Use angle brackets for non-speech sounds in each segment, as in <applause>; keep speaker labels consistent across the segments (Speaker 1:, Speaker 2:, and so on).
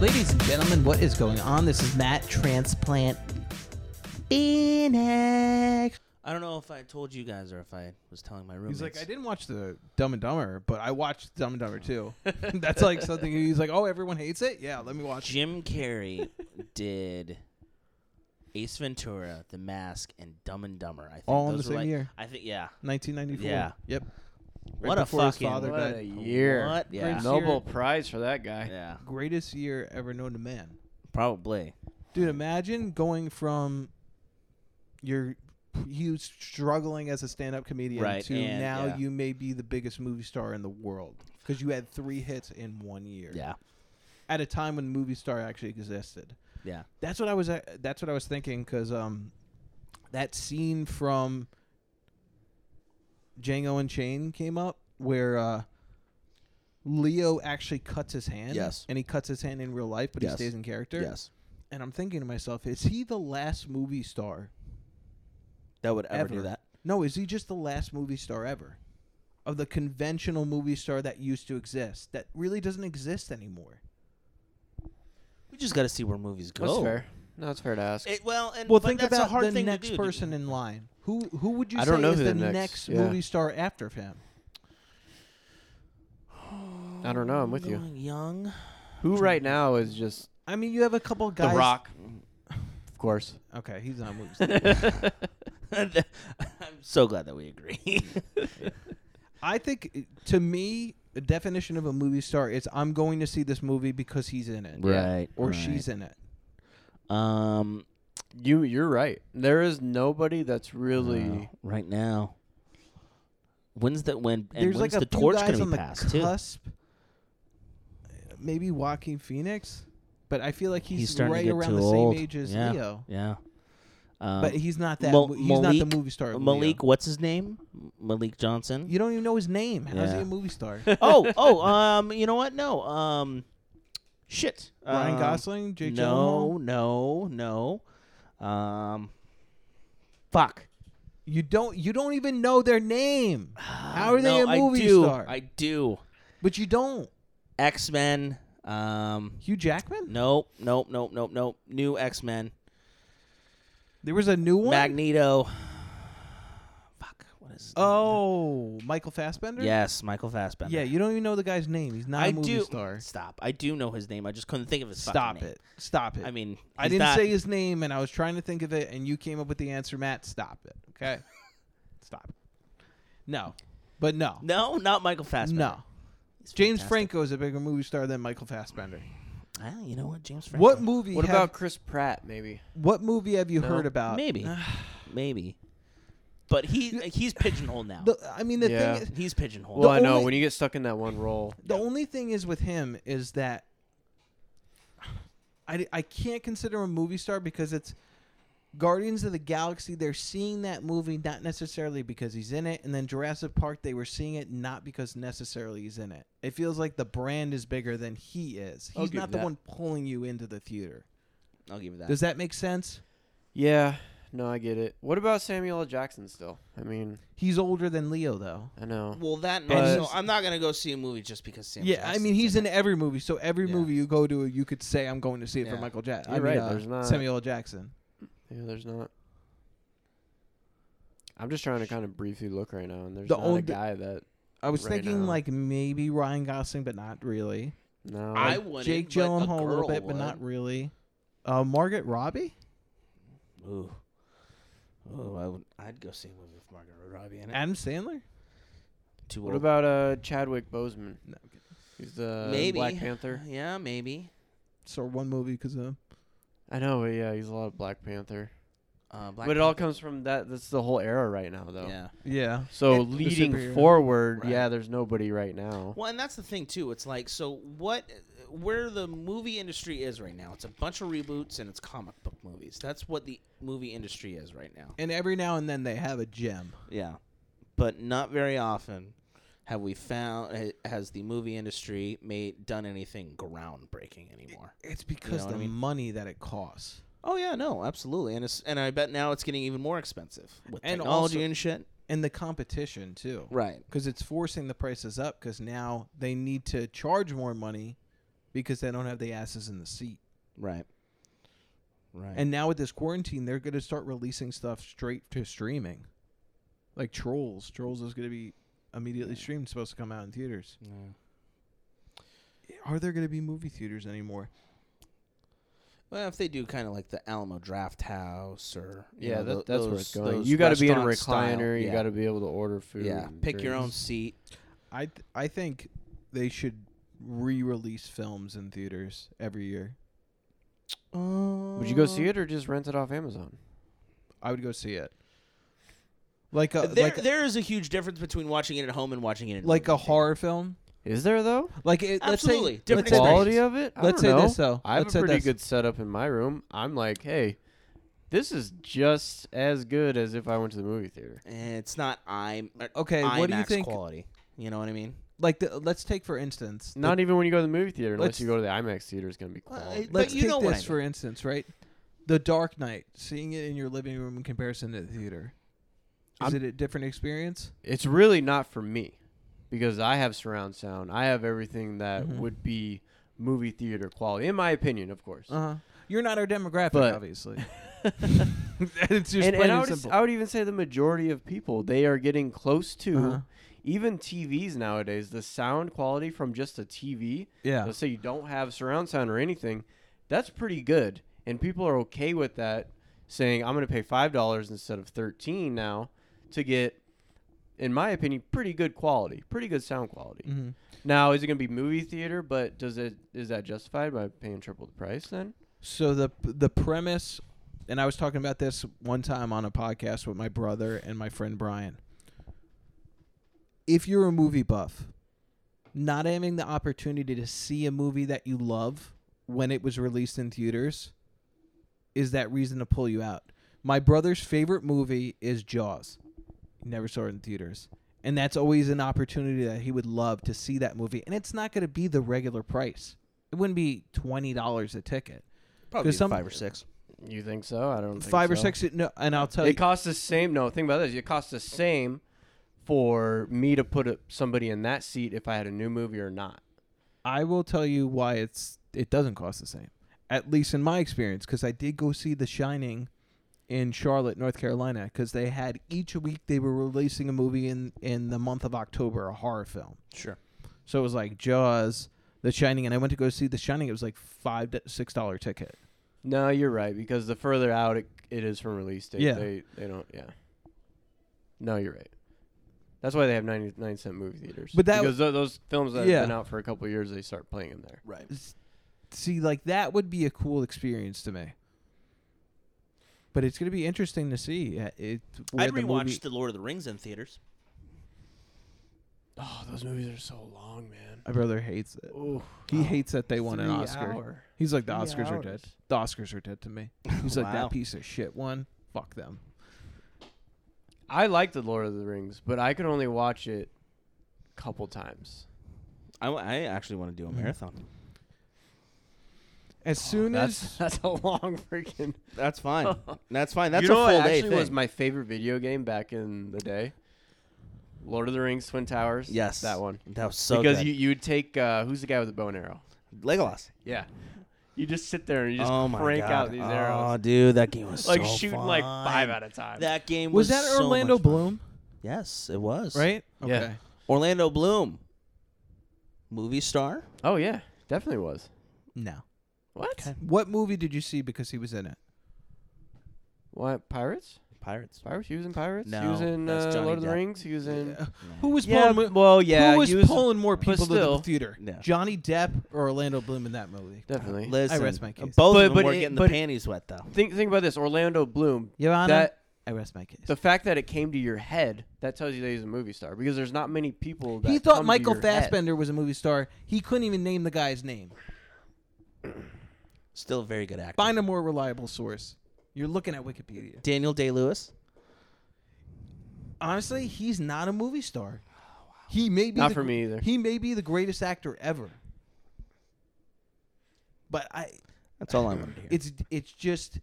Speaker 1: gentlemen, what is going on? This is Matt Transplant Phoenix.
Speaker 2: I don't know if I told you guys or if I was telling my roommates.
Speaker 3: He's like, I didn't watch the Dumb and Dumber, but I watched Dumb and Dumber too. <laughs> That's like something he's like, oh, everyone hates it. Yeah, let me watch. <laughs>
Speaker 2: Jim Carrey did Ace Ventura, The Mask, and Dumb and Dumber. I think
Speaker 3: All in
Speaker 2: those
Speaker 3: the
Speaker 2: were
Speaker 3: same
Speaker 2: like-
Speaker 3: year.
Speaker 2: I think yeah.
Speaker 3: 1994.
Speaker 2: Yeah.
Speaker 3: Yep. Right
Speaker 2: what a
Speaker 3: before his
Speaker 2: fucking
Speaker 3: father
Speaker 4: What
Speaker 3: died.
Speaker 4: a year.
Speaker 2: What? Yeah.
Speaker 3: Great
Speaker 4: Nobel
Speaker 3: year.
Speaker 4: Prize for that guy.
Speaker 2: Yeah.
Speaker 3: Greatest year ever known to man.
Speaker 2: Probably.
Speaker 3: Dude, imagine going from your you struggling as a stand-up comedian
Speaker 2: Right,
Speaker 3: to
Speaker 2: and-
Speaker 3: now
Speaker 2: yeah.
Speaker 3: you may be the biggest movie star in the world because you had three hits in one year
Speaker 2: Yeah.
Speaker 3: at a time when movie star actually existed.
Speaker 2: Yeah.
Speaker 3: That's what I was. uh, That's what I was thinking because um, that scene from Django and Chain came up where uh, Leo actually cuts his hand.
Speaker 2: Yes.
Speaker 3: and he cuts his hand in real life, but
Speaker 2: Yes.
Speaker 3: he stays in character. and I'm thinking to myself, is he the last movie star?
Speaker 2: That would ever,
Speaker 3: Ever.
Speaker 2: do that.
Speaker 3: No, is he just the last movie star ever? Of the conventional movie star that used to exist, that really doesn't exist anymore.
Speaker 2: We just got to see where movies go.
Speaker 4: That's fair. No, it's fair to ask.
Speaker 2: It, well, and
Speaker 3: Well,
Speaker 2: but
Speaker 3: think
Speaker 2: that's
Speaker 3: about
Speaker 2: a hard
Speaker 3: the
Speaker 2: thing
Speaker 3: next
Speaker 2: to do.
Speaker 3: person in line. Who who would you
Speaker 4: I
Speaker 3: say
Speaker 4: don't know
Speaker 3: is
Speaker 4: who
Speaker 3: the
Speaker 4: the next-
Speaker 3: next,
Speaker 4: yeah.
Speaker 3: movie star after him?
Speaker 4: I don't know. I'm with you.
Speaker 2: Going
Speaker 4: <laughs>
Speaker 2: Young. <laughs>
Speaker 4: Who right now is just
Speaker 3: I mean, you have a couple guys.
Speaker 4: The Rock? Of course.
Speaker 3: Okay, he's not a movie star. <laughs>
Speaker 2: I'm so glad that we agree.
Speaker 3: I think to me, the definition of a movie star is I'm going to see this movie because he's in it,
Speaker 2: <laughs> Right,
Speaker 3: or
Speaker 2: right.
Speaker 3: she's in it.
Speaker 2: um,
Speaker 4: You you're right. There is nobody that's really
Speaker 2: uh, right now. When's that? When and
Speaker 3: There's
Speaker 2: when's
Speaker 3: like a
Speaker 2: the
Speaker 3: few
Speaker 2: torch
Speaker 3: guys
Speaker 2: gonna
Speaker 3: on
Speaker 2: be
Speaker 3: the
Speaker 2: passed too?
Speaker 3: cusp. Maybe Joaquin Phoenix, but I feel like
Speaker 2: He's
Speaker 3: he's,
Speaker 2: starting to
Speaker 3: right
Speaker 2: get
Speaker 3: around
Speaker 2: too
Speaker 3: the
Speaker 2: old.
Speaker 3: same age as
Speaker 2: Yeah.
Speaker 3: Leo.
Speaker 2: Yeah. Um,
Speaker 3: But he's not that.
Speaker 2: Mal-
Speaker 3: mo- he's not the
Speaker 2: Malik-
Speaker 3: movie star. of Leo.
Speaker 2: Malik, what's his name? M- Malik Johnson.
Speaker 3: You don't even know his name. How's
Speaker 2: Yeah.
Speaker 3: he a movie star?
Speaker 2: <laughs> oh, oh, um, you know what? No, um, shit.
Speaker 3: Ryan
Speaker 2: Um,
Speaker 3: Gosling, Jake
Speaker 2: No,
Speaker 3: Gyllenhaal.
Speaker 2: no, no. Um, fuck.
Speaker 3: You don't. You don't even know their name. How are they
Speaker 2: No,
Speaker 3: a movie
Speaker 2: I do.
Speaker 3: star?
Speaker 2: I do.
Speaker 3: but you don't.
Speaker 2: X Men. Um,
Speaker 3: Hugh Jackman.
Speaker 2: nope, nope, nope, nope, nope. New X Men.
Speaker 3: There was a new one.
Speaker 2: Magneto. Fuck. What is? his name?
Speaker 3: oh, Michael Fassbender.
Speaker 2: yes, Michael Fassbender.
Speaker 3: Yeah. You don't even know the guy's name. He's not a
Speaker 2: I
Speaker 3: movie
Speaker 2: do.
Speaker 3: star.
Speaker 2: Stop. I do know his name. I just couldn't think of his. fucking
Speaker 3: Stop
Speaker 2: name.
Speaker 3: it. Stop it.
Speaker 2: I mean,
Speaker 3: I
Speaker 2: he's
Speaker 3: didn't
Speaker 2: not-
Speaker 3: say his name, and I was trying to think of it, and you came up with the answer, Matt. Stop it. Okay. stop. it. No. But no.
Speaker 2: No, not Michael Fassbender.
Speaker 3: No. James
Speaker 2: fantastic.
Speaker 3: Franco is a bigger movie star than Michael Fassbender.
Speaker 2: Ah, you know what, James Franco.
Speaker 3: What movie?
Speaker 4: What
Speaker 3: have-
Speaker 4: about Chris Pratt maybe?
Speaker 3: what movie have you
Speaker 4: No.
Speaker 3: heard about?
Speaker 2: Maybe,
Speaker 3: <sighs>
Speaker 2: maybe. But he he's pigeonholed now.
Speaker 3: The, I mean, the
Speaker 4: Yeah.
Speaker 3: thing is,
Speaker 2: he's pigeonholed.
Speaker 4: Well, I know
Speaker 3: only-
Speaker 4: when you get stuck in that one role.
Speaker 3: the only thing is with him is that I, I can't consider him a movie star because it's Guardians of the Galaxy. They're seeing that movie not necessarily because he's in it, and then Jurassic Park they were seeing it not because necessarily he's in it. It feels like the brand is bigger than he is.
Speaker 4: I'll
Speaker 3: He's
Speaker 4: give
Speaker 3: not
Speaker 4: you
Speaker 3: the
Speaker 4: that.
Speaker 3: one pulling you into the theater.
Speaker 2: I'll give you that.
Speaker 3: Does that make sense?
Speaker 4: Yeah. No, I get it. What about Samuel L. Jackson still? I mean,
Speaker 3: He's older than Leo though.
Speaker 4: I know.
Speaker 2: well, that and
Speaker 4: But-
Speaker 2: also, I'm not gonna go see a movie just because Sam.
Speaker 3: yeah, I
Speaker 2: Jackson's
Speaker 3: mean he's in
Speaker 2: it.
Speaker 3: every movie, so every
Speaker 2: Yeah.
Speaker 3: movie you go to, you could say I'm going to see it
Speaker 2: Yeah.
Speaker 3: for Michael Jackson. I
Speaker 4: You're
Speaker 3: mean,
Speaker 4: right,
Speaker 3: uh,
Speaker 4: there's not-
Speaker 3: Samuel L. Jackson.
Speaker 4: Yeah, there's not. I'm just trying to kind of briefly look right now, and there's
Speaker 3: The
Speaker 4: not
Speaker 3: only-
Speaker 4: a guy that.
Speaker 3: I was
Speaker 4: right
Speaker 3: thinking
Speaker 4: now.
Speaker 3: like maybe Ryan Gosling, but not really.
Speaker 4: No,
Speaker 2: I
Speaker 4: like,
Speaker 2: wouldn't.
Speaker 3: Jake
Speaker 2: but a
Speaker 3: Gyllenhaal a little
Speaker 2: girl
Speaker 3: bit, but not
Speaker 2: would.
Speaker 3: really. Uh, Margaret Robbie,
Speaker 2: Ooh. Ooh, I would. I'd go see a movie with Margaret Robbie in it.
Speaker 3: Adam Sandler.
Speaker 2: Too
Speaker 4: What
Speaker 2: old.
Speaker 4: about uh Chadwick Boseman?
Speaker 3: No,
Speaker 4: He's the uh,
Speaker 2: maybe
Speaker 4: Black Panther.
Speaker 2: Yeah, maybe.
Speaker 3: so one movie because uh,
Speaker 4: I know, but yeah, he's a lot of Black Panther.
Speaker 2: Uh, Black
Speaker 4: but it all comes from that. That's the whole era right now, though.
Speaker 2: Yeah.
Speaker 3: yeah,
Speaker 4: So
Speaker 2: And- The
Speaker 4: leading
Speaker 3: superhero.
Speaker 4: forward,
Speaker 2: Right.
Speaker 4: yeah, there's nobody right now.
Speaker 2: Well, and that's the thing too. It's like so what where the movie industry is right now. It's a bunch of reboots and it's comic book movies. That's what the movie industry is right now.
Speaker 3: and every now and then they have a gem.
Speaker 2: Yeah. But not very often have we found ha- has the movie industry made done anything groundbreaking anymore.
Speaker 3: It's because
Speaker 2: what I
Speaker 3: the
Speaker 2: mean?
Speaker 3: money that it costs.
Speaker 2: Oh yeah, no, absolutely. And it's and I bet now it's getting even more expensive with
Speaker 3: And
Speaker 2: technology
Speaker 3: also-
Speaker 2: and shit.
Speaker 3: and the competition too.
Speaker 2: Right.
Speaker 3: Because it's forcing the prices up. Because now they need to charge more money because they don't have the asses in the seat.
Speaker 2: Right. Right.
Speaker 3: And now with this quarantine, they're going to start releasing stuff straight to streaming, like Trolls. Trolls is going to be immediately streamed. Supposed to come out in theaters.
Speaker 2: Yeah.
Speaker 3: Are there going to be movie theaters anymore?
Speaker 2: Well, if they do kind of like the Alamo Draft House or you
Speaker 4: Yeah,
Speaker 2: know,
Speaker 4: that,
Speaker 2: tho-
Speaker 4: that's where
Speaker 2: those-
Speaker 4: it's going.
Speaker 2: those
Speaker 4: You got to be in a recliner.
Speaker 2: restaurant style-
Speaker 4: You
Speaker 2: yeah.
Speaker 4: got to be able to order food.
Speaker 2: yeah,
Speaker 4: and
Speaker 2: pick your own
Speaker 4: drinks.
Speaker 2: seat.
Speaker 3: I th- I think they should re-release films in theaters every year.
Speaker 4: Would you go see it or just rent it off Amazon?
Speaker 3: I would go see it. Like
Speaker 4: Uh,
Speaker 3: a
Speaker 2: Uh, There,
Speaker 3: like a-
Speaker 2: there is a huge difference between watching it at home and watching it in
Speaker 3: like a
Speaker 2: movie theater.
Speaker 3: horror film.
Speaker 4: Is there though?
Speaker 3: Like it,
Speaker 2: Absolutely.
Speaker 3: Let's say, let's
Speaker 2: Different
Speaker 3: say
Speaker 2: experience.
Speaker 4: Quality of it? I
Speaker 3: Let's
Speaker 4: don't
Speaker 3: say
Speaker 4: know.
Speaker 3: this,
Speaker 2: uh,
Speaker 3: though.
Speaker 4: I have
Speaker 3: Let's
Speaker 4: a
Speaker 3: say
Speaker 4: pretty
Speaker 3: this.
Speaker 4: good setup in my room. I'm like, hey, this is just as good as if I went to the movie theater.
Speaker 2: Eh, It's not I'm uh,
Speaker 3: Okay, what do you think-
Speaker 2: Quality. You know what I
Speaker 4: <laughs>
Speaker 2: mean?
Speaker 3: like the, let's take for instance the-
Speaker 4: Not even when you go to the movie theater, unless
Speaker 3: let's-
Speaker 4: you go to the IMAX theater, it's gonna be
Speaker 2: Well,
Speaker 4: quality.
Speaker 2: it- but
Speaker 3: let's
Speaker 2: you
Speaker 3: take
Speaker 2: know what
Speaker 3: this
Speaker 2: I
Speaker 3: for instance, right? The Dark Knight, seeing it in your living room in comparison to the theater. Is
Speaker 4: I'm-
Speaker 3: it a different experience?
Speaker 4: it's really not for me because I have surround sound. I have everything that would be movie theater quality, in my opinion, of course.
Speaker 3: Uh-huh. You're not our demographic,
Speaker 4: But-
Speaker 3: obviously. <laughs> it's just
Speaker 4: and,
Speaker 3: plain
Speaker 4: and I,
Speaker 3: and
Speaker 4: would, s-
Speaker 3: simple.
Speaker 4: I would even say the majority of people they are getting close to
Speaker 3: Uh-huh.
Speaker 4: even TVs nowadays. The sound quality from just a TV,
Speaker 3: Yeah.
Speaker 4: let's say you don't have surround sound or anything, that's pretty good, and people are okay with that. Saying I'm going to pay five dollars instead of thirteen now to get, in my opinion, pretty good quality, pretty good sound quality.
Speaker 3: Mhm.
Speaker 4: Now, is it going to be movie theater? But does it is that justified by paying triple the price then?
Speaker 3: So the the premise, and I was talking about this one time on a podcast with my brother and my friend Brian. If you're a movie buff, not having the opportunity to see a movie that you love when it was released in theaters is that reason to pull you out. My brother's favorite movie is Jaws. He never saw it in theaters. And that's always an opportunity that he would love to see that movie. And it's not going to be the regular price. It wouldn't be $20 a ticket
Speaker 2: Probably
Speaker 3: some-
Speaker 2: five or six.
Speaker 4: You think so? I don't. Think
Speaker 3: five or
Speaker 4: so.
Speaker 3: six. uh, No, and I'll tell you.
Speaker 4: It costs the same. No, think about this. It costs the same for me to put a, somebody in that seat if I had a new movie or not.
Speaker 3: I will tell you why it's it doesn't cost the same, at least in my experience, because I did go see The Shining in Charlotte, North Carolina, because they had each week they were releasing a movie in in the month of October, a horror film.
Speaker 2: Sure.
Speaker 3: So it was like Jaws, The Shining, and I went to go see The Shining. It was like five to six dollar ticket.
Speaker 4: No, you're right because the further out it, it is from release date,
Speaker 3: Yeah.
Speaker 4: they they don't. Yeah. No, you're right. That's why they have 99 cent movie theaters.
Speaker 3: But that
Speaker 4: because tho- those films that
Speaker 3: Yeah.
Speaker 4: have been out for a couple of years, they start playing them there.
Speaker 2: Right.
Speaker 3: See, like that would be a cool experience to me. But it's gonna be interesting to see. uh, It, where
Speaker 2: I'd
Speaker 3: the
Speaker 2: rewatch
Speaker 3: movie-
Speaker 2: the Lord of the Rings in theaters.
Speaker 4: Oh, those movies are so long, man.
Speaker 3: My brother hates it.
Speaker 4: Oh,
Speaker 3: He hates that they won an
Speaker 4: Three
Speaker 3: Oscar.
Speaker 4: hour.
Speaker 3: He's like the
Speaker 4: Three
Speaker 3: Oscars are
Speaker 4: hours.
Speaker 3: dead. The Oscars are dead to <laughs> me. He's like
Speaker 2: Wow.
Speaker 3: that piece of shit one. Fuck them.
Speaker 4: I like the Lord of the Rings, but I could only watch it a couple times.
Speaker 2: I, wa- I actually want to
Speaker 4: Mm-hmm.
Speaker 2: do a marathon.
Speaker 3: As soon
Speaker 4: That's
Speaker 3: <laughs> as
Speaker 4: <laughs> that's a long
Speaker 3: <laughs>
Speaker 4: freaking.
Speaker 2: That's
Speaker 4: <laughs>
Speaker 2: fine. That's fine. That's
Speaker 4: you know
Speaker 2: a full
Speaker 4: what
Speaker 2: day
Speaker 4: actually was
Speaker 2: thing.
Speaker 4: my favorite video game back in the day? Lord of the Rings, Twin Towers.
Speaker 2: yes,
Speaker 4: that one.
Speaker 2: That was so
Speaker 4: because
Speaker 2: good.
Speaker 4: you you'd take uh, who's the guy with the bow and arrow?
Speaker 2: Legolas.
Speaker 4: Yeah, you just sit there and you just
Speaker 2: oh my
Speaker 4: crank
Speaker 2: god.
Speaker 4: out these
Speaker 2: Oh,
Speaker 4: arrows,
Speaker 2: dude, that game was
Speaker 4: like
Speaker 2: so
Speaker 4: shooting like
Speaker 2: fun.
Speaker 4: five at a time.
Speaker 2: That game
Speaker 3: was
Speaker 2: was
Speaker 3: that
Speaker 2: so
Speaker 3: Orlando
Speaker 2: much fun.
Speaker 3: Bloom,
Speaker 2: Yes, it was.
Speaker 3: right?
Speaker 4: Yeah.
Speaker 2: Orlando Bloom, movie star.
Speaker 4: oh yeah, definitely was.
Speaker 3: No.
Speaker 4: What?
Speaker 3: What movie did you see because he was in it?
Speaker 4: What pirates?
Speaker 2: Pirates.
Speaker 4: Pirates? He was in pirates. he
Speaker 2: No,
Speaker 4: was in
Speaker 2: that's
Speaker 4: uh,
Speaker 2: Johnny
Speaker 4: Lord of the
Speaker 2: Depp.
Speaker 4: Rings. He was in.
Speaker 3: Uh, Who was
Speaker 4: Yeah,
Speaker 3: pulling? mo-
Speaker 4: well, yeah.
Speaker 3: who was,
Speaker 4: he was
Speaker 3: pulling more people to
Speaker 4: still-
Speaker 3: the theater?
Speaker 2: No.
Speaker 3: Johnny Depp or Orlando Bloom in that movie?
Speaker 2: <laughs>
Speaker 4: Definitely.
Speaker 2: Listen,
Speaker 3: rest my case.
Speaker 2: Both
Speaker 4: But-
Speaker 2: of them
Speaker 4: but
Speaker 2: were
Speaker 4: it-
Speaker 2: getting
Speaker 4: but-
Speaker 2: the panties wet though.
Speaker 4: Think think about this. Orlando Bloom.
Speaker 3: Your Honor,
Speaker 4: That
Speaker 3: I rest my case.
Speaker 4: the fact that it came to your head that tells you that he's a movie star because there's not many people. That
Speaker 3: he thought
Speaker 4: come to
Speaker 3: Michael
Speaker 4: your head.
Speaker 3: Fassbender was a movie star. He couldn't even name the guy's name.
Speaker 2: Still a very good actor.
Speaker 3: Find a more reliable source. You're looking at Wikipedia.
Speaker 2: Daniel Day Lewis.
Speaker 3: honestly, he's not a movie star. He may be
Speaker 4: Not
Speaker 3: the-
Speaker 4: for me either.
Speaker 3: He may be the greatest actor ever. But I,
Speaker 2: That's all I wanted to hear.
Speaker 3: it's it's just,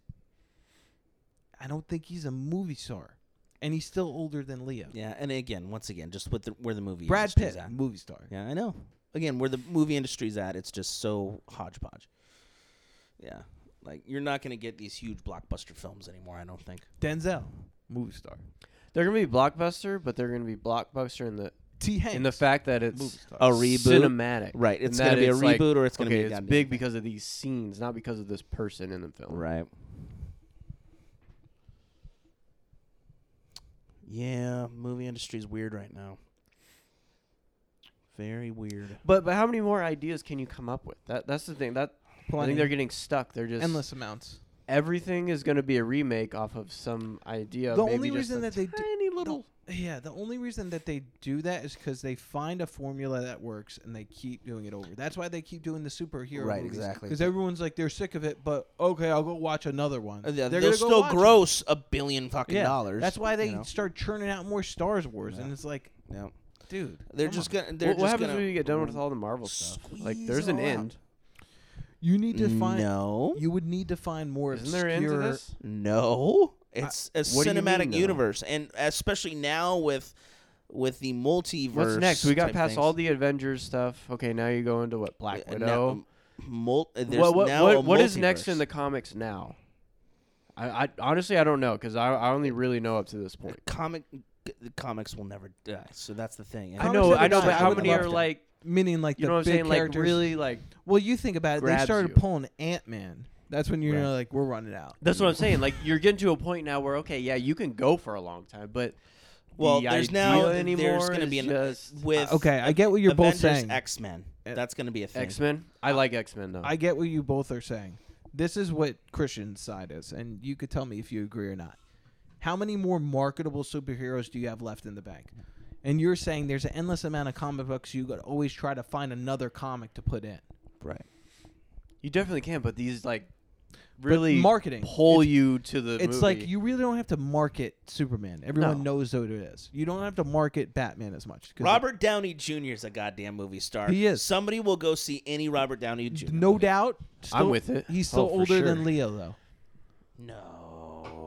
Speaker 3: I don't think he's a movie star, and he's still older than Leo.
Speaker 2: yeah, and again, once again, just with the, where the movie
Speaker 3: Brad
Speaker 2: industry's
Speaker 3: Pitt,
Speaker 2: at.
Speaker 3: movie star.
Speaker 2: Yeah, I know. Again, where the movie industry's at, it's just so hodgepodge. Yeah. Like you're not gonna get these huge blockbuster films anymore. I don't think.
Speaker 3: Denzel, movie star.
Speaker 4: They're gonna be blockbuster, but they're gonna be blockbuster in the
Speaker 3: T. Hanks.
Speaker 4: in the Oh, fact that it's
Speaker 3: movie star.
Speaker 2: A reboot?
Speaker 4: cinematic,
Speaker 2: Right,
Speaker 4: and
Speaker 2: it's gonna
Speaker 4: that
Speaker 2: be a
Speaker 4: like,
Speaker 2: reboot or it's gonna
Speaker 4: okay,
Speaker 2: be a
Speaker 4: it's
Speaker 2: goddamn
Speaker 4: big
Speaker 2: thing.
Speaker 4: because of these scenes, not because of this person in the film.
Speaker 2: Right. Yeah, movie industry's weird right now. Very weird.
Speaker 4: But but how many more ideas can you come up with? That that's the thing. That I
Speaker 3: Plenty.
Speaker 4: think they're getting stuck. They're just
Speaker 3: endless amounts.
Speaker 4: everything is going to be a remake off of some idea.
Speaker 3: The
Speaker 4: maybe
Speaker 3: only
Speaker 4: just
Speaker 3: reason
Speaker 4: a
Speaker 3: that they do-
Speaker 4: tiny little
Speaker 3: Yeah, the only reason that they do that is because they find a formula that works and they keep doing it over. That's why they keep doing the superhero
Speaker 2: Right,
Speaker 3: movies.
Speaker 2: exactly.
Speaker 3: Because everyone's like they're sick of it, but okay, I'll go watch another one.
Speaker 2: Uh, yeah,
Speaker 3: They're gonna
Speaker 2: they'll
Speaker 3: go
Speaker 2: still
Speaker 3: watch it.
Speaker 2: gross a billion fucking
Speaker 3: Yeah,
Speaker 2: dollars.
Speaker 3: That's why they
Speaker 2: you know?
Speaker 3: start churning out more Star Wars, and it's like,
Speaker 2: Yeah.
Speaker 3: dude,
Speaker 2: They're
Speaker 3: come
Speaker 2: just
Speaker 3: on.
Speaker 2: gonna. They're
Speaker 4: what, what
Speaker 2: just
Speaker 4: happens
Speaker 2: gonna Mm.
Speaker 4: when you get done with all the Marvel stuff? Like, there's
Speaker 2: squeeze
Speaker 4: an
Speaker 2: it all out.
Speaker 4: end.
Speaker 3: you need to find.
Speaker 2: Mm, no,
Speaker 3: You would need to find more
Speaker 4: Isn't there an end to
Speaker 3: obscure-
Speaker 4: this?
Speaker 2: no. It's a
Speaker 4: what do you
Speaker 2: cinematic
Speaker 4: mean, though?
Speaker 2: universe, and especially now with with the multiverse.
Speaker 4: What's next? We got
Speaker 2: type
Speaker 4: past
Speaker 2: things.
Speaker 4: all the Avengers stuff. Okay, now you go into what Black
Speaker 2: Uh,
Speaker 4: Widow.
Speaker 2: Now, mul- uh, there's
Speaker 4: what what,
Speaker 2: now a
Speaker 4: what, what is next
Speaker 2: multiverse.
Speaker 4: in the comics now? I, I honestly I don't know because I, I only really know up to this point.
Speaker 2: comic? The comics will never die, so that's the thing.
Speaker 4: I
Speaker 3: Comics
Speaker 4: know
Speaker 3: never
Speaker 4: I know,
Speaker 3: die.
Speaker 4: but
Speaker 3: I
Speaker 4: how
Speaker 3: would
Speaker 4: many
Speaker 3: love
Speaker 4: are
Speaker 3: to.
Speaker 4: like
Speaker 3: meaning like
Speaker 4: you
Speaker 3: the
Speaker 4: know what I'm
Speaker 3: big
Speaker 4: saying? Like
Speaker 3: characters.
Speaker 4: really like
Speaker 3: well, you think about it. They
Speaker 4: grabs
Speaker 3: started
Speaker 4: you.
Speaker 3: pulling Ant Man. That's when you're
Speaker 2: Right.
Speaker 3: like, we're running out.
Speaker 4: That's what I'm saying. Like you're getting to a point now where okay, yeah, you can go for a long time, but
Speaker 2: Well,
Speaker 4: the
Speaker 2: there's
Speaker 4: idea
Speaker 2: now
Speaker 4: anymore
Speaker 2: there's going to
Speaker 4: is
Speaker 2: be an
Speaker 4: just
Speaker 2: with
Speaker 3: Okay, I get what you're
Speaker 2: Avengers
Speaker 3: both saying.
Speaker 2: X Men.
Speaker 3: Uh,
Speaker 2: That's going to be a thing.
Speaker 4: X Men. I like X Men though.
Speaker 3: I get what you both are saying. This is what Christian's side is, and you could tell me if you agree or not. How many more marketable superheroes do you have left in the bank? And you're saying there's an endless amount of comic books. You could always try to find another comic to put in.
Speaker 2: right?
Speaker 4: you definitely can, but these like really
Speaker 3: marketing.
Speaker 4: pull you to the.
Speaker 3: It's
Speaker 4: movie.
Speaker 3: like you really don't have to market Superman. Everyone
Speaker 4: No.
Speaker 3: knows who it is. You don't have to market Batman as much. 'cause
Speaker 2: Robert Downey Jr. is a goddamn movie star.
Speaker 3: He is.
Speaker 2: Somebody will go see any Robert Downey
Speaker 3: it- <laughs>
Speaker 2: Jr.
Speaker 3: no doubt, still-
Speaker 4: with it.
Speaker 3: He's still
Speaker 4: Oh, for
Speaker 3: older
Speaker 4: sure.
Speaker 3: than Leo, though.
Speaker 2: No.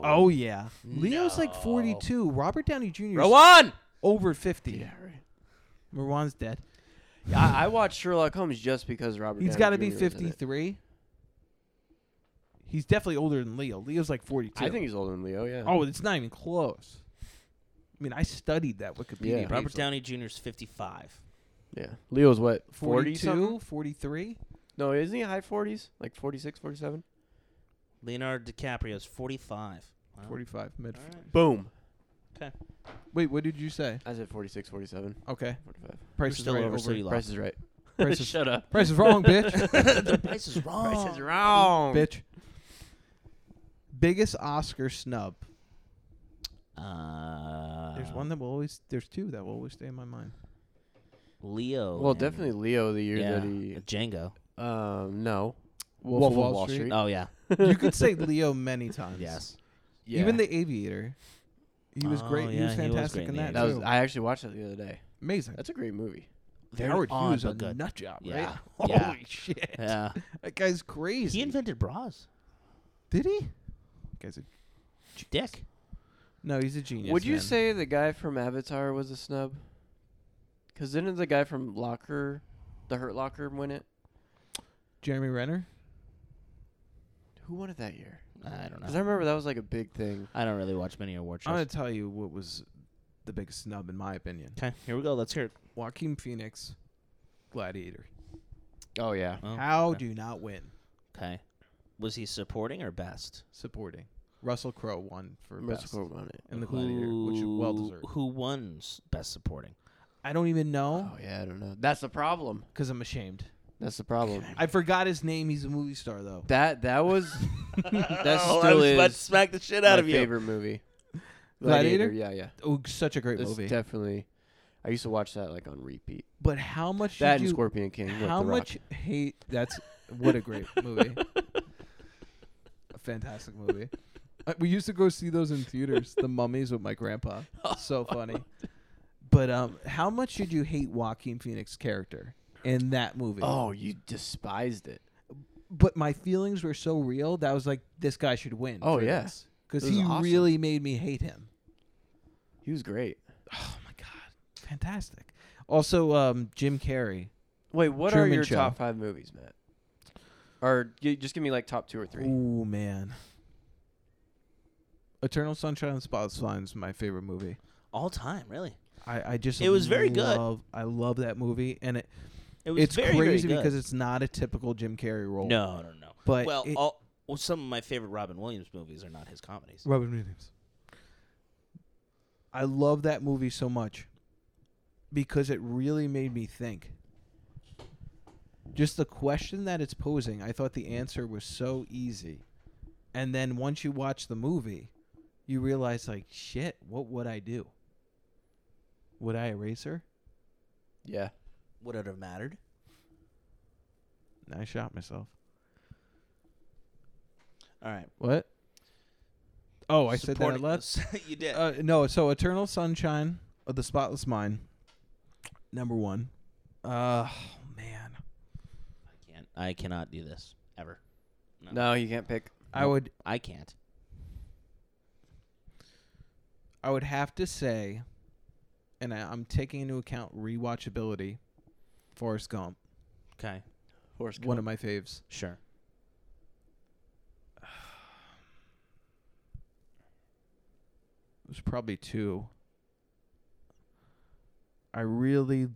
Speaker 3: Oh yeah, Leo's like
Speaker 2: No.
Speaker 3: 42. Robert Downey Jr. is
Speaker 2: Rowan.
Speaker 3: over 50.
Speaker 4: Yeah, right.
Speaker 3: Marwan's dead.
Speaker 4: Yeah, I, I watched Sherlock Holmes just because Robert.
Speaker 3: He's got
Speaker 4: got
Speaker 3: to be 53. He's definitely older than Leo. Leo's like 42.
Speaker 4: I think he's older than Leo. Yeah.
Speaker 3: Oh, it's not even close. I mean, I studied that Wikipedia.
Speaker 4: Yeah.
Speaker 3: page.
Speaker 2: Robert Downey Jr. is 55.
Speaker 4: Yeah. Leo's what? 40 something?
Speaker 3: 42, 43.
Speaker 4: No, isn't he high 40s? Like 46, 47?
Speaker 2: Leonardo DiCaprio is 45. Wow.
Speaker 3: 45 mid.
Speaker 2: Oh. All right.
Speaker 4: Boom.
Speaker 3: Wait, what did you say?
Speaker 4: I said 46, 47,
Speaker 3: Okay,
Speaker 4: 45.
Speaker 2: You're
Speaker 3: price is
Speaker 2: still
Speaker 3: right
Speaker 2: over, so
Speaker 3: over.
Speaker 2: you
Speaker 4: Price
Speaker 2: <laughs> lost.
Speaker 4: is right.
Speaker 3: Price is-
Speaker 4: Shut up.
Speaker 3: Price is wrong, bitch. <laughs>
Speaker 2: <laughs> the price is wrong.
Speaker 4: Price is wrong.
Speaker 3: bitch. Biggest Oscar snub.
Speaker 2: Uh,
Speaker 3: There's one that will always. There's two that will always stay in my
Speaker 2: <laughs>
Speaker 3: mind.
Speaker 2: Leo.
Speaker 4: Well,
Speaker 2: man.
Speaker 4: definitely Leo the year
Speaker 2: Yeah.
Speaker 4: that he.
Speaker 2: Django.
Speaker 4: Um, no.
Speaker 3: Wolf, of Wall, Street.
Speaker 2: Oh yeah.
Speaker 3: you could say Leo many times.
Speaker 2: Yes.
Speaker 4: Yeah.
Speaker 3: Even the Aviator. He was
Speaker 2: Oh,
Speaker 3: great. he
Speaker 2: yeah,
Speaker 3: was
Speaker 2: he was
Speaker 3: fantastic
Speaker 2: great in
Speaker 3: in
Speaker 2: The
Speaker 3: that.
Speaker 4: that was.
Speaker 3: too.
Speaker 4: I actually watched that the other day.
Speaker 3: amazing.
Speaker 4: That's a great movie.
Speaker 2: Very
Speaker 3: Howard
Speaker 2: odd,
Speaker 3: Hughes a
Speaker 2: but good.
Speaker 3: nut job, <laughs>
Speaker 2: Yeah.
Speaker 3: right?
Speaker 2: Yeah.
Speaker 3: Holy shit.
Speaker 2: Yeah.
Speaker 3: That guy's crazy.
Speaker 2: He invented bras.
Speaker 3: Did he? Guy's a,
Speaker 2: Dick.
Speaker 3: no, he's a genius.
Speaker 4: Would you
Speaker 3: man.
Speaker 4: say the guy from Avatar was a snub? Because didn't the guy from Locker, the Hurt Locker, win it?
Speaker 3: Jeremy Renner?
Speaker 4: Who won it that year?
Speaker 2: I don't
Speaker 4: Because
Speaker 2: know.
Speaker 4: I remember that was like a big thing.
Speaker 2: I don't really watch many award
Speaker 3: I'm
Speaker 2: shows.
Speaker 3: going to tell you what was the biggest snub in my opinion.
Speaker 2: Okay, here we go. Let's hear it.
Speaker 3: Joaquin Phoenix, Gladiator.
Speaker 4: Oh yeah.
Speaker 2: Oh,
Speaker 3: How
Speaker 2: okay.
Speaker 3: do you not win
Speaker 2: Okay. Was he supporting or best?
Speaker 3: supporting? Russell Crowe won for best
Speaker 4: Russell Crowe won it.
Speaker 3: in the Gladiator, which is well deserved.
Speaker 2: Who won s- best supporting?
Speaker 3: I don't even know
Speaker 4: Oh yeah, I don't know. That's the problem.
Speaker 3: because I'm ashamed.
Speaker 4: That's the problem.
Speaker 3: I forgot his name. He's a movie star though.
Speaker 4: <laughs> That
Speaker 3: <laughs>
Speaker 4: that was
Speaker 2: <laughs>
Speaker 4: that
Speaker 2: Oh,
Speaker 4: still
Speaker 2: I was
Speaker 4: is
Speaker 2: about to smack the shit
Speaker 4: my
Speaker 2: out of you.
Speaker 4: favorite movie.
Speaker 3: <laughs> Gladiator?
Speaker 4: Yeah, yeah.
Speaker 3: Oh, such a great
Speaker 4: It's
Speaker 3: movie.
Speaker 4: definitely. I used to watch that like on repeat.
Speaker 3: but how much did
Speaker 4: That and
Speaker 3: you,
Speaker 4: Scorpion King. with
Speaker 3: how
Speaker 4: The Rock.
Speaker 3: much hate that's what a great movie a fantastic movie Uh, we used to go see those in theaters the mummies with my
Speaker 4: <laughs>
Speaker 3: grandpa so funny but um how much did you hate joaquin phoenix character in that movie
Speaker 4: Oh, you despised it.
Speaker 3: but my feelings were so real that I was like this guy should win
Speaker 4: Oh, yeah.
Speaker 3: because
Speaker 4: It was
Speaker 3: he
Speaker 4: awesome.
Speaker 3: really made me hate him
Speaker 4: He was great.
Speaker 3: oh my god fantastic also um jim carrey
Speaker 4: Wait, what are
Speaker 3: Truman
Speaker 4: your
Speaker 3: Show.
Speaker 4: top five movies, Matt? Or g- just give me like top two or three.
Speaker 3: Ooh man. Eternal Sunshine of the Spotless Mind is my favorite movie.
Speaker 2: All time, really.
Speaker 3: I, I just
Speaker 2: It was very good.
Speaker 3: love, I love that movie, and it,
Speaker 2: It was
Speaker 3: it's
Speaker 2: very, very
Speaker 3: crazy
Speaker 2: good.
Speaker 3: because it's not a typical Jim Carrey role.
Speaker 2: no, no, no.
Speaker 3: but
Speaker 2: well,
Speaker 3: it-
Speaker 2: all, well, some of my favorite Robin Williams movies are not his comedies.
Speaker 3: Robin Williams. I love that movie so much because it really made me think. Just the question that it's posing, I thought the answer was so easy. And then once you watch the movie, you realize, like, shit, what would I do? Would I erase her?
Speaker 4: Yeah.
Speaker 2: Would it have mattered?
Speaker 3: I shot myself.
Speaker 2: All right.
Speaker 3: What? Oh, I said that I
Speaker 2: Supporting-
Speaker 3: left.
Speaker 2: <laughs> you did.
Speaker 3: Uh, no, so Eternal Sunshine of the Spotless Mind, number one. Uh, man,
Speaker 2: I can't. I cannot do this ever.
Speaker 4: No, you can't pick.
Speaker 3: I would
Speaker 2: I can't.
Speaker 3: I would have to say, and I, I'm taking into account rewatchability. Forrest Gump,
Speaker 2: Okay.
Speaker 4: Horse.
Speaker 3: one of my faves.
Speaker 2: Sure.
Speaker 3: There's probably two. I really,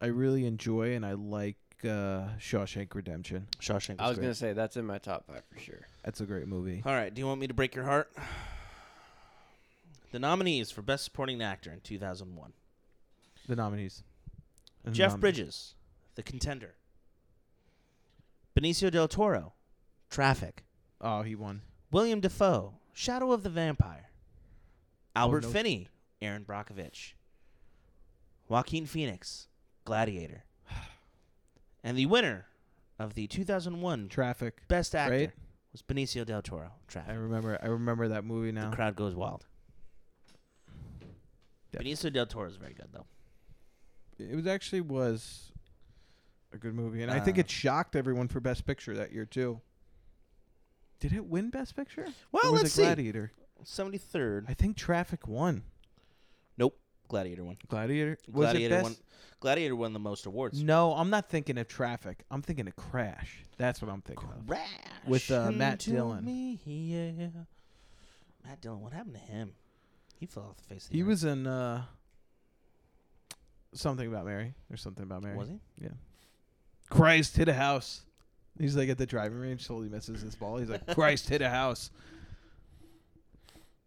Speaker 3: I really enjoy and I like uh, Shawshank Redemption.
Speaker 2: Shawshank.
Speaker 4: I was gonna say that's in my top five for sure.
Speaker 3: That's a great movie.
Speaker 2: All right. Do you want me to break your heart? The nominees for Best Supporting Actor in 2001:
Speaker 3: The nominees. The
Speaker 2: Jeff
Speaker 3: nomin-
Speaker 2: Bridges, The Contender. Benicio del Toro, Traffic.
Speaker 3: Oh, he won.
Speaker 2: William Defoe, Shadow of the Vampire. Albert
Speaker 3: Oh, no
Speaker 2: Finney, Aaron Brockovich. Joaquin Phoenix,
Speaker 3: <sighs>
Speaker 2: Gladiator. And the winner of the 2001
Speaker 3: Traffic.
Speaker 2: Best Actor
Speaker 3: right?
Speaker 2: was Benicio del Toro,
Speaker 3: I
Speaker 2: Traffic.
Speaker 3: remember. I remember that movie now.
Speaker 2: The crowd goes wild.
Speaker 3: Yeah.
Speaker 2: Benicio del Toro is very good, though.
Speaker 3: it was actually was a good movie, and I think
Speaker 2: Uh,
Speaker 3: it shocked everyone for Best Picture that year too. Did it win Best Picture?
Speaker 2: Well,
Speaker 3: or was
Speaker 2: let's
Speaker 3: it
Speaker 2: see.
Speaker 3: Gladiator?
Speaker 2: 73rd.
Speaker 3: I think Traffic won.
Speaker 2: Gladiator won.
Speaker 3: Gladiator was
Speaker 2: Gladiator
Speaker 3: it
Speaker 2: won.
Speaker 3: best?
Speaker 2: Gladiator won the most awards.
Speaker 3: No, I'm not thinking of Traffic. I'm thinking of Crash. That's what I'm thinking of.
Speaker 2: Crash
Speaker 3: With, uh, Matt
Speaker 2: into
Speaker 3: Dillon.
Speaker 2: me, yeah. Matt Dillon, what happened to him? He fell off the face of the
Speaker 3: He
Speaker 2: earth.
Speaker 3: was in uh, something about Mary or something about Mary.
Speaker 2: Was he?
Speaker 3: Christ hit a house. He's like at the driving range, totally misses his ball. He's
Speaker 2: <laughs>
Speaker 3: like, Christ hit a house.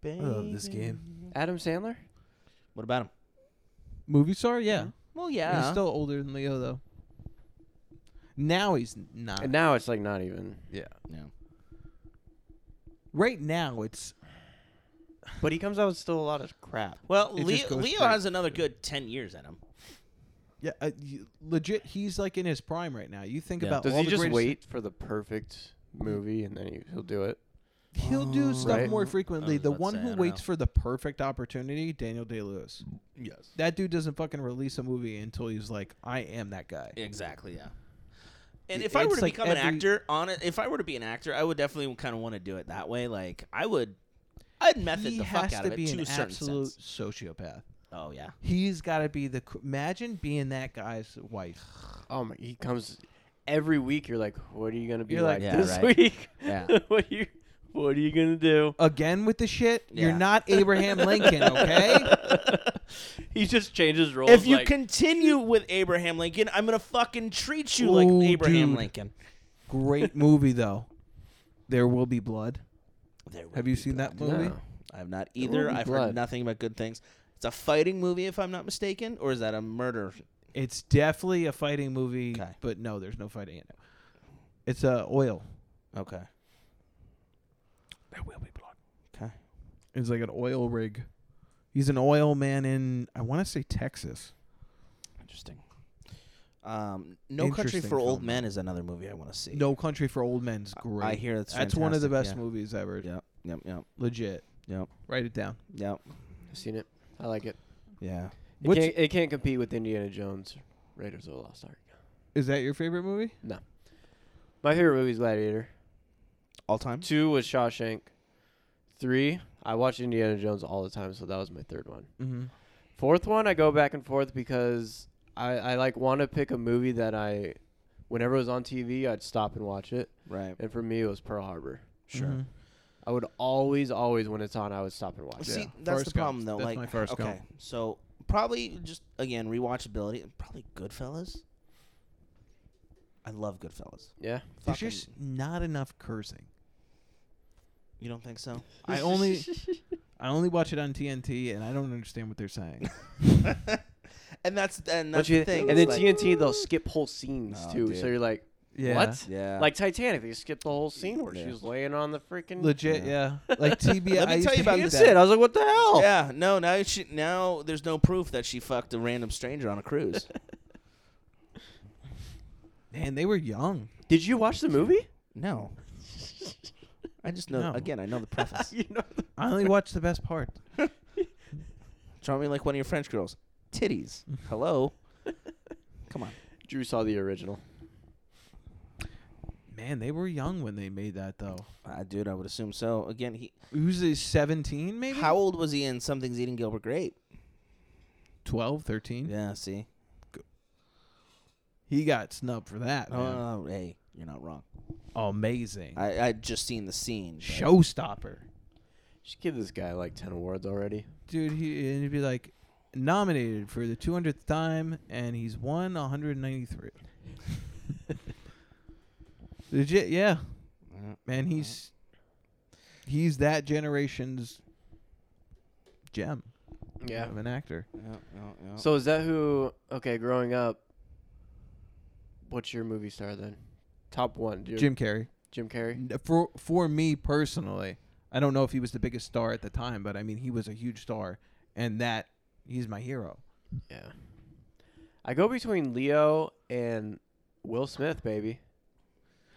Speaker 3: love this game.
Speaker 4: Adam Sandler.
Speaker 2: What about him?
Speaker 3: Movie star, yeah.
Speaker 2: Well,
Speaker 3: He's still older than Leo though. Now he's not.
Speaker 4: And now it's like not even.
Speaker 3: Uh, yeah.
Speaker 2: yeah.
Speaker 3: Right now it's
Speaker 4: But he comes out with still a lot of crap.
Speaker 2: Well,
Speaker 3: It
Speaker 2: Leo,
Speaker 3: just goes
Speaker 2: Leo
Speaker 3: straight
Speaker 2: has another good ten years in him.
Speaker 3: yeah, uh, y legit. He's like in his prime right now. You think
Speaker 2: Yeah.
Speaker 3: about
Speaker 4: Does
Speaker 3: all
Speaker 4: he
Speaker 3: the
Speaker 4: just
Speaker 3: greatest-
Speaker 4: wait for the perfect movie and then he, he'll do it?
Speaker 3: He'll
Speaker 2: Oh,
Speaker 3: do stuff
Speaker 4: Right.
Speaker 3: more
Speaker 2: I
Speaker 3: frequently.
Speaker 2: was
Speaker 3: The
Speaker 2: about to
Speaker 3: one
Speaker 2: say, Oh, I
Speaker 3: who
Speaker 2: don't
Speaker 3: waits
Speaker 2: know.
Speaker 3: for the perfect opportunity, Daniel Day Lewis.
Speaker 2: Yes.
Speaker 3: That dude doesn't fucking release a movie until he's like, I am that guy.
Speaker 2: Exactly. Yeah. And
Speaker 3: Y-
Speaker 2: if I were
Speaker 3: it's
Speaker 2: to
Speaker 3: like
Speaker 2: become an
Speaker 3: every-
Speaker 2: actor, on it, if I were to be an actor, I would definitely kind of want to do it that way. Like I would, I'd method
Speaker 3: he
Speaker 2: the
Speaker 3: has
Speaker 2: fuck out
Speaker 3: to
Speaker 2: of it
Speaker 3: be
Speaker 2: to
Speaker 3: an
Speaker 2: a certain
Speaker 3: absolute
Speaker 2: sense.
Speaker 3: sociopath.
Speaker 2: Oh yeah.
Speaker 3: He's got to be the. cr- Imagine being that guy's wife.
Speaker 4: Oh my! He comes every week. You're like, what are you gonna be
Speaker 3: You're
Speaker 4: like
Speaker 3: like,
Speaker 2: Yeah,
Speaker 4: this
Speaker 2: right.
Speaker 4: week?
Speaker 2: Yeah.
Speaker 4: <laughs> what are you? What are you gonna do?
Speaker 3: Again with the shit.
Speaker 2: Yeah.
Speaker 3: You're not Abraham
Speaker 2: <laughs>
Speaker 3: Lincoln, okay?
Speaker 4: he just changes roles.
Speaker 2: If you
Speaker 4: like,
Speaker 2: continue with Abraham Lincoln, I'm gonna fucking treat you
Speaker 3: Ooh,
Speaker 2: like Abraham
Speaker 3: Oh, dude.
Speaker 2: Lincoln.
Speaker 3: Great movie though. There will be blood.
Speaker 2: There will
Speaker 3: Have you
Speaker 2: be
Speaker 3: seen
Speaker 2: blood.
Speaker 3: that movie?
Speaker 4: No.
Speaker 2: I have not
Speaker 4: will
Speaker 2: either.
Speaker 4: be
Speaker 2: I've
Speaker 4: blood.
Speaker 2: heard nothing but good things. It's a fighting movie, if I'm not mistaken, or is that a murder?
Speaker 3: It's definitely a fighting movie,
Speaker 2: 'Kay.
Speaker 3: but no, there's no fighting in it. It's uh, oil.
Speaker 2: Okay.
Speaker 3: There will be blood.
Speaker 2: Okay.
Speaker 3: It's like an oil rig. He's an oil man in I want to say Texas.
Speaker 2: Interesting. Um, no Country
Speaker 3: Interesting
Speaker 2: for Old
Speaker 3: film.
Speaker 2: Men is another movie I want to see.
Speaker 3: No Country for Old Men's
Speaker 2: I-
Speaker 3: great.
Speaker 2: I hear that's
Speaker 3: That's one of the best
Speaker 2: fantastic,
Speaker 3: movies ever.
Speaker 2: yeah. Yep, yep,
Speaker 3: Legit.
Speaker 2: Yep.
Speaker 3: Write it down.
Speaker 2: yep,
Speaker 4: I've seen it. I like it.
Speaker 2: yeah.
Speaker 4: It
Speaker 3: What's-
Speaker 4: can't, it can't compete with Indiana Jones, Raiders of the Lost Ark.
Speaker 3: Is that your favorite movie?
Speaker 4: My favorite movie is Gladiator.
Speaker 2: All time.
Speaker 4: Two was Shawshank. Three, I watch Indiana Jones all the time, so that was my third one.
Speaker 3: Mm-hmm.
Speaker 4: Fourth one, I go back and forth because I, I like want to pick a movie that I whenever it was on TV, I'd stop and watch it.
Speaker 2: Right.
Speaker 4: And for me, it was Pearl Harbor.
Speaker 2: Sure.
Speaker 4: I would always, always when it's on, I would stop and watch
Speaker 2: See,
Speaker 4: it.
Speaker 2: that's
Speaker 3: Forrest
Speaker 2: the problem
Speaker 3: Gump.
Speaker 2: though.
Speaker 3: That's
Speaker 2: like,
Speaker 3: my Forrest
Speaker 2: okay,
Speaker 3: Gump.
Speaker 2: so probably just again rewatchability. Probably Goodfellas. I love Goodfellas.
Speaker 4: Yeah.
Speaker 3: There's
Speaker 2: Fucking-
Speaker 3: just not enough
Speaker 2: <laughs>
Speaker 3: cursing.
Speaker 2: you don't
Speaker 3: <laughs>
Speaker 2: think so? <laughs>
Speaker 3: I only I only watch it on TNT, and I don't understand what they're saying.
Speaker 2: and that's and
Speaker 4: But
Speaker 2: that's
Speaker 4: you-
Speaker 2: the thing.
Speaker 4: and then
Speaker 2: it's like-
Speaker 4: TNT, they'll skip whole scenes
Speaker 2: No,
Speaker 4: too.
Speaker 2: dude.
Speaker 4: So you're like,
Speaker 3: Yeah.
Speaker 4: what?
Speaker 2: <laughs> Yeah.
Speaker 4: Like Titanic, they skipped the whole scene where
Speaker 2: Yeah.
Speaker 4: she was laying on the freaking.
Speaker 3: Legit, yeah. <laughs> Like TBI.
Speaker 2: Let me
Speaker 3: I used
Speaker 2: tell
Speaker 3: to
Speaker 2: you about
Speaker 3: hate
Speaker 2: this-
Speaker 4: That's
Speaker 3: that.
Speaker 4: it. I was like, what the hell?
Speaker 3: oh.
Speaker 2: Yeah, no, now she now there's no proof that she fucked a random stranger on a cruise.
Speaker 3: Man, they were young.
Speaker 4: Did you watch the movie? <laughs>
Speaker 3: <laughs>
Speaker 2: no. I just know
Speaker 3: No.
Speaker 2: again, I
Speaker 3: <laughs>
Speaker 2: know the preface.
Speaker 4: you know,
Speaker 3: I only watched the best part.
Speaker 2: Draw me like one of your French girls. <laughs> Titties. Hello. Come on.
Speaker 4: Drew saw the original.
Speaker 3: Man, they were young when they made that though.
Speaker 2: Uh, dude, I would assume so. Again, he
Speaker 3: Uzi's 17 maybe?
Speaker 2: how old was he in Something's Eating Gilbert Grape?
Speaker 3: 12, 13?
Speaker 2: Yeah, see.
Speaker 3: He got snubbed for that. man.
Speaker 2: Oh, hey, you're not wrong.
Speaker 3: Uh, Amazing.
Speaker 2: I I just seen the scene. but-
Speaker 3: Showstopper.
Speaker 4: Just give this guy like ten awards already.
Speaker 3: Dude, he, and he'd be like nominated for the 200th time and he's won 193. Legit, yeah.
Speaker 2: Yeah.
Speaker 3: Man, he's he's that generation's gem
Speaker 4: Yeah.
Speaker 3: of an actor.
Speaker 2: Yeah, yeah, yeah.
Speaker 3: Oh.
Speaker 4: So is that who? Okay, growing up, what's your movie star then? Top one, Jim,
Speaker 3: Jim Mm-hmm. Carrey.
Speaker 4: Jim Carrey.
Speaker 3: N- for for me personally, I don't know if he was the biggest star at the time, but I mean he was a huge star, and that he's my hero.
Speaker 4: Yeah. I go between Leo and Will Smith, baby.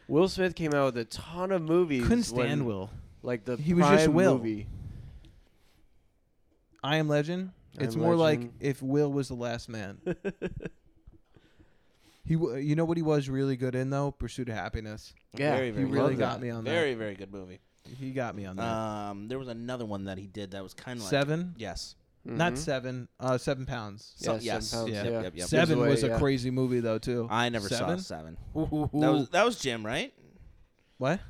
Speaker 4: Will Smith came out with a ton of movies.
Speaker 3: Couldn't stand
Speaker 4: when,
Speaker 3: Will.
Speaker 4: Like the
Speaker 3: He was just
Speaker 4: prime
Speaker 3: Will.
Speaker 4: movie.
Speaker 3: I Am Legend.
Speaker 4: I
Speaker 3: it's
Speaker 4: Am
Speaker 3: more like
Speaker 4: Legend.
Speaker 3: if Will was the last
Speaker 4: <laughs>
Speaker 3: man. he, w- you know what he was really good in though, Pursuit of Happiness.
Speaker 4: Yeah,
Speaker 2: very,
Speaker 4: he
Speaker 2: very
Speaker 4: really
Speaker 2: good.
Speaker 4: got
Speaker 3: me on that.
Speaker 2: very, very good movie.
Speaker 3: He got me on that.
Speaker 4: Uh,
Speaker 2: Um, there was another one that he did that was kind of like
Speaker 3: seven,
Speaker 2: Yes.
Speaker 4: Mhm.
Speaker 3: not seven, uh, seven pounds.
Speaker 4: Yeah,
Speaker 2: Some- yes.
Speaker 4: Seven Pounds,
Speaker 2: Yep,
Speaker 4: yeah.
Speaker 2: yep, yep.
Speaker 3: Seven
Speaker 4: Gives
Speaker 3: was
Speaker 4: away,
Speaker 3: a Oh,
Speaker 4: yeah.
Speaker 3: crazy movie though too.
Speaker 2: I never
Speaker 3: Seven?
Speaker 2: saw seven. That
Speaker 3: Ooh.
Speaker 2: was that was Jim, right?
Speaker 3: what?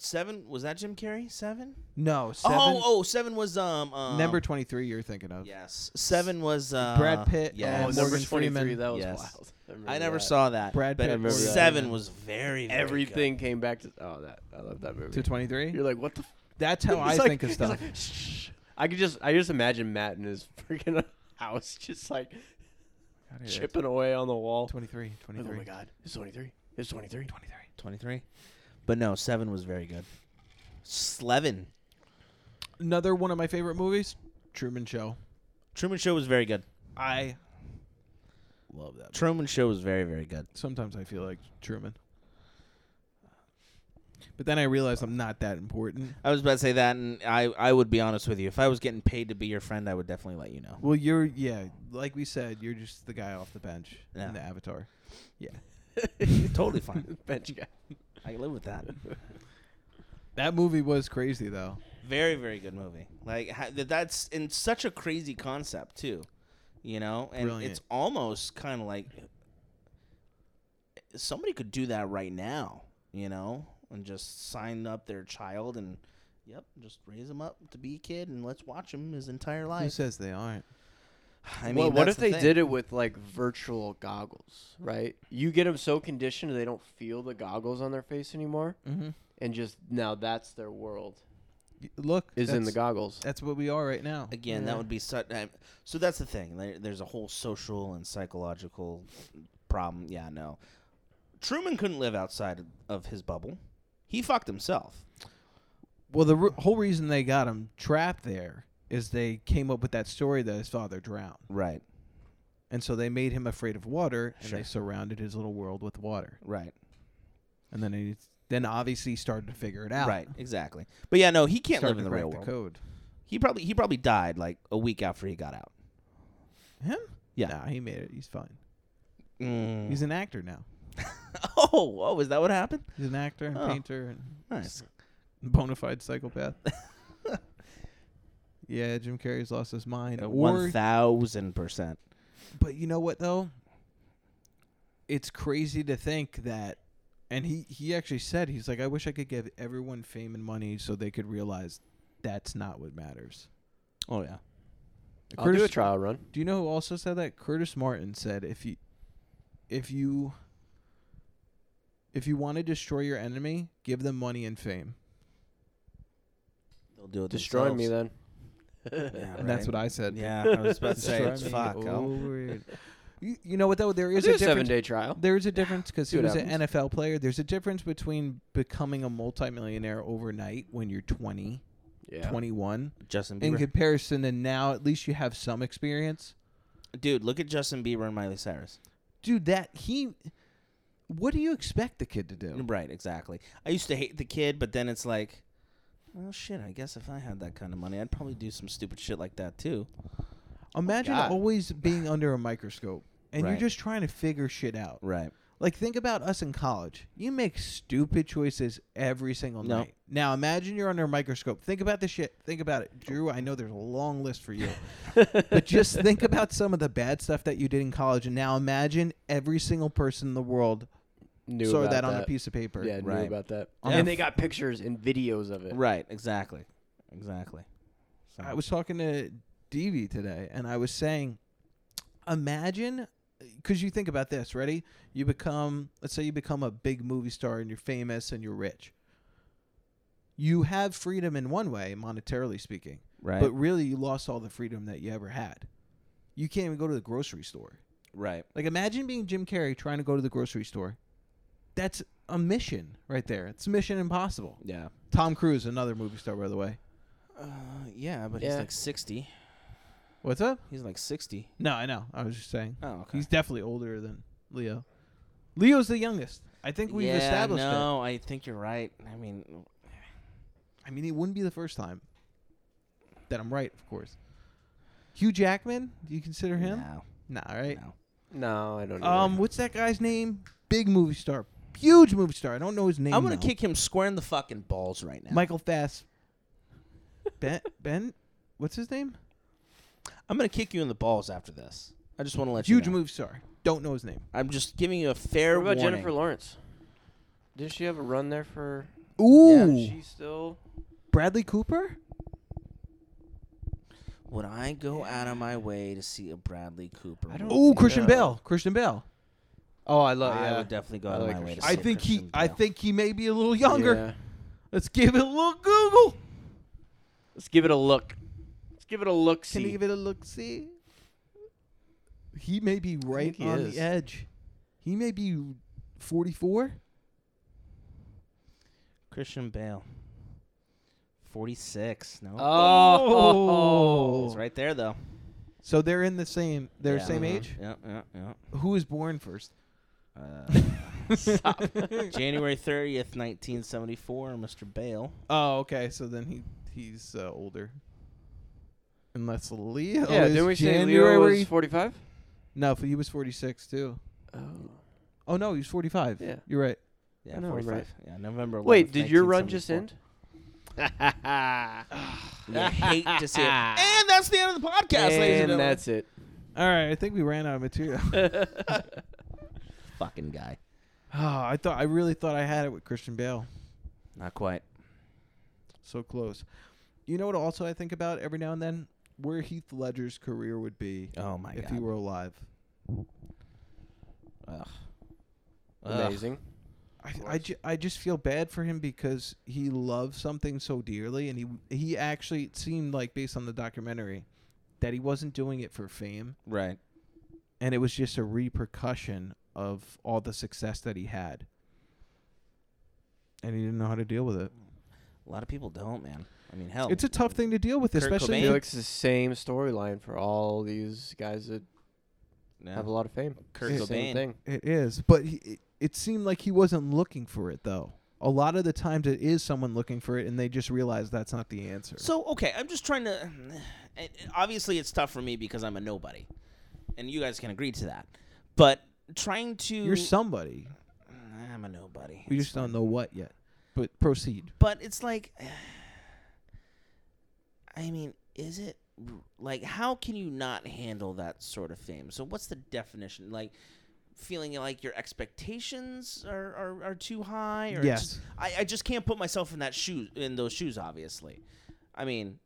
Speaker 2: Seven was that Jim Carrey? Seven?
Speaker 3: No, seven.
Speaker 2: Oh, oh, seven was um,
Speaker 4: uh,
Speaker 2: um
Speaker 3: number twenty-three. You're thinking of?
Speaker 2: Yes, seven was uh,
Speaker 3: Brad Pitt,
Speaker 4: Oh,
Speaker 2: Yeah,
Speaker 3: and
Speaker 4: number
Speaker 3: Morgan Freeman.
Speaker 4: 23, That was
Speaker 2: Yes.
Speaker 4: wild. remember
Speaker 2: I never
Speaker 4: that.
Speaker 2: saw that.
Speaker 3: Brad
Speaker 2: but
Speaker 3: Pitt, I remember that.
Speaker 2: seven was very, very
Speaker 4: Everything came back to. Oh, that I love that movie.
Speaker 3: To twenty-three.
Speaker 4: You're like, what the? F-?
Speaker 3: That's
Speaker 4: <laughs>
Speaker 3: how I
Speaker 4: He's like-
Speaker 3: think of
Speaker 4: he's
Speaker 3: stuff.
Speaker 4: like, "Shh." I could just, I just imagine Matt in his <laughs> freaking house, just like chipping away on the wall.
Speaker 3: 23,
Speaker 4: Like,
Speaker 3: 23.
Speaker 4: oh my god, it's 23. It's 23. 23.
Speaker 2: Twenty-three, but no, seven was very good. Slevin,
Speaker 3: Another one of my favorite movies, Truman Show.
Speaker 2: Truman Show was very good.
Speaker 3: I love that. movie.
Speaker 2: Truman Show was very, very good.
Speaker 3: Sometimes I feel like Truman. But then I realize I'm not that important.
Speaker 2: I was about to say that, and I, I would be honest with you. If I was getting paid to be your friend, I would definitely let you know.
Speaker 3: Well, you're yeah, like we said, you're just the guy off the bench
Speaker 2: Yeah.
Speaker 3: in the Avatar.
Speaker 2: totally fine.
Speaker 4: <laughs> Bench guy.
Speaker 2: I can live with that.
Speaker 3: That movie was crazy though.
Speaker 2: Very, very good movie. Like ha- that- that's in such a crazy concept too, you know. And
Speaker 3: Brilliant.
Speaker 2: it's almost kind of like eh, somebody could do that right now, you know, and just sign up their child and yep, just raise them up to be a kid and let's watch him his entire
Speaker 3: Who
Speaker 2: life.
Speaker 3: says they aren't?
Speaker 2: I mean,
Speaker 4: well, what if
Speaker 2: that's
Speaker 4: they
Speaker 2: the thing.
Speaker 4: did it with like virtual goggles, right? You get them so conditioned they don't feel the goggles on their face anymore,
Speaker 2: Mm-hmm.
Speaker 3: Mhm.
Speaker 4: and just now that's their world
Speaker 3: Y- Look,
Speaker 4: is in the
Speaker 3: that's-
Speaker 4: goggles.
Speaker 3: That's what we are right now.
Speaker 2: again?
Speaker 4: Yeah.
Speaker 2: That would be such. I, so that's the thing. There, there's a whole social and psychological problem. Yeah, no. Truman couldn't live outside of his bubble. He fucked himself.
Speaker 3: Well, the r- whole reason they got him trapped there is they came up with that story that his father drowned.
Speaker 2: Right,
Speaker 3: And so they made him afraid of water, and
Speaker 2: Sure.
Speaker 3: they surrounded his little world with water.
Speaker 2: right,
Speaker 3: And then he then obviously started to figure it out.
Speaker 2: right, exactly. But yeah, no, he can't
Speaker 3: Started
Speaker 2: live
Speaker 3: to
Speaker 2: in the
Speaker 3: crack
Speaker 2: real world.
Speaker 3: code.
Speaker 2: He probably he probably died like a week after he got out.
Speaker 3: Him?
Speaker 2: Yeah.
Speaker 3: Nah, he made it. He's fine.
Speaker 2: Mm.
Speaker 3: He's an actor now.
Speaker 2: <laughs> oh, oh, is that what happened?
Speaker 3: He's an actor and
Speaker 2: Oh.
Speaker 3: painter and
Speaker 2: Nice.
Speaker 3: bona fide
Speaker 2: <laughs>
Speaker 3: psychopath. yeah, Jim Carrey's lost his mind. Or,
Speaker 2: One thousand percent.
Speaker 3: but you know what though? it's crazy to think that and he he actually said he's like I wish I could give everyone fame and money so they could realize that's not what matters.
Speaker 2: Oh yeah.
Speaker 4: I'll do a trial run.
Speaker 3: Do you know who also said that? Curtis Martin said if you if you if you want to destroy your enemy, give them money and fame.
Speaker 2: They'll do it.
Speaker 4: Destroy me
Speaker 2: themselves.
Speaker 4: then. <laughs>
Speaker 2: Yeah,
Speaker 3: And that's what
Speaker 2: right.
Speaker 3: I said.
Speaker 2: Yeah, I was about to say
Speaker 3: Destroy
Speaker 2: it's
Speaker 3: me.
Speaker 2: fuck. oh.
Speaker 3: Over. You, you know what though? There is
Speaker 4: I'll do
Speaker 3: a
Speaker 4: a seven
Speaker 3: difference.
Speaker 4: day trial.
Speaker 3: There's a difference because he
Speaker 4: See what
Speaker 3: was an
Speaker 4: happens.
Speaker 3: NFL player. There's a difference between becoming a multimillionaire overnight when you're 20,
Speaker 4: Yeah.
Speaker 3: 21,
Speaker 2: Justin
Speaker 3: in
Speaker 2: Bieber.
Speaker 3: comparison to now. At least you have some experience,
Speaker 2: Dude, look at Justin Bieber and Miley Cyrus.
Speaker 3: dude. That he, what do you expect the kid to do?
Speaker 2: Right, exactly. I used to hate the kid, but then it's like, well, shit. I guess if I had that kind of money, I'd probably do some stupid shit like that too.
Speaker 3: Oh, Imagine
Speaker 4: God.
Speaker 3: always being under a microscope and
Speaker 2: Right.
Speaker 3: you're just trying to figure shit out.
Speaker 2: Right.
Speaker 3: Like think about us in college. You make stupid choices every single
Speaker 2: No.
Speaker 3: night. Now imagine you're under a microscope. Think about this shit. Think about it. Drew, I know there's a long list for
Speaker 4: <laughs>
Speaker 3: you. but just think about some of the bad stuff that you did in college and now imagine every single person in the world
Speaker 4: Knew
Speaker 3: saw
Speaker 4: about
Speaker 3: that on a piece of paper.
Speaker 4: Yeah, knew
Speaker 2: Right.
Speaker 4: about that.
Speaker 3: On
Speaker 4: And
Speaker 3: the
Speaker 4: they got pictures and videos of it.
Speaker 2: Right. Exactly. Exactly. So,
Speaker 3: I was talking to DV today, and I was saying, imagine, because you think about this. Ready? You become, let's say, you become a big movie star, and you're famous, and you're rich. You have freedom in one way, monetarily speaking,
Speaker 2: right.
Speaker 3: but really, you lost all the freedom that you ever had. You can't even go to the grocery store.
Speaker 2: right.
Speaker 3: Like, imagine being Jim Carrey trying to go to the grocery store. That's a mission right there. It's Mission Impossible.
Speaker 2: Yeah.
Speaker 3: Tom Cruise, another movie star, by the way.
Speaker 2: Uh, yeah, but he's
Speaker 4: Yeah.
Speaker 2: like sixty.
Speaker 3: What's up?
Speaker 2: He's like sixty.
Speaker 3: No, I know. I was just saying.
Speaker 2: Oh, okay.
Speaker 3: He's definitely older than Leo. Leo's the youngest. I think we've
Speaker 2: yeah,
Speaker 3: established that.
Speaker 2: No, I think you're right. I mean,
Speaker 3: I mean, it wouldn't be the first time that I'm right, of course. Hugh Jackman, do you consider him?
Speaker 2: No,
Speaker 3: Nah, right?
Speaker 2: no.
Speaker 4: No, I don't know.
Speaker 3: Um, what's that guy's name? Big movie star. Huge movie star. I don't know his name.
Speaker 2: I'm gonna
Speaker 3: though.
Speaker 2: kick him square in the fucking balls right now.
Speaker 3: Michael Fass. Ben Ben what's his name?
Speaker 2: I'm gonna kick you in the balls after this. I just want to let
Speaker 3: Huge
Speaker 2: you know.
Speaker 3: movie star. Don't know his name.
Speaker 2: I'm just giving you a fair
Speaker 4: What about
Speaker 2: warning.
Speaker 4: Jennifer Lawrence? Did she have a run there for?
Speaker 3: Ooh.
Speaker 4: Yeah, she's still.
Speaker 3: Bradley Cooper?
Speaker 2: Would I go out of my way to see a Bradley Cooper?
Speaker 4: I don't-
Speaker 2: movie?
Speaker 3: Ooh, Christian
Speaker 4: Yeah.
Speaker 3: Bale. Christian Bale.
Speaker 4: Oh, I love.
Speaker 2: I
Speaker 4: yeah.
Speaker 2: would definitely go
Speaker 4: I
Speaker 2: out of
Speaker 4: like
Speaker 2: my way to see
Speaker 3: I
Speaker 2: a
Speaker 3: think he
Speaker 2: Christian
Speaker 3: I
Speaker 2: Bale.
Speaker 3: think he may be a little younger.
Speaker 4: Yeah.
Speaker 3: Let's give it a little Google.
Speaker 4: Let's give it a look. Let's give it a look.
Speaker 3: Can you give it a look? See, he may be right
Speaker 4: think he
Speaker 3: on
Speaker 4: is.
Speaker 3: the edge. He may be forty-four.
Speaker 2: Christian Bale. 46. No.
Speaker 4: <laughs> Oh.
Speaker 2: It's right there though.
Speaker 3: So they're in the same. They're
Speaker 2: Yeah.
Speaker 3: same
Speaker 4: Mhm.
Speaker 3: age.
Speaker 2: Yeah, yeah,
Speaker 4: <laughs>
Speaker 2: yeah.
Speaker 3: Who was born first?
Speaker 2: Uh, <laughs> January 30th, 1974, Mr. Bale.
Speaker 3: Oh, okay. So then he he's uh, older. Unless Leo
Speaker 4: Yeah,
Speaker 3: is
Speaker 4: didn't we say
Speaker 3: Oh. January.
Speaker 4: Leo was 45?
Speaker 3: no, but he was forty-six too.
Speaker 4: Oh.
Speaker 3: Oh no, he was forty-five.
Speaker 4: Yeah.
Speaker 3: you're right.
Speaker 2: Yeah,
Speaker 4: I know,
Speaker 2: 45.
Speaker 4: right.
Speaker 2: Yeah, November 11th,
Speaker 4: Wait, did your run just end?
Speaker 2: 1974.
Speaker 4: <laughs>
Speaker 2: You hate to see it. And that's the end of the podcast, ladies and
Speaker 4: and
Speaker 2: gentlemen.
Speaker 4: that's it.
Speaker 3: All right, I think we ran out of material. <laughs>
Speaker 4: <laughs>
Speaker 2: fucking guy.
Speaker 3: oh, I thought I really thought I had it with Christian Bale.
Speaker 2: Not quite.
Speaker 3: So close. You know what? Also, I think about every now and then where Heath Ledger's career would be
Speaker 2: Oh my
Speaker 3: if
Speaker 2: god.
Speaker 3: he were alive.
Speaker 2: Ugh. Ugh.
Speaker 4: Amazing.
Speaker 3: I, I, ju- I just feel bad for him because he loves something so dearly, and he he actually it seemed like based on the documentary that he wasn't doing it for fame,
Speaker 2: Right.
Speaker 3: and it was just a repercussion of all the success that he had, and he didn't know how to deal with it.
Speaker 2: A lot of people don't, man. I mean, hell.
Speaker 3: It's a tough thing to deal with,
Speaker 2: Oh. Kurt
Speaker 3: especially
Speaker 4: I
Speaker 2: Cobain.
Speaker 4: feel like it's the same storyline for all these guys that
Speaker 2: yeah.
Speaker 4: have a lot of fame.
Speaker 2: Kurt
Speaker 4: It's the
Speaker 2: Cobain.
Speaker 4: Same thing.
Speaker 3: It is, but he, it, it seemed like he wasn't looking for it though. A lot of the times, it is someone looking for it, and they just realize that's not the answer.
Speaker 2: So okay, I'm just trying to. and- and Obviously, it's tough for me because I'm a nobody, and you guys can agree to that. But trying to,
Speaker 3: You're somebody.
Speaker 2: I'm a nobody.
Speaker 3: We
Speaker 2: It's
Speaker 3: just don't
Speaker 2: fine.
Speaker 3: know what yet. But proceed.
Speaker 2: But it's like, <sighs> I mean, is it like how can you not handle that sort of fame? So what's the definition? Like, feeling like your expectations are, are, are too high or
Speaker 3: Yes.
Speaker 2: just- I, I just can't put myself in that shoes in those shoes obviously i mean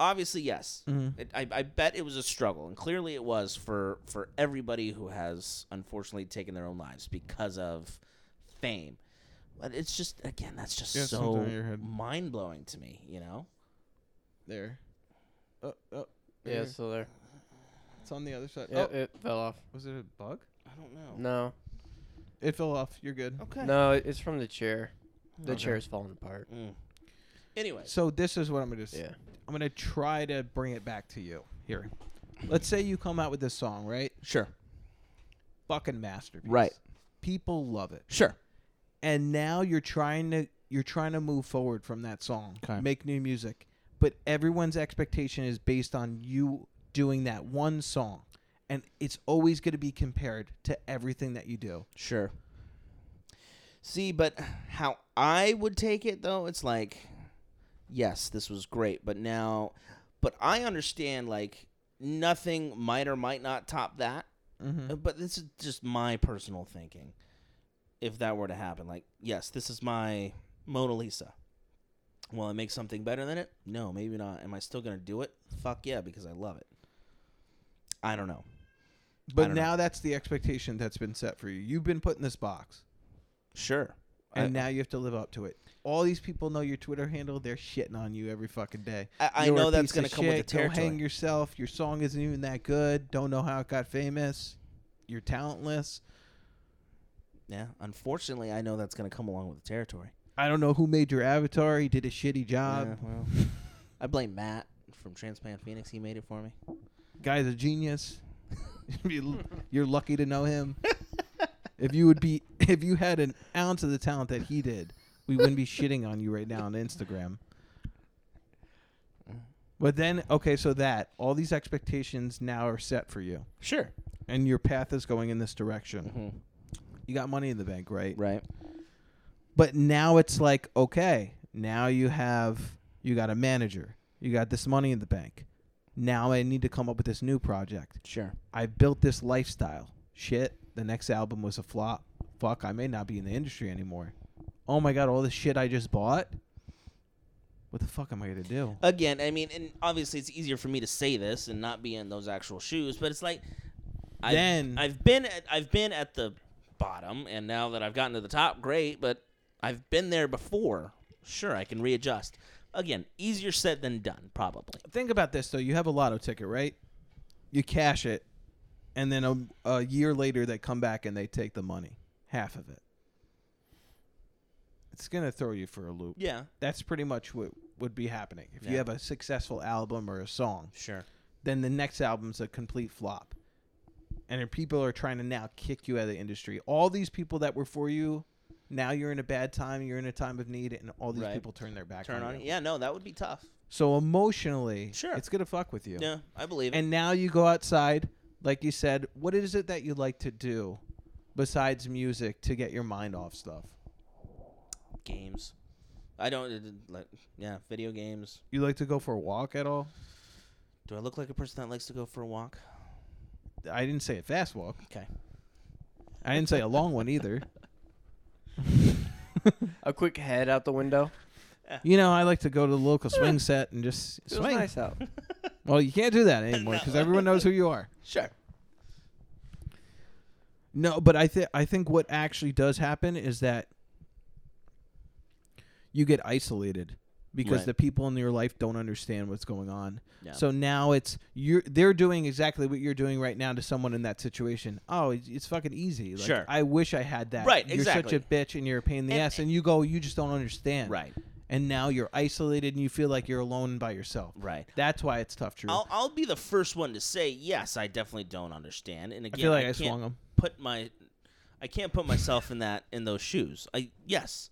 Speaker 2: obviously yes
Speaker 3: Mm-hmm.
Speaker 2: it, I, I bet it was a struggle and clearly it was for for everybody who has unfortunately taken their own lives because of fame but it's just again that's just
Speaker 3: Yeah, it's something
Speaker 2: so
Speaker 3: in your head.
Speaker 2: mind-blowing to me you know
Speaker 3: There. Uh, uh,
Speaker 4: Yeah, it's still there.
Speaker 3: It's on the other side.
Speaker 4: Yeah,
Speaker 3: Oh,
Speaker 4: it fell off.
Speaker 3: was it a bug?
Speaker 2: i don't know
Speaker 4: No,
Speaker 3: It fell off. You're good.
Speaker 2: okay
Speaker 4: no, it's from the chair. The
Speaker 3: Okay.
Speaker 4: chair's falling apart.
Speaker 2: Mm. anyway
Speaker 3: So this is what I'm gonna. Yeah.
Speaker 4: Yeah.
Speaker 3: I'm gonna try to bring it back to you here. Let's say you come out with this song, right?
Speaker 2: sure
Speaker 3: Fucking masterpiece.
Speaker 2: Right.
Speaker 3: People love it.
Speaker 2: sure
Speaker 3: and now you're trying to you're trying to move forward from that song
Speaker 2: Okay.
Speaker 3: make new music but everyone's expectation is based on you doing that one song and it's always going to be compared to everything that you do
Speaker 2: Sure. See, but how I would take it though, it's like, yes, this was great, but now, but I understand like nothing might or might not top that.
Speaker 3: Mm-hmm.
Speaker 2: Uh, But this is just my personal thinking. If that were to happen, like, yes, this is my Mona Lisa. Will I make something better than it? No, maybe not. Am I still gonna do it? Fuck yeah, because I love it. I don't know.
Speaker 3: but
Speaker 2: don't know.
Speaker 3: now that's the expectation that's been set for you you've been put in this box
Speaker 2: Sure.
Speaker 3: and
Speaker 2: I-
Speaker 3: now you have to live up to it all these people know your twitter handle they're shitting on you every fucking day
Speaker 2: I, I
Speaker 3: You're a
Speaker 2: know
Speaker 3: piece
Speaker 2: that's
Speaker 3: of
Speaker 2: gonna come with the
Speaker 3: shit. Go
Speaker 2: territory.
Speaker 3: hang yourself. Your song isn't even that good. Don't know how it got famous. You're talentless.
Speaker 2: Yeah, unfortunately, I know that's going to come along with the territory.
Speaker 3: I don't know who made your avatar. He did a shitty job.
Speaker 2: Yeah, well, I blame Matt from Transplant Phoenix. He made it
Speaker 3: <laughs>
Speaker 2: for me.
Speaker 3: <laughs> Guy's a genius. <laughs> You- You're lucky to know him. if you would be, <laughs> if you had an ounce of the talent that he did, we wouldn't be shitting on you right now on Instagram. But then, okay, so that all these expectations now are set for you,
Speaker 2: Sure.
Speaker 3: and your path is going in this direction.
Speaker 2: hmm
Speaker 3: You got money in the bank, right?
Speaker 2: Right.
Speaker 3: But now it's like, okay, now you have you got a manager. You got this money in the bank. Now I need to come up with this new project.
Speaker 2: Sure.
Speaker 3: I built this lifestyle. Shit, the next album was a flop. Fuck, I may not be in the industry anymore. Oh my god, all the shit I just bought. What the fuck am I gonna do?
Speaker 2: Again, I mean, and obviously, it's easier for me to say this and not be in those actual shoes, but it's like, I've,
Speaker 3: Then-
Speaker 2: I've been at, I've been at the bottom, and now that I've gotten to the top, great. But I've been there before. Sure, I can readjust. Again, easier said than done, probably.
Speaker 3: Think about this though. You have a lotto ticket, right? You cash it, and then a, a year later they come back and they take the money, half of it. It's gonna throw you for a loop.
Speaker 2: Yeah.
Speaker 3: that's pretty much what would be happening. If you
Speaker 2: Yeah.
Speaker 3: have a successful album or a song,
Speaker 2: Sure.
Speaker 3: then the next album's a complete flop. And if people are trying to now kick you out of the industry. All these people that were for you, now you're in a bad time, you're in a time of need, and all these
Speaker 2: Right.
Speaker 3: people turn their back
Speaker 2: Turn
Speaker 3: on,
Speaker 2: on.
Speaker 3: you.
Speaker 2: it. Yeah. No, that would be tough.
Speaker 3: So emotionally,
Speaker 2: Sure.
Speaker 3: it's going to fuck with you.
Speaker 2: Yeah, I believe it.
Speaker 3: And now you go outside, like you said, what is it that you like to do besides music to get your mind off stuff?
Speaker 2: games. I don't it- it- like yeah, video games.
Speaker 3: You like to go for a walk at all?
Speaker 2: Do I look like a person that likes to go for a walk?
Speaker 3: I didn't say a fast walk.
Speaker 2: Okay.
Speaker 3: I didn't say a long one either.
Speaker 4: A quick head out the window.
Speaker 3: You know, I like to go to the
Speaker 4: <laughs>
Speaker 3: local swing set and just
Speaker 4: It was
Speaker 3: swing.
Speaker 4: nice out.
Speaker 3: Well, you can't do that
Speaker 4: <laughs>
Speaker 3: anymore because everyone knows who you are.
Speaker 2: Sure.
Speaker 3: No, but I think I think what actually does happen is that you get isolated because
Speaker 2: Right.
Speaker 3: the people in your life don't understand what's going on.
Speaker 2: Yeah.
Speaker 3: So now it's you're they're doing exactly what you're doing right now to someone in that situation. Oh, it's, it's fucking easy. Like,
Speaker 2: Sure.
Speaker 3: I wish I had that.
Speaker 2: Right,
Speaker 3: You're
Speaker 2: exactly.
Speaker 3: such a bitch and you're a pain in the
Speaker 2: And-
Speaker 3: ass, and you go, you just don't understand.
Speaker 2: Right.
Speaker 3: And now you're isolated and you feel like you're alone by yourself.
Speaker 2: Right.
Speaker 3: That's why it's tough, Drew.
Speaker 2: I'll I'll be the first one to say yes. I definitely don't understand. And
Speaker 3: I
Speaker 2: again,
Speaker 3: feel like I,
Speaker 2: can't
Speaker 3: swung him.
Speaker 2: put my I can't put myself in that in those shoes. I yes.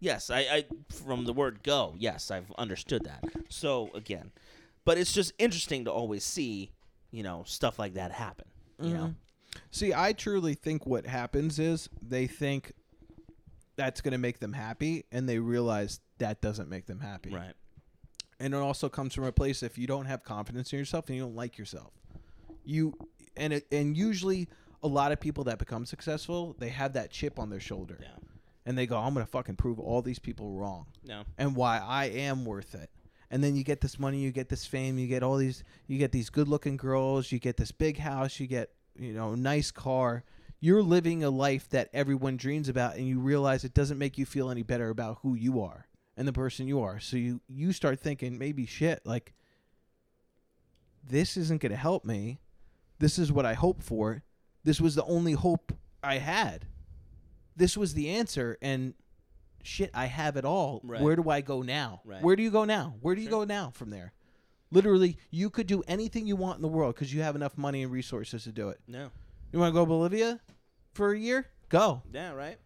Speaker 2: Yes, I, I from the word go, yes, I've understood that. So again, but it's just interesting to always see, you know, stuff like that happen. You know?
Speaker 3: Mm-hmm. See, I truly think what happens is they think that's going to make them happy, and they realize that doesn't make them happy.
Speaker 2: Right.
Speaker 3: And it also comes from a place if you don't have confidence in yourself and you don't like yourself, you and it, and usually a lot of people that become successful, they have that chip on their shoulder.
Speaker 2: Yeah.
Speaker 3: And they go, I'm going to fucking prove all these people wrong
Speaker 2: No.
Speaker 3: and why I am worth it. And then you get this money, you get this fame, you get all these, you get these good-looking girls, you get this big house, you get, you know, nice car. You're living a life that everyone dreams about, and you realize it doesn't make you feel any better about who you are and the person you are. So you you start thinking maybe shit like, this isn't gonna help me. This is what I hoped for. This was the only hope I had. This was the answer, and shit, I have it all.
Speaker 2: Right.
Speaker 3: Where do I go now?
Speaker 2: Right.
Speaker 3: Where do you go now? Where do you
Speaker 2: Sure.
Speaker 3: go now from there? Literally, you could do anything you want in the world because you have enough money and resources to do it.
Speaker 2: No.
Speaker 3: You want to go to Bolivia for a year? Go.
Speaker 2: Yeah. Right.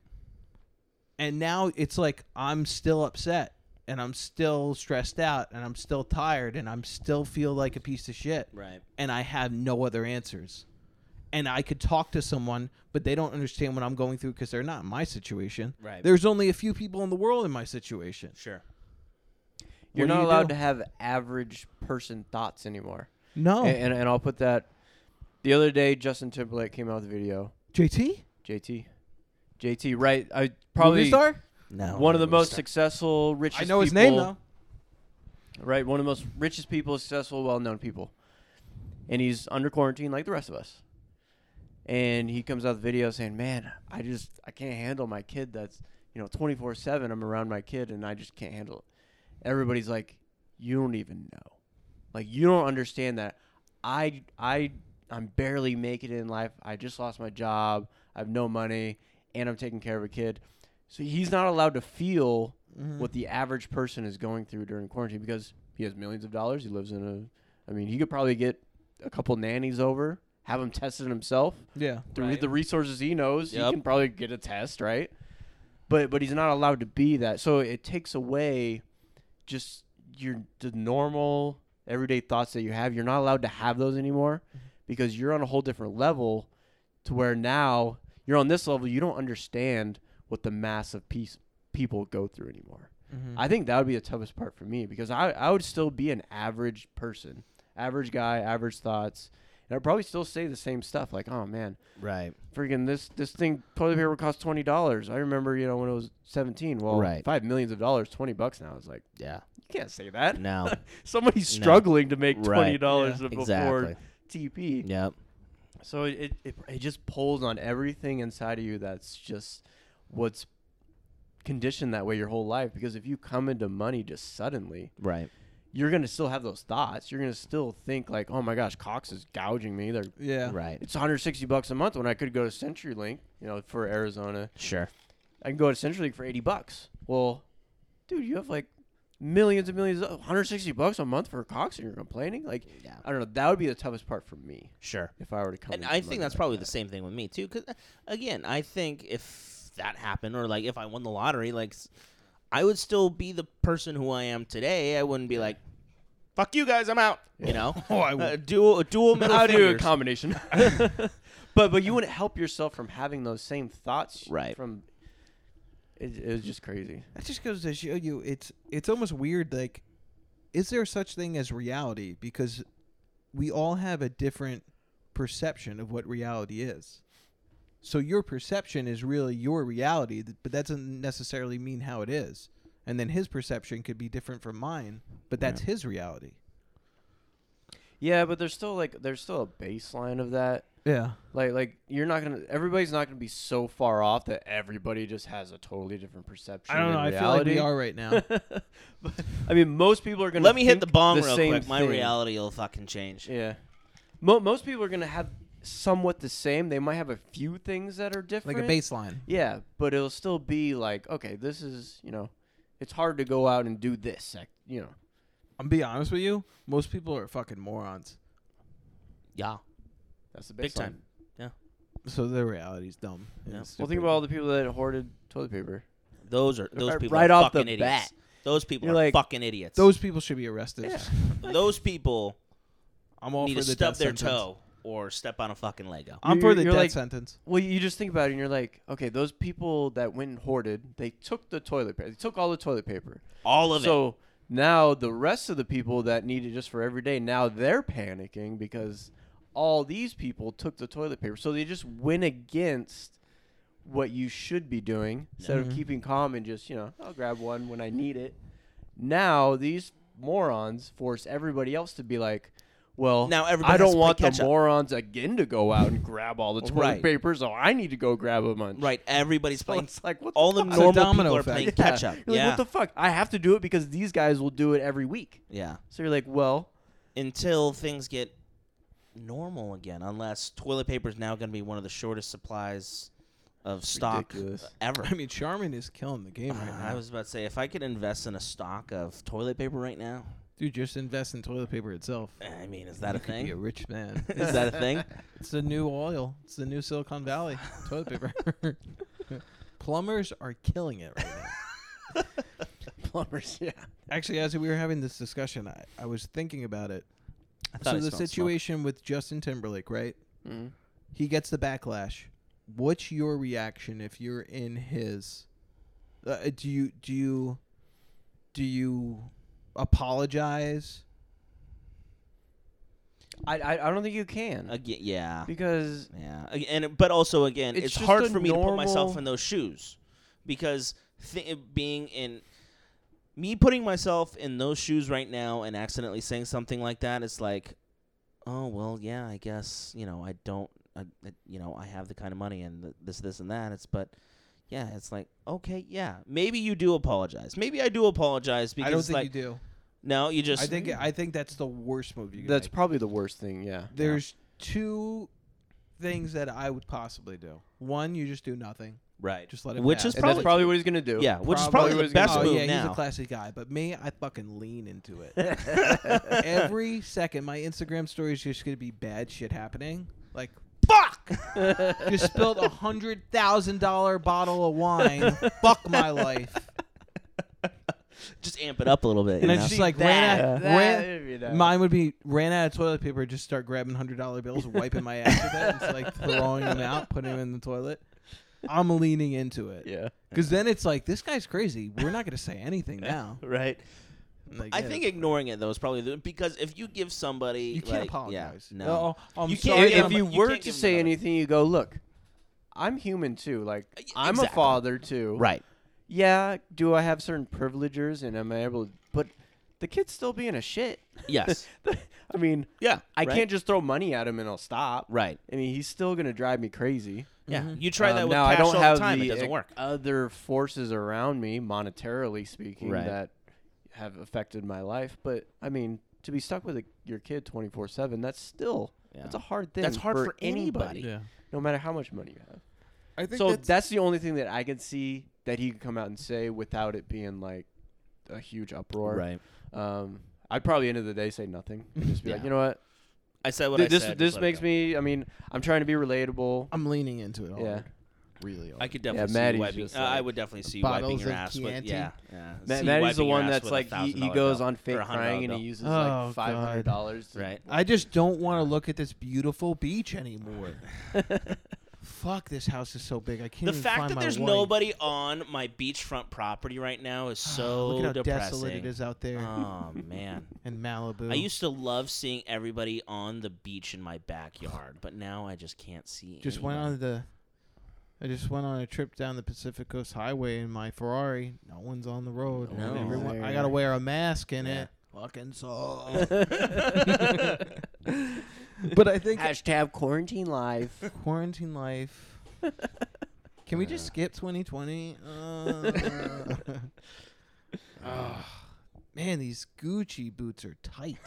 Speaker 3: And now it's like I'm still upset and I'm still stressed out and I'm still tired and I'm still feel like a piece of shit
Speaker 2: Right.
Speaker 3: and I have no other answers. And I could talk to someone, but they don't understand what I'm going through because they're not in my situation.
Speaker 2: Right.
Speaker 3: There's only a few people in the world in my situation.
Speaker 2: Sure.
Speaker 4: You're
Speaker 3: What do
Speaker 4: not
Speaker 3: you
Speaker 4: allowed
Speaker 3: do?
Speaker 4: to have average person thoughts anymore.
Speaker 3: No.
Speaker 4: A- And, and I'll put that. The other day, Justin Timberlake came out with a video.
Speaker 3: JT?
Speaker 4: JT, JT, right? I probably
Speaker 3: Movie star?
Speaker 1: No.
Speaker 4: one of the most successful, richest.
Speaker 3: I know his
Speaker 4: people-
Speaker 3: name though.
Speaker 4: Right, one of the most richest people, successful, well-known people, and he's under quarantine like the rest of us. And he comes out with video saying, "Man, I just I can't handle my kid. That's you know, 24/7. I'm around my kid, and I just can't handle it." Everybody's like, "You don't even know, like you don't understand that. I I I'm barely making it in life. I just lost my job. I have no money, and I'm taking care of a kid." So he's not allowed to feel
Speaker 2: Mm.
Speaker 4: what the average person is going through during quarantine because he has millions of dollars. He lives in a, I mean, he could probably get a couple nannies over, have them tested himself
Speaker 3: Mm-hmm. Yeah.
Speaker 4: through
Speaker 2: Right.
Speaker 4: the resources he knows.
Speaker 2: Yep.
Speaker 4: He can probably get a test, right? But but he's not allowed to be that. So it takes away just your the normal everyday thoughts that you have. You're not allowed to have those anymore
Speaker 2: Mm-hmm.
Speaker 4: because you're on a whole different level to where now you're on this level. You don't understand what the mass of peace people go through anymore.
Speaker 3: Mm-hmm.
Speaker 4: I think that would be the toughest part for me because I, I would still be an average person, average guy, average thoughts, and I'd probably still say the same stuff like, oh man,
Speaker 1: Right.
Speaker 4: freaking this this thing toilet paper cost twenty dollars. I remember you know when it was seventeen. Well,
Speaker 1: Right.
Speaker 4: five millions of dollars, twenty bucks now. It's like
Speaker 1: Yeah.
Speaker 4: you can't say that.
Speaker 1: No.
Speaker 4: <laughs>
Speaker 1: <laughs>
Speaker 4: Somebody's struggling to make twenty
Speaker 1: Right.
Speaker 4: dollars
Speaker 1: Yeah.
Speaker 4: before
Speaker 1: Exactly.
Speaker 4: TP.
Speaker 1: Yep.
Speaker 4: So it, it it it just pulls on everything inside of you. That's just what's conditioned that way your whole life. Because if you come into money just suddenly,
Speaker 1: Right.
Speaker 4: you're gonna still have those thoughts. You're gonna still think like, oh my gosh, Cox is gouging me. They're
Speaker 3: Yeah.
Speaker 1: Right.
Speaker 4: it's 160 bucks a month when I could go to CenturyLink, you know, for Arizona.
Speaker 1: Sure.
Speaker 4: I can go to CenturyLink for 80 bucks. Well, dude, you have like millions and millions, of, 160 bucks a month for Cox, and you're complaining. Like,
Speaker 1: Yeah.
Speaker 4: I don't know. That would be the toughest part for me
Speaker 1: Sure.
Speaker 4: if I were to come.
Speaker 2: And
Speaker 4: into
Speaker 2: I
Speaker 4: money
Speaker 2: think that's
Speaker 4: like
Speaker 2: probably
Speaker 4: that.
Speaker 2: the same thing with me too. Because again, I think if that happened, or like if I won the lottery, like s- I would still be the person who I am today. I wouldn't be like, "Fuck you guys, I'm out." You
Speaker 4: <laughs>
Speaker 2: know,
Speaker 3: Oh, I
Speaker 2: uh,
Speaker 3: would.
Speaker 2: dual dual middle
Speaker 4: I do a
Speaker 2: fingers. <laughs>
Speaker 4: combination, <laughs> but but you wouldn't help yourself from having those same thoughts,
Speaker 2: Right.
Speaker 4: From it, it was just crazy.
Speaker 3: That just goes to show you it's it's almost weird like is there such thing as reality because we all have a different perception of what reality is. So your perception is really your reality, th- but that doesn't necessarily mean how it is. And then his perception could be different from mine, but that's his reality.
Speaker 4: Yeah, but there's still like there's still a baseline of that.
Speaker 3: Yeah.
Speaker 4: Like like you're not gonna everybody's not gonna be so far off that everybody just has a totally different perception.
Speaker 3: I don't know.
Speaker 4: than
Speaker 3: I feel like we
Speaker 4: reality.
Speaker 3: are right <laughs> now.
Speaker 4: <laughs> But, I mean, most people are gonna
Speaker 2: Let me hit
Speaker 4: think
Speaker 2: the bong real
Speaker 4: same
Speaker 2: quick. My
Speaker 4: thing.
Speaker 2: reality will fucking change.
Speaker 4: Yeah, Mo- most people are gonna have somewhat the same. They might have a few things that are different.
Speaker 3: like a baseline.
Speaker 4: Yeah, but it'll still be like okay, this is you know, it's hard to go out and do this. like, You know,
Speaker 3: I'm be honest with you. Most people are fucking morons,
Speaker 2: Yeah,
Speaker 4: that's the baseline.
Speaker 2: big time.
Speaker 3: so their reality's dumb. and
Speaker 2: Yeah. Well,
Speaker 4: Well,
Speaker 3: stupid.
Speaker 4: think about all the people that hoarded toilet paper.
Speaker 2: Those are those
Speaker 4: Right-
Speaker 2: people
Speaker 4: right
Speaker 2: are
Speaker 4: off the
Speaker 2: fucking idiots.
Speaker 4: bat.
Speaker 2: Those people
Speaker 4: You're
Speaker 2: are
Speaker 4: like,
Speaker 2: fucking idiots.
Speaker 3: those people should be arrested.
Speaker 4: Yeah.
Speaker 2: those people
Speaker 3: <laughs> I'm all
Speaker 2: need
Speaker 3: for
Speaker 2: to
Speaker 3: the
Speaker 2: stub
Speaker 3: death
Speaker 2: their
Speaker 3: sentence.
Speaker 2: toe or step on a fucking Lego.
Speaker 3: I'm
Speaker 4: You're-
Speaker 3: for the
Speaker 4: you're
Speaker 3: death
Speaker 4: like-
Speaker 2: <laughs>
Speaker 3: sentence.
Speaker 4: Well, you just think about it, and you're like, okay, those people that went and hoarded, they took the toilet paper. They took all the toilet paper.
Speaker 2: All of it.
Speaker 4: so now the rest of the people that need it just for every day, now they're panicking because all these people took the toilet paper. So they just went against what you should be doing instead of keeping calm and just, you know, I'll grab one when I need it. Now these morons force everybody else to be like, well,
Speaker 2: Now everybody
Speaker 4: I
Speaker 2: has to
Speaker 4: don't
Speaker 2: play
Speaker 4: want the
Speaker 2: catch up."
Speaker 4: morons again to go out and grab all the toilet
Speaker 2: Right.
Speaker 4: paper, so I need to go grab a bunch.
Speaker 2: Right. Everybody's
Speaker 4: So
Speaker 2: playing.
Speaker 4: it's like what
Speaker 2: All
Speaker 4: the
Speaker 2: the
Speaker 4: fuck?
Speaker 3: a
Speaker 2: normal
Speaker 3: domino
Speaker 2: people are
Speaker 3: effect.
Speaker 2: playing
Speaker 4: Yeah.
Speaker 2: catch up.
Speaker 4: You're like,
Speaker 2: yeah.
Speaker 4: what the fuck? I have to do it because these guys will do it every week.
Speaker 2: yeah.
Speaker 4: So you're like, well,
Speaker 2: Until things get normal again, unless toilet paper is now going to be one of the shortest supplies of stock
Speaker 4: ridiculous.
Speaker 3: <laughs>
Speaker 2: ever.
Speaker 3: I mean, Charmin is killing the game right
Speaker 2: Uh,
Speaker 3: now.
Speaker 2: I was about to say, if I could invest in a stock of toilet paper right now,
Speaker 3: Dude, just invest in toilet paper itself.
Speaker 2: I mean, is that a
Speaker 3: You could Be a
Speaker 2: thing?
Speaker 3: rich man.
Speaker 2: <laughs> Is that a thing?
Speaker 3: it's the new oil. It's the new Silicon Valley toilet
Speaker 2: <laughs>
Speaker 3: paper. <laughs> Plumbers are killing it right now.
Speaker 4: <laughs>
Speaker 3: <laughs>
Speaker 4: plumbers, yeah.
Speaker 3: Actually, as we were having this discussion, I, I was thinking about it.
Speaker 2: I
Speaker 3: So
Speaker 2: thought I
Speaker 3: the
Speaker 2: smelled smoke.
Speaker 3: situation with Justin Timberlake, right?
Speaker 4: Mm.
Speaker 3: He gets the backlash. What's your reaction if you're in his? Uh, do you do you do you apologize?
Speaker 4: I, I I don't think you can
Speaker 2: Again, yeah,
Speaker 4: because
Speaker 2: yeah, Ag- and it- but also again,
Speaker 4: It's
Speaker 2: it's,
Speaker 4: just
Speaker 2: hard
Speaker 4: a
Speaker 2: for me to put myself
Speaker 4: normal-
Speaker 2: in those shoes because th- being in me putting myself in those shoes right now and accidentally saying something like that, it's like, oh well, yeah, I guess you know I don't, I, I- you know, I have the kind of money and th this, this, and that. It's but. Yeah, it's like okay, yeah. Maybe you do apologize. Maybe I do apologize because
Speaker 3: I don't think
Speaker 2: like
Speaker 3: you do.
Speaker 2: no, you just
Speaker 3: I think I think that's the worst move you could
Speaker 4: that's
Speaker 3: make.
Speaker 4: probably the worst thing. Yeah.
Speaker 3: There's two things that I would possibly do. One, you just do nothing.
Speaker 2: right.
Speaker 3: Just let it
Speaker 2: Which
Speaker 3: pass.
Speaker 2: is
Speaker 4: and
Speaker 2: probably
Speaker 4: that's probably what he's gonna do.
Speaker 2: yeah, which
Speaker 4: probably what
Speaker 2: is probably
Speaker 4: he's
Speaker 2: the
Speaker 4: gonna
Speaker 2: best
Speaker 4: do.
Speaker 3: oh
Speaker 2: move
Speaker 3: yeah,
Speaker 2: now.
Speaker 3: he's a classy guy, but me, I fucking lean into it.
Speaker 2: <laughs>
Speaker 3: <laughs> Every second, my Instagram story is just gonna be bad shit happening. Like
Speaker 2: Fuck.
Speaker 3: <laughs> you spilled a hundred thousand dollar bottle of wine. Fuck my life.
Speaker 2: just amp it up a little bit.
Speaker 3: And
Speaker 2: you
Speaker 3: I
Speaker 2: know?
Speaker 3: just like ran out. ran, Mine would be ran out of toilet paper, just start grabbing hundred dollar bills, wiping my ass with it, and just like throwing them out, putting them in the toilet. I'm leaning into it
Speaker 4: yeah.
Speaker 3: because then it's like this guy's crazy. We're not gonna say anything now.
Speaker 2: right.
Speaker 3: Like,
Speaker 2: I
Speaker 3: yeah.
Speaker 2: think ignoring it though is probably the, because if you give somebody
Speaker 3: you can't
Speaker 2: like,
Speaker 3: apologize.
Speaker 2: Yeah,
Speaker 4: Uh,
Speaker 2: no.
Speaker 3: Oh, I'm
Speaker 2: You can't-
Speaker 3: sorry.
Speaker 2: Yeah,
Speaker 4: if
Speaker 2: but
Speaker 4: you
Speaker 2: you
Speaker 4: were
Speaker 2: can't
Speaker 4: to
Speaker 2: give him
Speaker 4: say
Speaker 2: another- Uh,
Speaker 4: anything, you go, look, I'm human too. Like
Speaker 2: y-
Speaker 4: I'm a
Speaker 2: exactly.
Speaker 4: father too.
Speaker 2: Right.
Speaker 4: Yeah. Do I have certain privileges and am I able? to... But the kid's still being a shit. <laughs>
Speaker 2: Yes.
Speaker 4: I mean,
Speaker 2: yeah.
Speaker 4: I
Speaker 2: right?
Speaker 4: can't just throw money at him and he'll stop.
Speaker 2: Right.
Speaker 4: I mean, he's still gonna drive me crazy.
Speaker 2: Yeah. You try that
Speaker 4: Um,
Speaker 2: with
Speaker 4: now,
Speaker 2: cash
Speaker 4: I don't
Speaker 2: all
Speaker 4: have
Speaker 2: the time. it
Speaker 4: the
Speaker 2: doesn't
Speaker 4: ec-
Speaker 2: work.
Speaker 4: Other forces around me, monetarily speaking,
Speaker 2: Right.
Speaker 4: that have affected my life. But I mean, to be stuck with a, your kid twenty four seven, that's still
Speaker 2: Yeah.
Speaker 4: that's a hard thing.
Speaker 2: That's hard for anybody.
Speaker 3: Yeah.
Speaker 4: no matter how much money you have.
Speaker 3: I think
Speaker 4: So that's, the only thing that I can see that he can come out and say without it being like a huge uproar.
Speaker 2: Right.
Speaker 4: Um, I'd probably end of the day say nothing and just be like,
Speaker 2: Yeah.
Speaker 4: you know what,
Speaker 2: I said what
Speaker 4: Th-
Speaker 2: I
Speaker 4: this
Speaker 2: said. just
Speaker 4: this
Speaker 2: let it
Speaker 4: makes
Speaker 2: go.
Speaker 4: me. I mean, I'm trying to be relatable.
Speaker 3: I'm leaning into it.
Speaker 4: Yeah.
Speaker 3: Yeah. Really.
Speaker 2: I
Speaker 3: hard.
Speaker 2: could definitely see
Speaker 4: Maddie's
Speaker 2: you wiping.
Speaker 4: just
Speaker 2: uh, I
Speaker 4: like
Speaker 2: would definitely see you wiping
Speaker 3: bottles
Speaker 2: your
Speaker 3: of
Speaker 2: ass with
Speaker 3: Chianti.
Speaker 2: yeah. yeah.
Speaker 4: Ma-
Speaker 2: See you
Speaker 4: Maddie's
Speaker 2: wiping
Speaker 4: the
Speaker 2: your
Speaker 4: one
Speaker 2: ass
Speaker 4: that's
Speaker 2: with a
Speaker 4: like he, he
Speaker 2: $1,000
Speaker 4: goes
Speaker 2: bill
Speaker 4: on fake
Speaker 2: or a $100
Speaker 4: crying and
Speaker 2: bill.
Speaker 4: he uses
Speaker 3: Oh,
Speaker 4: like
Speaker 3: God.
Speaker 4: five hundred dollars. <laughs>
Speaker 2: right.
Speaker 3: I just don't want to look at this beautiful beach
Speaker 2: <laughs>
Speaker 3: anymore. Fuck, this house is so big. I can't.
Speaker 2: The
Speaker 3: even
Speaker 2: fact
Speaker 3: find
Speaker 2: that
Speaker 3: my
Speaker 2: there's
Speaker 3: wife.
Speaker 2: nobody on my beachfront property right now is so
Speaker 3: Look at how
Speaker 2: depressing.
Speaker 3: desolate it is out there
Speaker 2: Oh man.
Speaker 3: in Malibu.
Speaker 2: I used to love seeing everybody on the beach in my backyard, but now I just can't see.
Speaker 3: just went
Speaker 2: <laughs> anyone.
Speaker 3: on the. I just went on a trip down the Pacific Coast Highway in my Ferrari. No one's on the road.
Speaker 2: No.
Speaker 3: And everyone- I
Speaker 4: There.
Speaker 3: gotta wear a mask in
Speaker 2: Yeah.
Speaker 3: it. Fucking
Speaker 2: <laughs>
Speaker 4: Oh. <laughs>
Speaker 3: so. <laughs> but I think
Speaker 4: Hashtag quarantine <laughs> life.
Speaker 3: quarantine
Speaker 4: <laughs>
Speaker 3: life. Can we just skip 2020? Uh, Ah, man, these Gucci boots are
Speaker 4: <laughs>
Speaker 3: tight.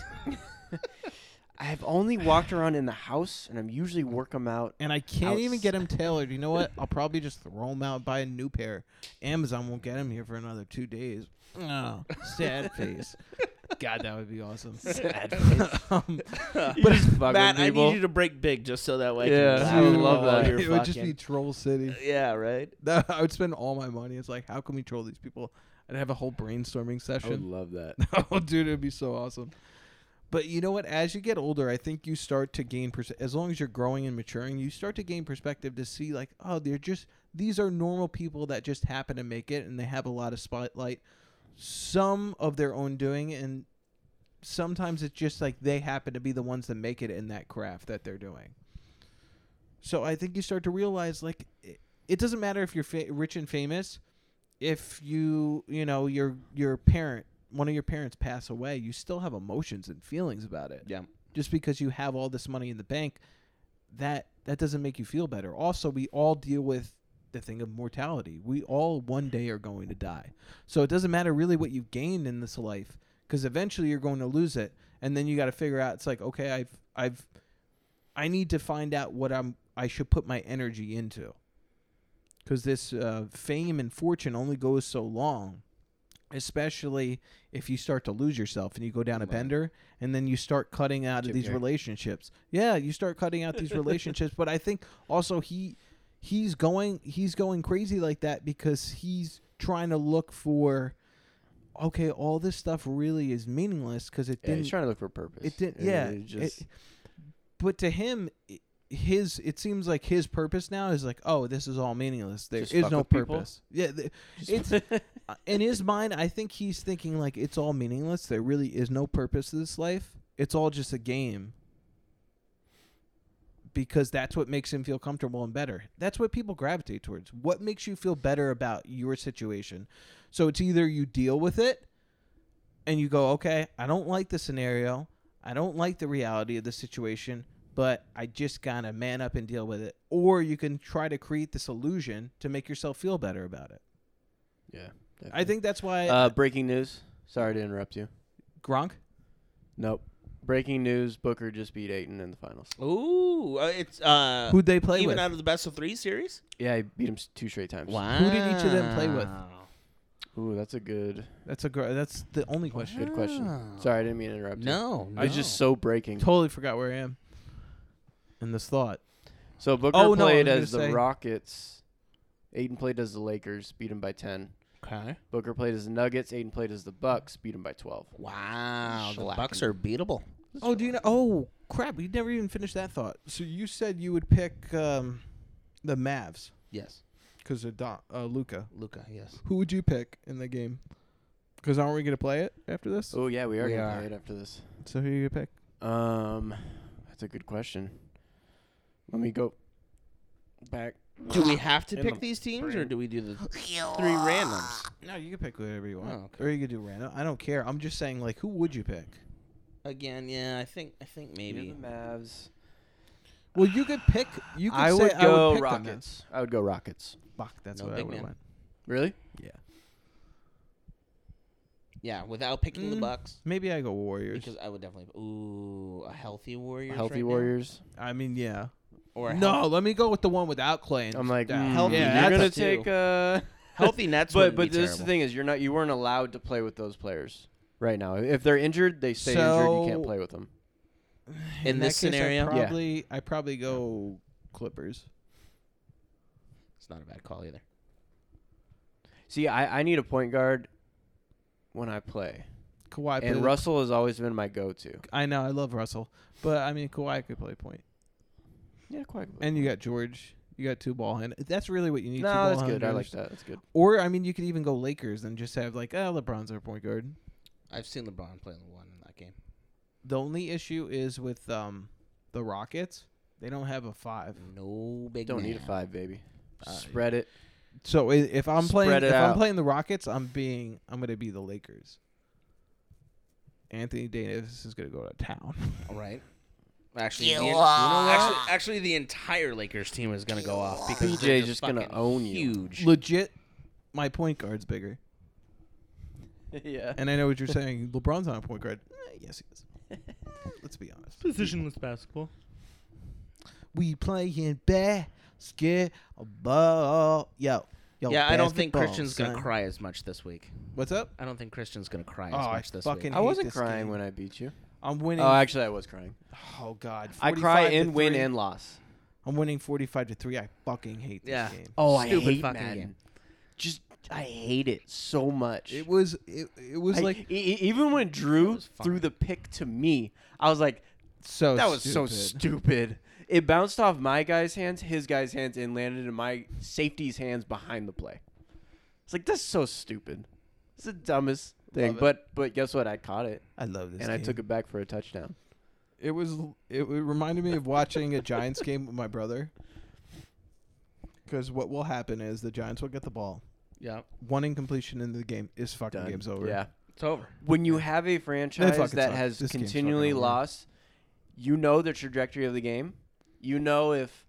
Speaker 4: I have only walked around in the house, and I'm usually work 'em out.
Speaker 3: And I can't even get them tailored. You know what? I'll probably just throw them out and buy a new pair. Amazon won't get them here for another two days. Oh,
Speaker 4: <laughs>
Speaker 3: sad face. God, that would be awesome.
Speaker 2: <laughs> Sad
Speaker 3: <laughs> um,
Speaker 4: <laughs> But <laughs> it's
Speaker 2: Matt, I need you to break big just so that way.
Speaker 4: Yeah,
Speaker 2: I,
Speaker 4: I
Speaker 2: can
Speaker 4: would
Speaker 3: dude,
Speaker 2: laugh
Speaker 4: love
Speaker 2: while
Speaker 4: that.
Speaker 2: you're
Speaker 3: It would just be
Speaker 2: fucking-
Speaker 3: Troll City.
Speaker 2: <laughs> yeah, right.
Speaker 3: That, I would spend all my money. It's like, how can we troll these people? I'd have a whole brainstorming
Speaker 4: I would
Speaker 3: session.
Speaker 4: love that.
Speaker 3: <laughs> oh, dude, it'd be so awesome. But you know what? As you get older, I think you start to gain pers- as long as you're growing and maturing, you start to gain perspective to see like, oh, they're just these are normal people that just happen to make it and they have a lot of spotlight, some of their own doing, and sometimes it's just like they happen to be the ones that make it in that craft that they're doing. So I think you start to realize like it, it doesn't matter if you're fa- rich and famous, if you you know your your parent one of your parents pass away, you still have emotions and feelings about it.
Speaker 2: Yeah.
Speaker 3: Just because you have all this money in the bank, that that doesn't make you feel better. Also, we all deal with the thing of mortality. We all one day are going to die. So it doesn't matter really what you've gained in this life because eventually you're going to lose it and then you got to figure out it's like okay, I've I've I need to find out what I'm I should put my energy into. Cuz this uh, fame and fortune only goes so long. Especially if you start to lose yourself and you go down a
Speaker 2: Right.
Speaker 3: bender and then you start cutting out
Speaker 4: Jim
Speaker 3: of these
Speaker 4: Carrey.
Speaker 3: relationships. Yeah, you start cutting out these relationships, but I think also he he's going he's going crazy like that because he's trying to look for okay, all this stuff really is meaningless because it
Speaker 4: Yeah,
Speaker 3: didn't
Speaker 4: he's trying to look for a purpose.
Speaker 3: it didn't
Speaker 4: And
Speaker 3: yeah.
Speaker 4: it
Speaker 3: it-
Speaker 4: just-
Speaker 3: but to him i- his it seems like his purpose now is like, oh, this is all meaningless. There is
Speaker 4: Just fuck
Speaker 3: no
Speaker 4: with people?
Speaker 3: purpose. Yeah, th- it's uh, in his mind, I think he's thinking like it's all meaningless. There really is no purpose to this life. It's all just a game. Because that's what makes him feel comfortable and better. That's what people gravitate towards. What makes you feel better about your situation? So it's either you deal with it and you go, okay, I don't like the scenario. I don't like the reality of the situation, but I just gotta man up and deal with it. Or you can try to create this illusion to make yourself feel better about it.
Speaker 4: yeah.
Speaker 3: I think that's why
Speaker 4: Uh, breaking news. Sorry to interrupt you.
Speaker 3: Gronk.
Speaker 4: Nope. Breaking news: Booker just beat Aiton in the finals.
Speaker 2: Ooh, uh, it's uh,
Speaker 3: Who'd they play
Speaker 2: even
Speaker 3: with?
Speaker 2: out of the best of three series.
Speaker 4: Yeah, he beat him s- two straight times.
Speaker 2: Wow.
Speaker 3: Who did each of them play with?
Speaker 4: Ooh, that's a good,
Speaker 3: that's a gr- that's the
Speaker 2: Oh,
Speaker 3: only question.
Speaker 4: good question.
Speaker 2: Wow.
Speaker 4: Sorry, I didn't mean to interrupt. you.
Speaker 2: No,
Speaker 4: I was just so breaking.
Speaker 3: Totally forgot where I am. In this thought,
Speaker 4: So Booker
Speaker 3: Oh, no, I
Speaker 4: played
Speaker 3: was gonna
Speaker 4: as the
Speaker 3: say-
Speaker 4: Rockets. Aiden played as the Lakers, beat him by ten.
Speaker 2: okay.
Speaker 4: Booker played as the Nuggets. Aiden played as the Bucks, beat him by twelve.
Speaker 2: Wow, the
Speaker 4: Shellacking.
Speaker 2: Bucks are beatable.
Speaker 3: oh, do you know? Oh, crap! You never even finished that thought. So you said you would pick um, the Mavs
Speaker 2: Yes,
Speaker 3: because of Don, uh, Luca.
Speaker 2: Luca. Yes.
Speaker 3: Who would you pick in the game? Because aren't we gonna play it after this?
Speaker 4: Oh yeah, we are
Speaker 3: We
Speaker 4: gonna
Speaker 3: are.
Speaker 4: play it after this.
Speaker 3: So who you gonna pick?
Speaker 4: Um, that's a good question. Let me go back.
Speaker 2: Do we have to
Speaker 4: Ah. In
Speaker 2: pick
Speaker 4: the
Speaker 2: these teams, or
Speaker 4: brain.
Speaker 2: do we
Speaker 4: <laughs>
Speaker 2: do the three randoms?
Speaker 3: No, you can pick whatever you want,
Speaker 2: Oh, okay.
Speaker 3: or you could do random. I don't care. I'm just saying, like, who would you pick?
Speaker 2: Again, yeah, I think I think maybe.
Speaker 4: the Mavs.
Speaker 3: Well, you could pick. You could
Speaker 4: I
Speaker 3: say
Speaker 4: would
Speaker 3: I
Speaker 4: go
Speaker 3: would pick the Mavs.
Speaker 4: Rockets. I would go Rockets.
Speaker 3: Fuck, that's
Speaker 2: No
Speaker 3: what I
Speaker 2: big
Speaker 3: would
Speaker 2: man.
Speaker 3: want.
Speaker 4: Really?
Speaker 2: Yeah, without picking the
Speaker 3: Mm.
Speaker 2: Bucks,
Speaker 3: Maybe I go Warriors.
Speaker 2: because I would definitely. Ooh, a healthy Warriors.
Speaker 4: Healthy
Speaker 2: right now?
Speaker 4: Warriors.
Speaker 3: I mean, yeah.
Speaker 2: Or a
Speaker 3: no,
Speaker 2: health-
Speaker 3: let me go with the one without Clay. and
Speaker 4: I'm like,
Speaker 3: Steph.
Speaker 4: mm,
Speaker 2: Healthy
Speaker 3: yeah,
Speaker 4: you're
Speaker 3: that's-
Speaker 4: gonna
Speaker 2: Nets too.
Speaker 4: take. Uh,
Speaker 2: healthy Nets.
Speaker 4: <laughs> but
Speaker 2: wouldn't
Speaker 4: but
Speaker 2: be
Speaker 4: this is the
Speaker 2: terrible.
Speaker 4: thing is, you're not. You weren't allowed to play with those players right now. If they're injured, they stay injured. You can't
Speaker 3: So-
Speaker 4: play with them.
Speaker 2: in
Speaker 3: that
Speaker 2: this
Speaker 3: case, I'd
Speaker 2: scenario-
Speaker 4: Yeah.
Speaker 3: probably I probably go Clippers.
Speaker 2: It's not a bad call either.
Speaker 4: See, I, I need a point guard when I play,
Speaker 3: Kawhi
Speaker 4: and
Speaker 3: played-
Speaker 4: Russell has always been my go-to.
Speaker 3: I know I love Russell, but I mean Kawhi could play point.
Speaker 4: Yeah, quite.
Speaker 3: And you got George. You got two ball hand. That's really what you need. two
Speaker 4: no,
Speaker 3: ball
Speaker 4: that's good. I
Speaker 3: handlers.
Speaker 4: like that. That's good.
Speaker 3: Or I mean, you could even go Lakers and just have like, oh, LeBron's our point guard.
Speaker 2: I've seen LeBron play the one in that game.
Speaker 3: The only issue is with um the Rockets. They don't have a five.
Speaker 2: No big.
Speaker 4: Don't need a
Speaker 2: man.
Speaker 4: five, baby.
Speaker 2: Uh,
Speaker 3: <laughs>
Speaker 4: Spread it.
Speaker 3: So i- if I'm playing,
Speaker 4: Spread it
Speaker 3: if
Speaker 4: out.
Speaker 3: I'm playing the Rockets, I'm being, I'm gonna be the Lakers. Anthony Davis is gonna go to
Speaker 4: <laughs>
Speaker 3: town.
Speaker 2: All right. Actually, the, you know what? actually, actually, the entire Lakers team is going to go off because
Speaker 4: PJ
Speaker 2: they're
Speaker 4: is just gonna
Speaker 2: fucking
Speaker 4: own you.
Speaker 2: huge.
Speaker 3: Legit, my point guard's bigger,
Speaker 4: <laughs> yeah.
Speaker 3: and I know what you're saying. LeBron's not a point guard. Eh, yes, he is.
Speaker 4: <laughs>
Speaker 3: Let's be honest.
Speaker 5: Positionless basketball.
Speaker 3: We playing basketball. Yo, yo.
Speaker 2: yeah, I don't think
Speaker 3: basketball,
Speaker 2: Christian's going to
Speaker 3: son.
Speaker 2: cry as much this week.
Speaker 3: What's up?
Speaker 2: I don't think Christian's going to cry
Speaker 3: Oh,
Speaker 2: as
Speaker 3: I
Speaker 2: much this
Speaker 3: fucking-
Speaker 2: week.
Speaker 4: I
Speaker 3: hate
Speaker 4: wasn't
Speaker 3: this
Speaker 4: crying
Speaker 3: game.
Speaker 4: when I beat you.
Speaker 3: I'm winning.
Speaker 4: Oh, actually, I was crying.
Speaker 3: oh God.
Speaker 4: I cry
Speaker 3: 45 to
Speaker 4: and win
Speaker 3: three.
Speaker 4: and loss.
Speaker 3: I'm winning 45 to 3. I fucking hate this
Speaker 2: Yeah.
Speaker 3: game.
Speaker 4: Oh,
Speaker 2: Stupid
Speaker 4: I hate
Speaker 2: fucking
Speaker 4: Madden.
Speaker 2: game.
Speaker 4: Just I hate it so much.
Speaker 3: It was it, it was
Speaker 4: I-
Speaker 3: like
Speaker 4: e- e- even when
Speaker 2: That
Speaker 4: Drew
Speaker 2: was fine.
Speaker 4: threw the pick to me, I was like,
Speaker 3: so
Speaker 4: "That was so
Speaker 3: stupid.
Speaker 4: stupid." It bounced off my guy's hands, his guy's hands, and landed in my safety's hands behind the play. It's like that's so stupid. It's the dumbest. thing.
Speaker 2: Love it.
Speaker 4: But but guess what? I caught it
Speaker 3: I love this.
Speaker 4: and I took it back for a touchdown.
Speaker 3: It was. It, it reminded me of watching a Giants <laughs> game with my brother. Because what will happen is the Giants will get the ball.
Speaker 2: yeah,
Speaker 3: One incompletion into the game is fucking
Speaker 4: Done.
Speaker 3: game's over.
Speaker 4: Yeah.
Speaker 2: it's over.
Speaker 4: When you have a franchise that
Speaker 3: fucking suck.
Speaker 4: has
Speaker 3: This game's
Speaker 4: continually
Speaker 3: fucking over.
Speaker 4: lost, you know the trajectory of the game. You know if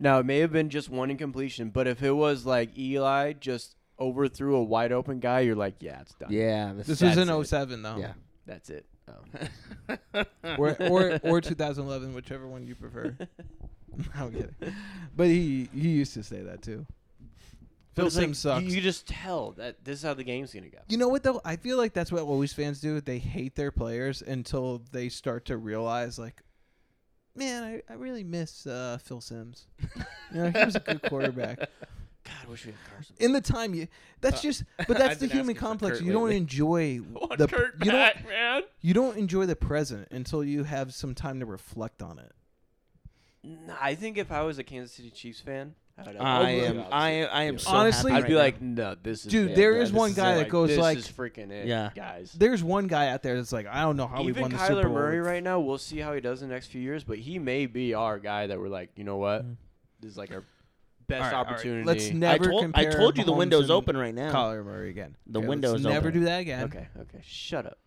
Speaker 4: now it may have been just one incompletion, but if it was like Eli just overthrew a wide open guy, you're like, yeah, it's done.
Speaker 2: Yeah,
Speaker 3: This was in 07, though.
Speaker 2: Yeah.
Speaker 4: That's it.
Speaker 2: <laughs>
Speaker 4: Oh.
Speaker 3: <laughs> Or, or or 2011, whichever one you
Speaker 4: <laughs>
Speaker 3: prefer. <laughs> I'm kidding. But he he used to say that too.
Speaker 4: But
Speaker 3: Phil
Speaker 4: it's like,
Speaker 3: Simms sucks.
Speaker 4: You, you just tell that this is how the game's gonna go.
Speaker 3: You know what though? I feel like that's what always fans do. They hate their players until they start to realize, like, man, I, I really miss uh, Phil
Speaker 2: <laughs>
Speaker 3: Sims. you know, he was a good quarterback.
Speaker 4: God, I wish we had <laughs> Carson.
Speaker 3: In the time you, that's
Speaker 2: Uh, <laughs>
Speaker 3: just, but
Speaker 2: I've
Speaker 3: that's the
Speaker 2: been
Speaker 3: human
Speaker 2: asking for
Speaker 3: complex.
Speaker 2: Kurt
Speaker 3: You don't
Speaker 2: lately.
Speaker 3: enjoy
Speaker 4: Want
Speaker 3: the
Speaker 4: Kurt
Speaker 3: you don't
Speaker 4: back, man.
Speaker 3: you don't enjoy the present until you have some time to reflect on it.
Speaker 4: Nah, I think if I was a Kansas City Chiefs fan, I would.
Speaker 2: I
Speaker 4: I'd be
Speaker 2: am.
Speaker 4: opposite.
Speaker 2: I am. I am so
Speaker 3: Honestly-
Speaker 2: happy
Speaker 4: I'd
Speaker 2: right
Speaker 4: be
Speaker 2: now.
Speaker 4: like, no, this is.
Speaker 3: Dude,
Speaker 4: it.
Speaker 3: there
Speaker 4: Yeah,
Speaker 3: is
Speaker 4: this
Speaker 3: one guy
Speaker 4: it.
Speaker 3: that
Speaker 4: Like,
Speaker 3: goes
Speaker 4: this
Speaker 3: like-
Speaker 4: is freaking it,
Speaker 2: Yeah.
Speaker 4: guys.
Speaker 3: There's one guy out there that's like, I don't know how we
Speaker 4: Even
Speaker 3: won the Super
Speaker 4: Kyler
Speaker 3: Bowl.
Speaker 4: Murray right now, we'll see how he does in the next few years, but he may be our guy that we're like, you know what,
Speaker 2: Mm-hmm.
Speaker 4: this is like our best
Speaker 2: All right, all right.
Speaker 4: opportunity.
Speaker 3: Let's
Speaker 2: I
Speaker 3: never
Speaker 2: told, I
Speaker 3: compare
Speaker 2: told you the
Speaker 3: Mahomes
Speaker 2: window's
Speaker 3: and
Speaker 2: open right now.
Speaker 3: Kyler Murray again.
Speaker 2: The
Speaker 3: Okay, let's
Speaker 2: window's
Speaker 3: never
Speaker 2: open.
Speaker 3: do that again.
Speaker 4: Okay, okay, shut up,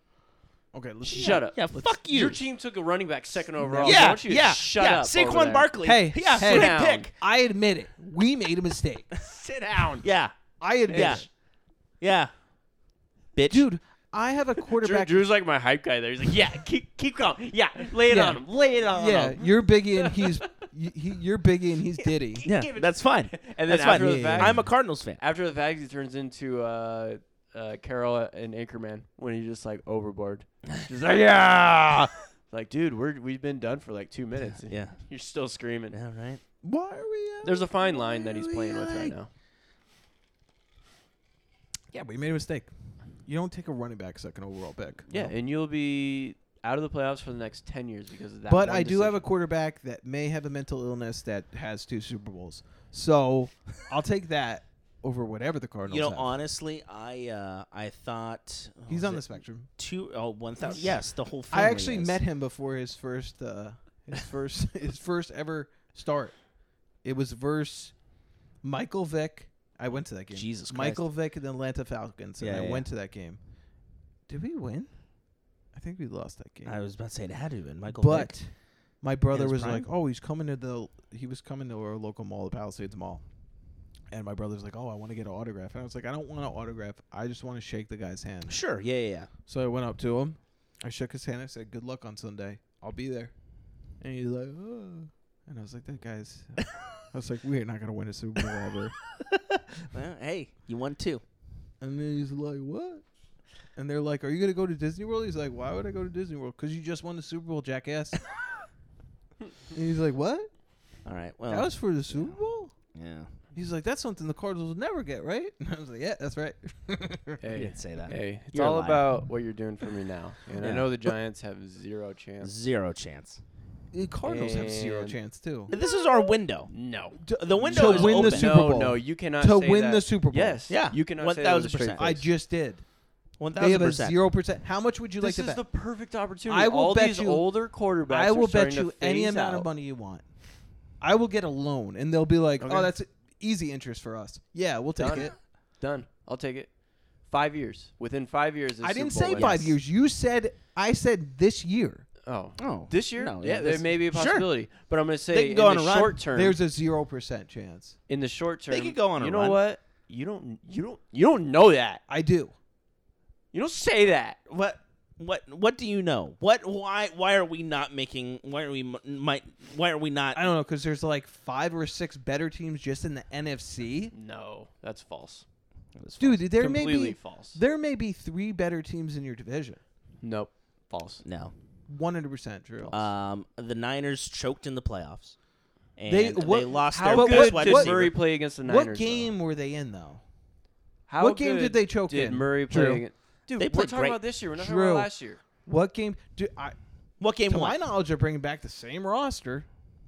Speaker 3: Okay, let's
Speaker 4: shut up.
Speaker 2: Yeah, fuck you.
Speaker 4: Your team took a running back second overall.
Speaker 2: yeah,
Speaker 4: Why don't you
Speaker 2: yeah,
Speaker 4: shut
Speaker 2: yeah.
Speaker 4: up. over
Speaker 2: Saquon
Speaker 4: there?
Speaker 2: Barkley.
Speaker 3: Hey,
Speaker 2: yeah,
Speaker 3: hey.
Speaker 2: great
Speaker 4: Down.
Speaker 2: pick.
Speaker 3: I admit it. We made a mistake.
Speaker 4: sit down.
Speaker 2: Yeah,
Speaker 3: I admit
Speaker 2: Yeah.
Speaker 3: it.
Speaker 2: yeah. Bitch,
Speaker 3: Dude, I have a
Speaker 4: Drew,
Speaker 3: quarterback.
Speaker 4: Drew's like my hype guy. There, he's like, yeah, keep
Speaker 2: <laughs>
Speaker 4: keep calm. Yeah, lay it
Speaker 3: Yeah.
Speaker 4: on him. Lay it on
Speaker 3: yeah,
Speaker 4: him.
Speaker 3: you're Biggie and
Speaker 4: <laughs>
Speaker 3: he's y- he, you're Biggie and he's Diddy.
Speaker 2: Yeah,
Speaker 4: Give it-
Speaker 2: that's fine.
Speaker 4: And then
Speaker 2: <laughs> That's
Speaker 4: after
Speaker 2: fine.
Speaker 4: the fact,
Speaker 2: I'm a Cardinals fan.
Speaker 4: after the fact, he turns into uh, uh, Carol and Anchorman when he's just like overboard. Just like, yeah. Like, dude, we're we've been done for like two minutes.
Speaker 2: Yeah.
Speaker 4: You're still screaming.
Speaker 2: Yeah, right.
Speaker 3: Why are we? uh, out?
Speaker 4: There's a fine line that he's playing with right now.
Speaker 3: yeah, we made a mistake. You don't take a running back second overall pick.
Speaker 4: Yeah, and you'll be out of the playoffs for the next ten years because of that.
Speaker 3: But
Speaker 4: one
Speaker 3: I do have a
Speaker 4: decision.
Speaker 3: quarterback that may have a mental illness that has two Super Bowls. So I'll take that over whatever the Cardinals.
Speaker 2: You know,
Speaker 3: have.
Speaker 2: honestly, I uh, I thought what
Speaker 3: he's
Speaker 2: was
Speaker 3: on
Speaker 2: it?
Speaker 3: the spectrum.
Speaker 2: two oh one thousand. Yes, the whole.
Speaker 3: I
Speaker 2: Family
Speaker 3: actually
Speaker 2: is.
Speaker 3: met him before his first uh,
Speaker 2: <laughs>
Speaker 3: his first his first ever start. It was verse Michael Vick. I went to that game.
Speaker 2: Jesus Christ.
Speaker 3: Michael Vick and the Atlanta Falcons, and
Speaker 2: Yeah,
Speaker 3: I
Speaker 2: yeah,
Speaker 3: went to that game. Did we win? I think we lost that game.
Speaker 2: I was about to say it had to have been Michael.
Speaker 3: but
Speaker 2: Vick.
Speaker 3: my brother
Speaker 2: his
Speaker 3: was
Speaker 2: prime?
Speaker 3: like, "Oh, he's coming to the he was coming to our local mall, the Palisades Mall." And my brother's like, "Oh, I want to get an autograph." And I was like, "I don't want an autograph. I just want to shake the guy's hand."
Speaker 2: sure, yeah, yeah, <laughs> yeah.
Speaker 3: So I went up to him. I shook his hand. I said, "Good luck on Sunday. I'll be there." And he's like, "Oh," and I was like, "That guy's." <laughs> I was like, "We're not gonna win a Super Bowl <laughs> ever."
Speaker 2: Well, hey, you won two.
Speaker 3: And then he's like, "What?" And they're like, "Are you gonna go to Disney World?" He's like, "Why would I go to Disney World? Because you just won the Super Bowl, jackass." <laughs> and he's like, "What?
Speaker 2: All right.
Speaker 4: Oh.
Speaker 2: Well,
Speaker 3: That was for the Super Bowl?"
Speaker 2: yeah.
Speaker 3: He's like, "That's something the Cardinals will never get, right?" <laughs> And I was like, "Yeah, that's right." <laughs>
Speaker 2: You didn't say that.
Speaker 4: Hey, it's
Speaker 2: You're
Speaker 4: all
Speaker 2: lying.
Speaker 4: about what you're doing for me <laughs> now. And I
Speaker 2: Yeah.
Speaker 4: know the Giants have zero chance.
Speaker 2: Zero chance.
Speaker 3: the Cardinals have zero
Speaker 4: And-
Speaker 3: chance too.
Speaker 2: This is our window.
Speaker 4: No.
Speaker 2: The window
Speaker 3: to
Speaker 2: is
Speaker 3: win
Speaker 2: open.
Speaker 3: the Super Bowl.
Speaker 4: No, no, you cannot
Speaker 3: To
Speaker 4: say
Speaker 3: win
Speaker 4: that.
Speaker 3: the Super Bowl.
Speaker 4: Yes.
Speaker 2: Yeah.
Speaker 4: You cannot say that with a straight
Speaker 2: 1000%.
Speaker 4: face.
Speaker 3: I just did.
Speaker 2: One
Speaker 3: They
Speaker 2: thousand
Speaker 3: have a
Speaker 2: percent.
Speaker 3: zero percent. How much would you
Speaker 4: This
Speaker 3: like
Speaker 4: is
Speaker 3: to
Speaker 4: the
Speaker 3: bet?
Speaker 4: perfect opportunity.
Speaker 3: I will
Speaker 4: All
Speaker 3: bet
Speaker 4: these
Speaker 3: you-
Speaker 4: older quarterbacks.
Speaker 3: I
Speaker 4: are
Speaker 3: will
Speaker 4: starting
Speaker 3: bet
Speaker 4: to
Speaker 3: you any
Speaker 4: phase
Speaker 3: amount of
Speaker 4: out.
Speaker 3: money you want. I will get a loan, and they'll be like,
Speaker 4: Okay.
Speaker 3: "Oh, that's easy interest for us. Yeah, we'll take
Speaker 4: Done.
Speaker 3: it."
Speaker 4: Done. I'll take it. Five years. Within five years. Is
Speaker 3: I didn't
Speaker 4: Super
Speaker 3: say
Speaker 4: Bowl
Speaker 3: five
Speaker 4: wins.
Speaker 3: years. You said I said this year.
Speaker 4: Oh.
Speaker 2: Oh,
Speaker 4: This year?
Speaker 2: No,
Speaker 4: yeah,
Speaker 2: yeah,
Speaker 4: there
Speaker 2: this-
Speaker 4: may be a
Speaker 2: sure.
Speaker 4: possibility. But I'm going to say
Speaker 2: They can go
Speaker 4: in
Speaker 2: on
Speaker 4: the
Speaker 2: a run.
Speaker 4: short term.
Speaker 3: There's a zero percent chance.
Speaker 4: in the short term.
Speaker 2: They could go on a
Speaker 4: You know
Speaker 2: run.
Speaker 4: what? You don't. You don't. You don't know that.
Speaker 3: I do.
Speaker 4: You don't say that.
Speaker 2: What? What? What do you know? What? Why? Why are we not making? Why are we m- might? Why are we not?
Speaker 3: I don't know because there's like five or six better teams just in the NFC.
Speaker 4: No, that's false.
Speaker 3: Dude, there
Speaker 4: Completely
Speaker 3: may be
Speaker 4: false.
Speaker 3: there may be three better teams in your division.
Speaker 4: Nope. False.
Speaker 2: No.
Speaker 3: One hundred percent true.
Speaker 4: Uh,
Speaker 2: Um, the Niners choked in the playoffs, and
Speaker 3: They-
Speaker 2: they,
Speaker 3: what-
Speaker 2: lost
Speaker 3: how
Speaker 2: their
Speaker 3: good
Speaker 2: best wide
Speaker 4: did
Speaker 3: what-
Speaker 2: receiver.
Speaker 4: Murray play against the Niners?
Speaker 3: what
Speaker 4: though?
Speaker 3: game were they in though?
Speaker 4: How
Speaker 3: What game did
Speaker 4: good
Speaker 3: they choke
Speaker 4: did
Speaker 3: in,
Speaker 4: Murray
Speaker 3: Drew?
Speaker 4: play? against- Dude,
Speaker 2: They
Speaker 4: we're
Speaker 2: played
Speaker 4: talking
Speaker 2: great.
Speaker 4: about this year. We're not talking
Speaker 3: Drew.
Speaker 4: about last year.
Speaker 3: What game? Do I?
Speaker 2: What game
Speaker 3: To my
Speaker 2: won?
Speaker 3: knowledge, they're bringing back the same roster,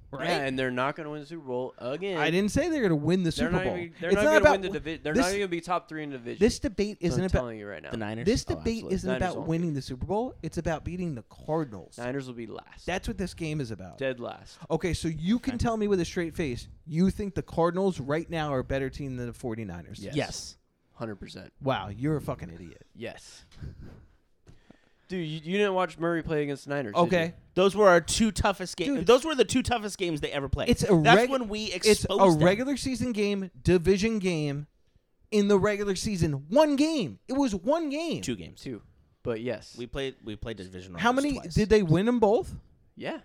Speaker 5: right?
Speaker 4: Yeah, and they're not going to win the Super Bowl again.
Speaker 3: I didn't say they're going to win the
Speaker 4: They're
Speaker 3: Super
Speaker 4: not
Speaker 3: Bowl.
Speaker 4: Even, they're
Speaker 3: it's
Speaker 4: not,
Speaker 3: not
Speaker 4: going to
Speaker 3: about
Speaker 4: win the division. They're
Speaker 3: this-
Speaker 4: not even going to be top three in the division.
Speaker 3: this debate
Speaker 4: That's what
Speaker 3: isn't
Speaker 4: I'm
Speaker 3: about
Speaker 4: telling you right now.
Speaker 2: The Niners.
Speaker 3: this
Speaker 2: Oh,
Speaker 3: debate
Speaker 2: absolutely.
Speaker 3: isn't
Speaker 4: Niners
Speaker 3: about
Speaker 4: won't
Speaker 3: winning the Super Bowl. It's about beating the Cardinals.
Speaker 4: Niners will be last.
Speaker 3: That's what this game is about.
Speaker 4: Dead last.
Speaker 3: Okay, so you can tell me with a straight face, you think the Cardinals right now are a better team than the 49ers.
Speaker 4: Yes.
Speaker 5: Yes.
Speaker 4: Hundred percent.
Speaker 3: Wow, you're a fucking idiot.
Speaker 4: Yes. Dude, you, you didn't watch Murray play against the Niners. did you?
Speaker 3: Okay.
Speaker 2: Those were our two toughest games.
Speaker 3: Dude.
Speaker 2: Those were the two toughest games they ever played.
Speaker 3: It's a
Speaker 2: That's
Speaker 3: reg-
Speaker 2: when we exposed
Speaker 3: It's a
Speaker 2: them.
Speaker 3: regular season game, division game in the regular season. One game. It was one game.
Speaker 2: two games.
Speaker 4: Two. But yes.
Speaker 2: We played. We played division.
Speaker 3: How
Speaker 2: rounds
Speaker 3: many
Speaker 2: twice.
Speaker 3: did they win them both?
Speaker 4: yeah.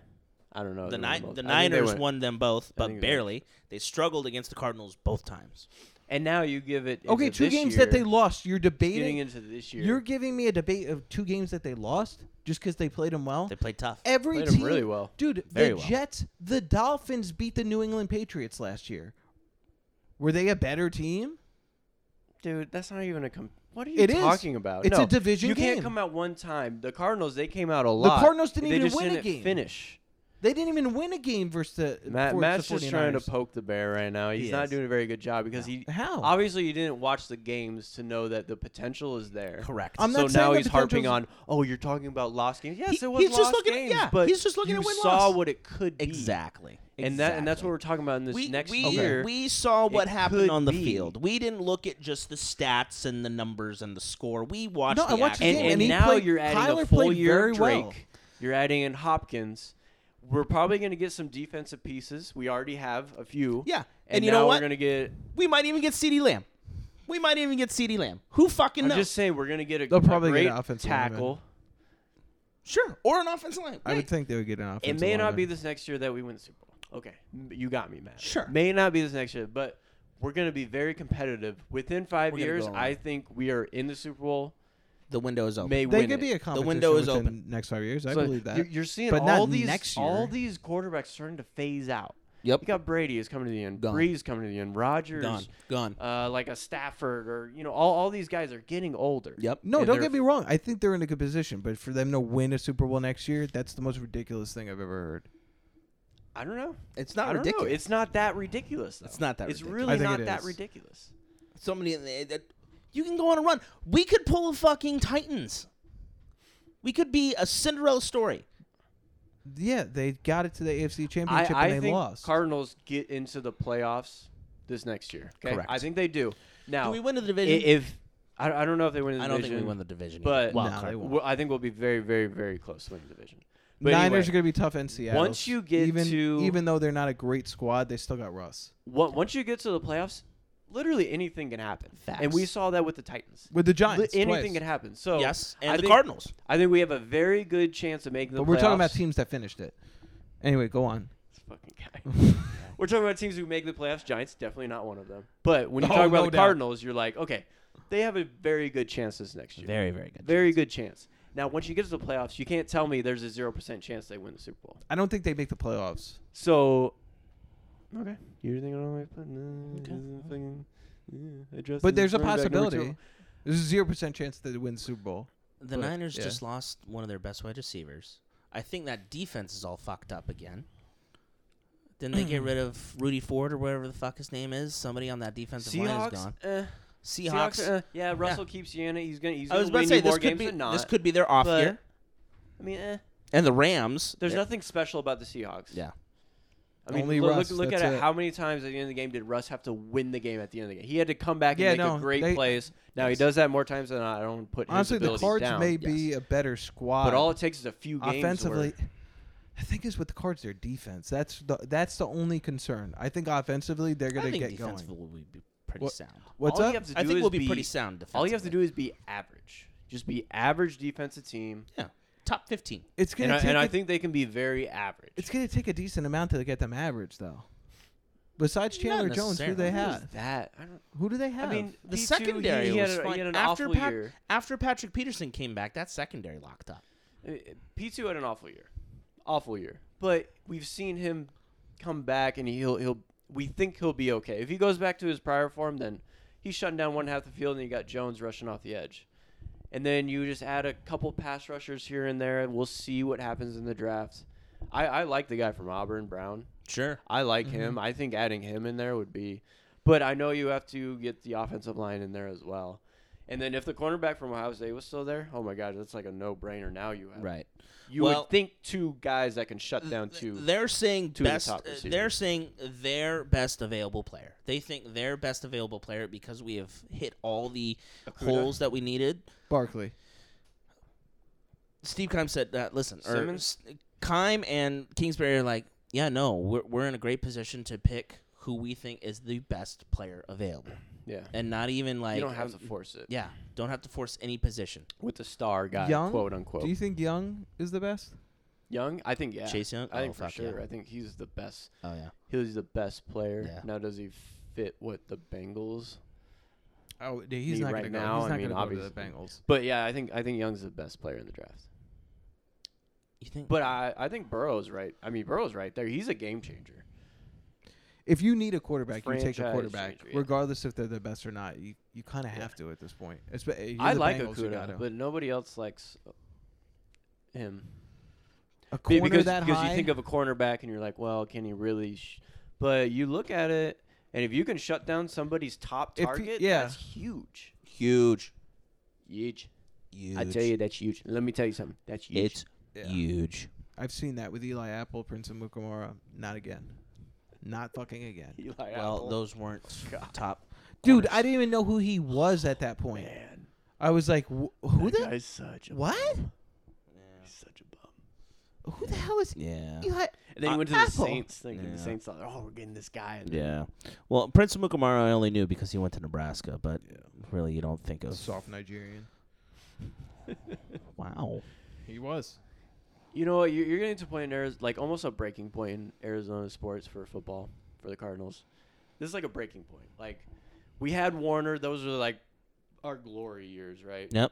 Speaker 4: I don't know.
Speaker 2: The,
Speaker 4: Oh, They
Speaker 2: ni-
Speaker 4: won both.
Speaker 2: the
Speaker 4: I think they
Speaker 2: Niners
Speaker 4: won.
Speaker 2: won them both,
Speaker 4: think
Speaker 2: but
Speaker 4: they won.
Speaker 2: barely. They struggled against the Cardinals both times.
Speaker 4: And now you give it.
Speaker 3: Okay,
Speaker 4: into
Speaker 3: two
Speaker 4: this
Speaker 3: games that they
Speaker 4: year,
Speaker 3: lost. You're
Speaker 4: Getting
Speaker 3: debating.
Speaker 4: into this year.
Speaker 3: you're giving me a debate of two games that they lost just because they played them well.
Speaker 2: They played tough.
Speaker 3: Every
Speaker 4: Played 'em
Speaker 3: team,
Speaker 4: really well.
Speaker 3: dude.
Speaker 2: Very
Speaker 3: the
Speaker 2: well.
Speaker 3: Jets, the Dolphins beat the New England Patriots last year. Were they a better team?
Speaker 4: Dude, that's not even a. Com- what are you
Speaker 3: It is.
Speaker 4: talking about?
Speaker 3: It's a
Speaker 4: No,
Speaker 3: division
Speaker 4: You can't
Speaker 3: game.
Speaker 4: come out one time. The Cardinals, they came out a lot.
Speaker 3: Cardinals didn't
Speaker 4: They
Speaker 3: even
Speaker 4: just
Speaker 3: win a
Speaker 4: didn't
Speaker 3: game.
Speaker 4: Finish.
Speaker 3: They didn't even win a game versus the.
Speaker 4: Matt,
Speaker 3: for-
Speaker 4: Matt's
Speaker 3: the
Speaker 4: just trying to
Speaker 3: 49ers.
Speaker 4: poke the bear right now. He's
Speaker 3: He
Speaker 4: not
Speaker 3: is.
Speaker 4: doing a very good job because he
Speaker 3: How?
Speaker 4: obviously you didn't watch the games to know that the potential is there.
Speaker 2: Correct.
Speaker 3: I'm
Speaker 4: so
Speaker 3: not saying
Speaker 4: now
Speaker 3: the
Speaker 4: he's harping
Speaker 3: potential's-
Speaker 4: on, oh, you're talking about lost games. Yes,
Speaker 2: He-
Speaker 4: it was
Speaker 2: he's just
Speaker 4: lost
Speaker 2: looking at-
Speaker 4: games,
Speaker 2: yeah,
Speaker 4: but
Speaker 2: he's just looking
Speaker 4: you
Speaker 2: at win-loss.
Speaker 4: saw what it could be.
Speaker 2: exactly.
Speaker 4: And that and that's
Speaker 2: Exactly.
Speaker 4: what we're talking about in this
Speaker 2: we,
Speaker 4: next
Speaker 2: we,
Speaker 4: year.
Speaker 2: we saw what
Speaker 4: it
Speaker 2: happened
Speaker 4: could
Speaker 2: on the
Speaker 4: be.
Speaker 2: field. We didn't look at just the stats and the numbers and the score. We watched
Speaker 3: No,
Speaker 2: the
Speaker 3: I watched the
Speaker 2: action.
Speaker 4: and,
Speaker 3: game,
Speaker 4: and,
Speaker 3: and he
Speaker 4: now
Speaker 3: played-
Speaker 4: you're adding a
Speaker 3: Kyler
Speaker 4: full
Speaker 3: played
Speaker 4: year
Speaker 3: very
Speaker 4: of Drake.
Speaker 3: well.
Speaker 4: You're adding in Hopkins. We're probably going to get some defensive pieces. We already have a few.
Speaker 2: Yeah,
Speaker 4: And,
Speaker 2: and you
Speaker 4: now
Speaker 2: know
Speaker 4: we're
Speaker 2: what?
Speaker 4: going to get.
Speaker 2: we might even get CeeDee Lamb. We might even get CeeDee Lamb. Who fucking
Speaker 4: I'm
Speaker 2: knows?
Speaker 4: just saying we're going to get a,
Speaker 3: They'll
Speaker 4: a
Speaker 3: probably get
Speaker 4: great
Speaker 3: an offensive lineman.
Speaker 4: tackle.
Speaker 2: sure. Or an offensive line.
Speaker 3: I would think they would get an
Speaker 4: It
Speaker 3: offensive
Speaker 4: may not
Speaker 3: lineman.
Speaker 4: be this next year that we win the Super Bowl. Okay, m- you got me, Matt.
Speaker 2: Sure.
Speaker 4: May not be this next year, but we're going to be very competitive within 5
Speaker 2: We're gonna
Speaker 4: years.
Speaker 2: go
Speaker 4: I think we are in the Super Bowl.
Speaker 2: the window is open.
Speaker 4: May
Speaker 3: They
Speaker 4: win
Speaker 3: could
Speaker 4: it.
Speaker 3: be a competition
Speaker 2: window is
Speaker 3: within
Speaker 2: open.
Speaker 3: next five years. I
Speaker 4: So
Speaker 3: believe that.
Speaker 4: You're, you're seeing
Speaker 3: But not
Speaker 4: all these
Speaker 3: next
Speaker 4: all
Speaker 3: year.
Speaker 4: these quarterbacks starting to phase out.
Speaker 2: Yep.
Speaker 4: You got Brady is coming to the end.
Speaker 2: Gone.
Speaker 4: Breeze coming to the end. Rogers,
Speaker 2: Gone. Gone.
Speaker 4: Uh, like a Stafford, or you know, all, all these guys are getting older.
Speaker 2: Yep.
Speaker 3: no,
Speaker 4: and
Speaker 3: don't
Speaker 4: they're-
Speaker 3: get me wrong. I think they're in a good position, but for them to win a Super Bowl next year, that's the most ridiculous thing I've ever heard.
Speaker 4: I don't know.
Speaker 2: It's
Speaker 4: I
Speaker 2: not
Speaker 4: don't
Speaker 2: ridiculous.
Speaker 4: know. It's not that ridiculous. Though.
Speaker 2: It's not that
Speaker 4: It's
Speaker 2: ridiculous.
Speaker 3: I
Speaker 4: really
Speaker 3: think
Speaker 4: not
Speaker 3: it
Speaker 4: that
Speaker 3: is.
Speaker 4: ridiculous.
Speaker 2: somebody in the, uh, that you can go on a run. We could pull a fucking Titans. We could be a Cinderella story.
Speaker 3: Yeah, they got it to the AFC
Speaker 4: I,
Speaker 3: Championship
Speaker 4: I
Speaker 3: and they
Speaker 4: think
Speaker 3: lost.
Speaker 4: Cardinals get into the playoffs this next year. Okay?
Speaker 2: Correct.
Speaker 4: I think they do. Now,
Speaker 2: Do we win the
Speaker 4: i-
Speaker 2: division?
Speaker 4: if I, I don't know if they win the
Speaker 2: I
Speaker 4: division,
Speaker 2: don't think we win the division.
Speaker 4: but
Speaker 3: Wild No, card. they won't.
Speaker 4: I think we'll be very, very, very close to winning the division. But
Speaker 3: Niners
Speaker 4: anyway.
Speaker 3: are going to be tough in Seattle.
Speaker 4: once you get
Speaker 3: even,
Speaker 4: to-
Speaker 3: even though they're not a great squad, they still got Russ
Speaker 4: on- once you get to the playoffs, literally anything can happen. And we
Speaker 2: Facts.
Speaker 4: saw that with the Titans.
Speaker 3: with the
Speaker 4: Li-
Speaker 3: Giants.
Speaker 4: anything
Speaker 3: twice.
Speaker 4: can happen. So
Speaker 2: yes, and
Speaker 4: I
Speaker 2: the
Speaker 4: think-
Speaker 2: Cardinals.
Speaker 4: I think we have a very good chance of making the
Speaker 3: But we're talking about
Speaker 4: playoffs.
Speaker 3: teams that finished it. Anyway, go on.
Speaker 4: This fucking
Speaker 2: <laughs>
Speaker 4: guy. we're talking about teams who make the playoffs. Giants definitely not one of them. But when you
Speaker 3: Oh,
Speaker 4: talk about
Speaker 3: no
Speaker 4: the
Speaker 3: doubt.
Speaker 4: Cardinals, you're like, okay, they have a very good chance this next year.
Speaker 2: Very, very good.
Speaker 4: Very good chance. Now, once you get to the playoffs, you can't tell me there's a zero percent chance they win the Super Bowl.
Speaker 3: I don't think they make the playoffs.
Speaker 4: So, okay, you're thinking all right, but no, okay. fucking, yeah, address
Speaker 3: But
Speaker 4: the
Speaker 3: there's a
Speaker 4: running back number two.
Speaker 3: possibility. There's a zero percent chance that they win the Super Bowl.
Speaker 2: The
Speaker 3: But,
Speaker 2: Niners
Speaker 3: yeah.
Speaker 2: just lost one of their best wide receivers. I think that defense is all fucked up again. Didn't they
Speaker 4: <clears throat>
Speaker 2: get rid of Rudy Ford or whatever the fuck his name is? Somebody on that defensive line is
Speaker 4: Seahawks,
Speaker 2: gone.
Speaker 4: eh,
Speaker 2: Seahawks.
Speaker 4: Seahawks, eh, yeah. Russell keeps you in it. He's gonna. He's
Speaker 2: I was
Speaker 4: gonna
Speaker 2: about
Speaker 4: win
Speaker 2: to say
Speaker 4: you
Speaker 2: this
Speaker 4: more
Speaker 2: could
Speaker 4: games
Speaker 2: be
Speaker 4: than not.
Speaker 2: this could be their off
Speaker 4: but-
Speaker 2: year.
Speaker 4: I mean, eh,
Speaker 2: And the Rams.
Speaker 4: there's
Speaker 2: they're-
Speaker 4: nothing special about the Seahawks.
Speaker 2: Yeah.
Speaker 4: I mean,
Speaker 3: Only
Speaker 4: look,
Speaker 3: Russ,
Speaker 4: look, look at
Speaker 3: that's
Speaker 4: it.
Speaker 3: it.
Speaker 4: How many times at the end of the game did Russ have to win the game at the end of the game? He had to come back
Speaker 3: Yeah,
Speaker 4: and make
Speaker 3: no,
Speaker 4: a great
Speaker 3: they-
Speaker 4: plays. Now he does that more times than not. I don't put his
Speaker 3: Honestly, the
Speaker 4: abilities
Speaker 3: Cards
Speaker 4: down,
Speaker 3: may be a better squad.
Speaker 4: but all it takes is a few games.
Speaker 3: offensively,
Speaker 4: where-
Speaker 3: I think is with the Cards their defense. That's the that's the only concern. I think offensively they're
Speaker 2: I
Speaker 3: going to
Speaker 2: think
Speaker 3: get going.
Speaker 2: defensively we'll be pretty
Speaker 3: What-
Speaker 2: sound.
Speaker 3: What's
Speaker 4: all
Speaker 3: up?
Speaker 4: You have to do
Speaker 2: I think
Speaker 4: is
Speaker 2: we'll be, pretty sound defensively.
Speaker 4: All you have to do is be average. Just be average defensive team,
Speaker 2: yeah, top fifteen.
Speaker 3: it's going
Speaker 4: and, I,
Speaker 3: to take
Speaker 4: and I
Speaker 3: a-
Speaker 4: think they can be very average.
Speaker 3: it's going to take a decent amount to get them average though. Besides
Speaker 2: Not
Speaker 3: Chandler Jones, who do they
Speaker 2: necessarily.
Speaker 3: have?
Speaker 4: that. I don't.
Speaker 3: Who do they have?
Speaker 4: I mean,
Speaker 2: The
Speaker 4: P2, he-
Speaker 2: secondary
Speaker 4: he, had
Speaker 2: was
Speaker 4: a-
Speaker 2: fine.
Speaker 4: he had an
Speaker 2: after
Speaker 4: awful
Speaker 2: Pat-
Speaker 4: year.
Speaker 2: after Patrick Peterson came back, that secondary locked up.
Speaker 4: Uh, P2 had an awful year. Awful year. But we've seen him come back and he'll he'll we think he'll be okay. If he goes back to his prior form, then he's shutting down one half the field and you got Jones rushing off the edge. And then you just add a couple pass rushers here and there and we'll see what happens in the draft. I, I like the guy from Auburn, Brown.
Speaker 2: Sure.
Speaker 4: I like him. I think adding him in there would be, but I know you have to get the offensive line in there as well. And then if the cornerback from Ohio State was still there, oh my gosh, that's like a no-brainer. Now you have
Speaker 2: Right.
Speaker 4: You
Speaker 2: Well-
Speaker 4: would think two guys that can shut down two.
Speaker 2: They're saying
Speaker 4: two of the
Speaker 2: best.
Speaker 4: top
Speaker 2: uh, they're
Speaker 4: receivers.
Speaker 2: saying their best available player. They think their best available player because we have hit all the holes that we needed.
Speaker 3: Barkley.
Speaker 2: Steve Kime said that. Listen, or
Speaker 4: Simmons?
Speaker 2: S- Kime and Kingsbury are like, yeah, no, we're we're in a great position to pick who we think is the best player available,
Speaker 4: yeah,
Speaker 2: and not even like
Speaker 4: you don't have to
Speaker 2: um,
Speaker 4: force it
Speaker 2: Yeah, don't have to force any position.
Speaker 4: with the star guy,
Speaker 3: Young?
Speaker 4: quote unquote.
Speaker 3: Do you think Young is the best?
Speaker 4: Young, I think yeah.
Speaker 2: Chase Young?
Speaker 4: I think
Speaker 2: Oh,
Speaker 4: for
Speaker 2: fuck yeah.
Speaker 4: sure. I think he's the best.
Speaker 2: Oh yeah.
Speaker 4: He's the best player.
Speaker 2: Yeah.
Speaker 4: Now, does he fit with the Bengals?
Speaker 3: Oh, dude,
Speaker 4: Me right
Speaker 3: gonna go-
Speaker 4: now, I mean,
Speaker 3: gonna
Speaker 4: obviously.
Speaker 3: Bengals.
Speaker 4: But yeah, I think I think Young's the best player in the draft.
Speaker 2: You think?
Speaker 4: But I I think Burrow's right. I mean, Burrow's right there. He's a game changer.
Speaker 3: If you need a quarterback, you take a
Speaker 4: Franchise
Speaker 3: quarterback,
Speaker 4: changer, yeah.
Speaker 3: regardless if they're the best or not. You you kind of have to at this point. It's- uh, you're
Speaker 4: I
Speaker 3: the
Speaker 4: like
Speaker 3: Bengals, you gotta.
Speaker 4: Okuda, but nobody else likes him.
Speaker 3: a
Speaker 4: Be-
Speaker 3: corner
Speaker 4: because,
Speaker 3: that
Speaker 4: because
Speaker 3: high.
Speaker 4: you think of a cornerback and you're like, well, can he really? Sh-? But you look at it, and if you can shut down somebody's top
Speaker 3: If he-
Speaker 4: target,
Speaker 3: yeah.
Speaker 4: that's huge.
Speaker 2: huge,
Speaker 4: Huge.
Speaker 2: huge.
Speaker 4: I tell you, that's huge. Let me tell you something. That's huge. <laughs>
Speaker 2: it's
Speaker 3: Yeah.
Speaker 2: huge.
Speaker 3: I've seen that with Eli Apple, Prince of Mukamura. Not again. Not fucking again.
Speaker 4: Eli
Speaker 2: Well,
Speaker 4: Apple.
Speaker 2: those weren't top.
Speaker 3: Dude, I didn't even know who he was at that point.
Speaker 4: man,
Speaker 3: I was like, wh- who
Speaker 4: that
Speaker 3: the
Speaker 4: guy's such a
Speaker 3: what?
Speaker 4: He's such a bum.
Speaker 3: Who the hell is
Speaker 2: Yeah.
Speaker 3: Eli?
Speaker 4: And then he
Speaker 2: Uh,
Speaker 4: went to the
Speaker 3: Apple.
Speaker 4: Saints, thinking
Speaker 2: Yeah.
Speaker 4: the Saints thought, oh, we're getting this guy. And then-
Speaker 2: Yeah. Well, Prince Mukamara I only knew because he went to Nebraska, but really you don't think of.
Speaker 3: Soft Nigerian.
Speaker 4: <laughs>
Speaker 2: Wow.
Speaker 3: He was.
Speaker 4: You know what? You're, you're getting to a point in Arizona, like almost a breaking point in Arizona sports for football for the Cardinals. This is like a breaking point. Like we had Warner; those were like our glory years, right?
Speaker 2: Yep.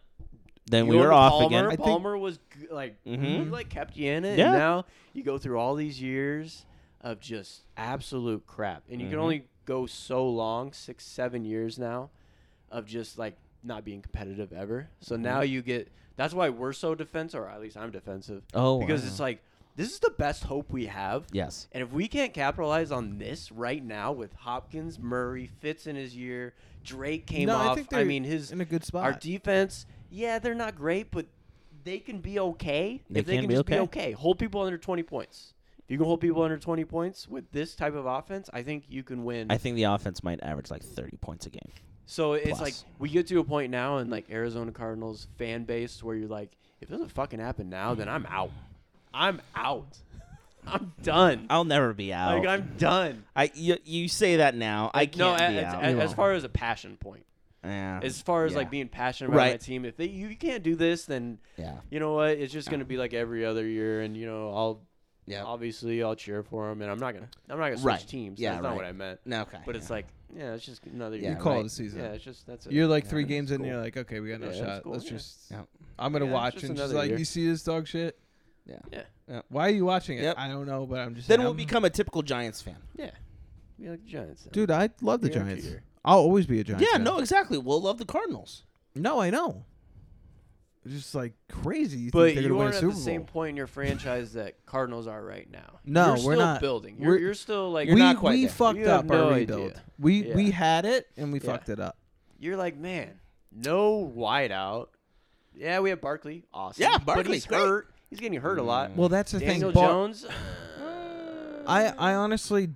Speaker 2: Then
Speaker 4: You
Speaker 2: we
Speaker 4: go
Speaker 2: were
Speaker 4: to
Speaker 2: off
Speaker 4: Palmer.
Speaker 2: again.
Speaker 3: think-
Speaker 4: Palmer was g- like
Speaker 2: Mhm.
Speaker 4: he, like kept you in it,
Speaker 2: Yeah.
Speaker 4: and now you go through all these years of just absolute crap, and you can
Speaker 2: Mhm.
Speaker 4: only go so long six, seven years now of just like not being competitive ever. So
Speaker 2: Mm-hmm.
Speaker 4: now you get that's why we're so defensive, or at least I'm defensive,
Speaker 2: Oh,
Speaker 4: because
Speaker 2: wow.
Speaker 4: it's like this is the best hope we have.
Speaker 2: Yes.
Speaker 4: And if we can't capitalize on this right now with Hopkins, Murray, Fitz in his year, Drake came
Speaker 3: No, I
Speaker 4: off.
Speaker 3: think
Speaker 4: I,
Speaker 3: they're
Speaker 4: mean, his
Speaker 3: in a good spot.
Speaker 4: Our defense, yeah, they're not great, but they can be okay
Speaker 2: They
Speaker 4: if they
Speaker 2: can
Speaker 4: can
Speaker 2: be
Speaker 4: just be
Speaker 2: okay.
Speaker 4: okay. Hold people under twenty points. If you can hold people under twenty points with this type of offense, I think you can win.
Speaker 2: I think the offense might average like 30 points a game.
Speaker 4: So it's
Speaker 2: Plus.
Speaker 4: like we get to a point now in like Arizona Cardinals fan base where you're like, if it doesn't fucking happen now, then I'm out. I'm out. <laughs> I'm done.
Speaker 2: I'll never be out.
Speaker 4: Like I'm done.
Speaker 2: I you, you say that now. I can't
Speaker 4: no,
Speaker 2: be
Speaker 4: as,
Speaker 2: out.
Speaker 4: as,
Speaker 2: You
Speaker 4: as
Speaker 2: won't.
Speaker 4: far as a passion point,
Speaker 2: yeah.
Speaker 4: as far as like
Speaker 2: Yeah.
Speaker 4: being passionate about
Speaker 2: Right.
Speaker 4: that team, if they, you, you can't do this, then
Speaker 2: Yeah.
Speaker 4: you know what? It's just gonna be like every other year, and you know I'll
Speaker 2: Yeah.
Speaker 4: obviously I'll cheer for them, and I'm not gonna I'm not gonna switch
Speaker 2: Right.
Speaker 4: teams.
Speaker 2: Yeah,
Speaker 4: that's not
Speaker 2: right.
Speaker 4: what I meant.
Speaker 2: No, okay.
Speaker 4: But it's like yeah, it's just another
Speaker 2: Yeah,
Speaker 4: year.
Speaker 2: You
Speaker 3: call it
Speaker 4: right?
Speaker 3: a season.
Speaker 4: Yeah, it's just that's it.
Speaker 3: You're like three
Speaker 4: Yeah,
Speaker 3: games
Speaker 4: it's
Speaker 3: in, and
Speaker 4: cool.
Speaker 3: you're like, okay, we got no
Speaker 4: Yeah, it's
Speaker 3: shot.
Speaker 4: cool,
Speaker 3: Let's
Speaker 4: yeah.
Speaker 3: just.
Speaker 2: Yep.
Speaker 3: I'm gonna
Speaker 4: Yeah, it's
Speaker 3: watch,
Speaker 4: just
Speaker 3: and she's
Speaker 4: another
Speaker 3: like,
Speaker 4: year.
Speaker 3: you see this dog shit?
Speaker 4: yeah,
Speaker 3: Why are you watching it?
Speaker 2: Yep.
Speaker 3: I don't know, but I'm just.
Speaker 2: then we'll
Speaker 3: I'm-
Speaker 2: become a typical Giants fan.
Speaker 4: yeah. Be like the Giants. then.
Speaker 3: Dude, I love the
Speaker 4: Year after
Speaker 3: Giants.
Speaker 4: year.
Speaker 3: I'll always be a Giants.
Speaker 2: yeah,
Speaker 3: fan.
Speaker 2: no, exactly. We'll love the Cardinals.
Speaker 3: no, I know. It's just like crazy. You
Speaker 4: But
Speaker 3: think they're
Speaker 4: you
Speaker 3: gonna win
Speaker 4: aren't
Speaker 3: a
Speaker 4: at
Speaker 3: Super
Speaker 4: the
Speaker 3: Bowl?
Speaker 4: same point in your franchise that Cardinals are right now.
Speaker 3: No,
Speaker 4: you're
Speaker 3: we're
Speaker 4: still
Speaker 3: not.
Speaker 4: building. You're,
Speaker 3: We're-
Speaker 4: you're still like
Speaker 2: You're
Speaker 3: we
Speaker 2: not quite
Speaker 3: we
Speaker 2: there.
Speaker 3: fucked
Speaker 4: You have
Speaker 3: up
Speaker 4: no
Speaker 3: our rebuild.
Speaker 4: idea.
Speaker 3: We we
Speaker 4: Yeah.
Speaker 3: had it and we
Speaker 4: Yeah.
Speaker 3: fucked it up.
Speaker 4: you're like, man, no wideout. Yeah, we have Barkley. Awesome.
Speaker 2: Yeah,
Speaker 4: But
Speaker 2: Barkley's
Speaker 4: he's
Speaker 2: great.
Speaker 4: hurt. He's getting hurt a lot.
Speaker 3: Mm. Well, that's the
Speaker 4: Daniel
Speaker 3: thing. Bar- <sighs>
Speaker 4: Jones. Uh,
Speaker 3: I I honestly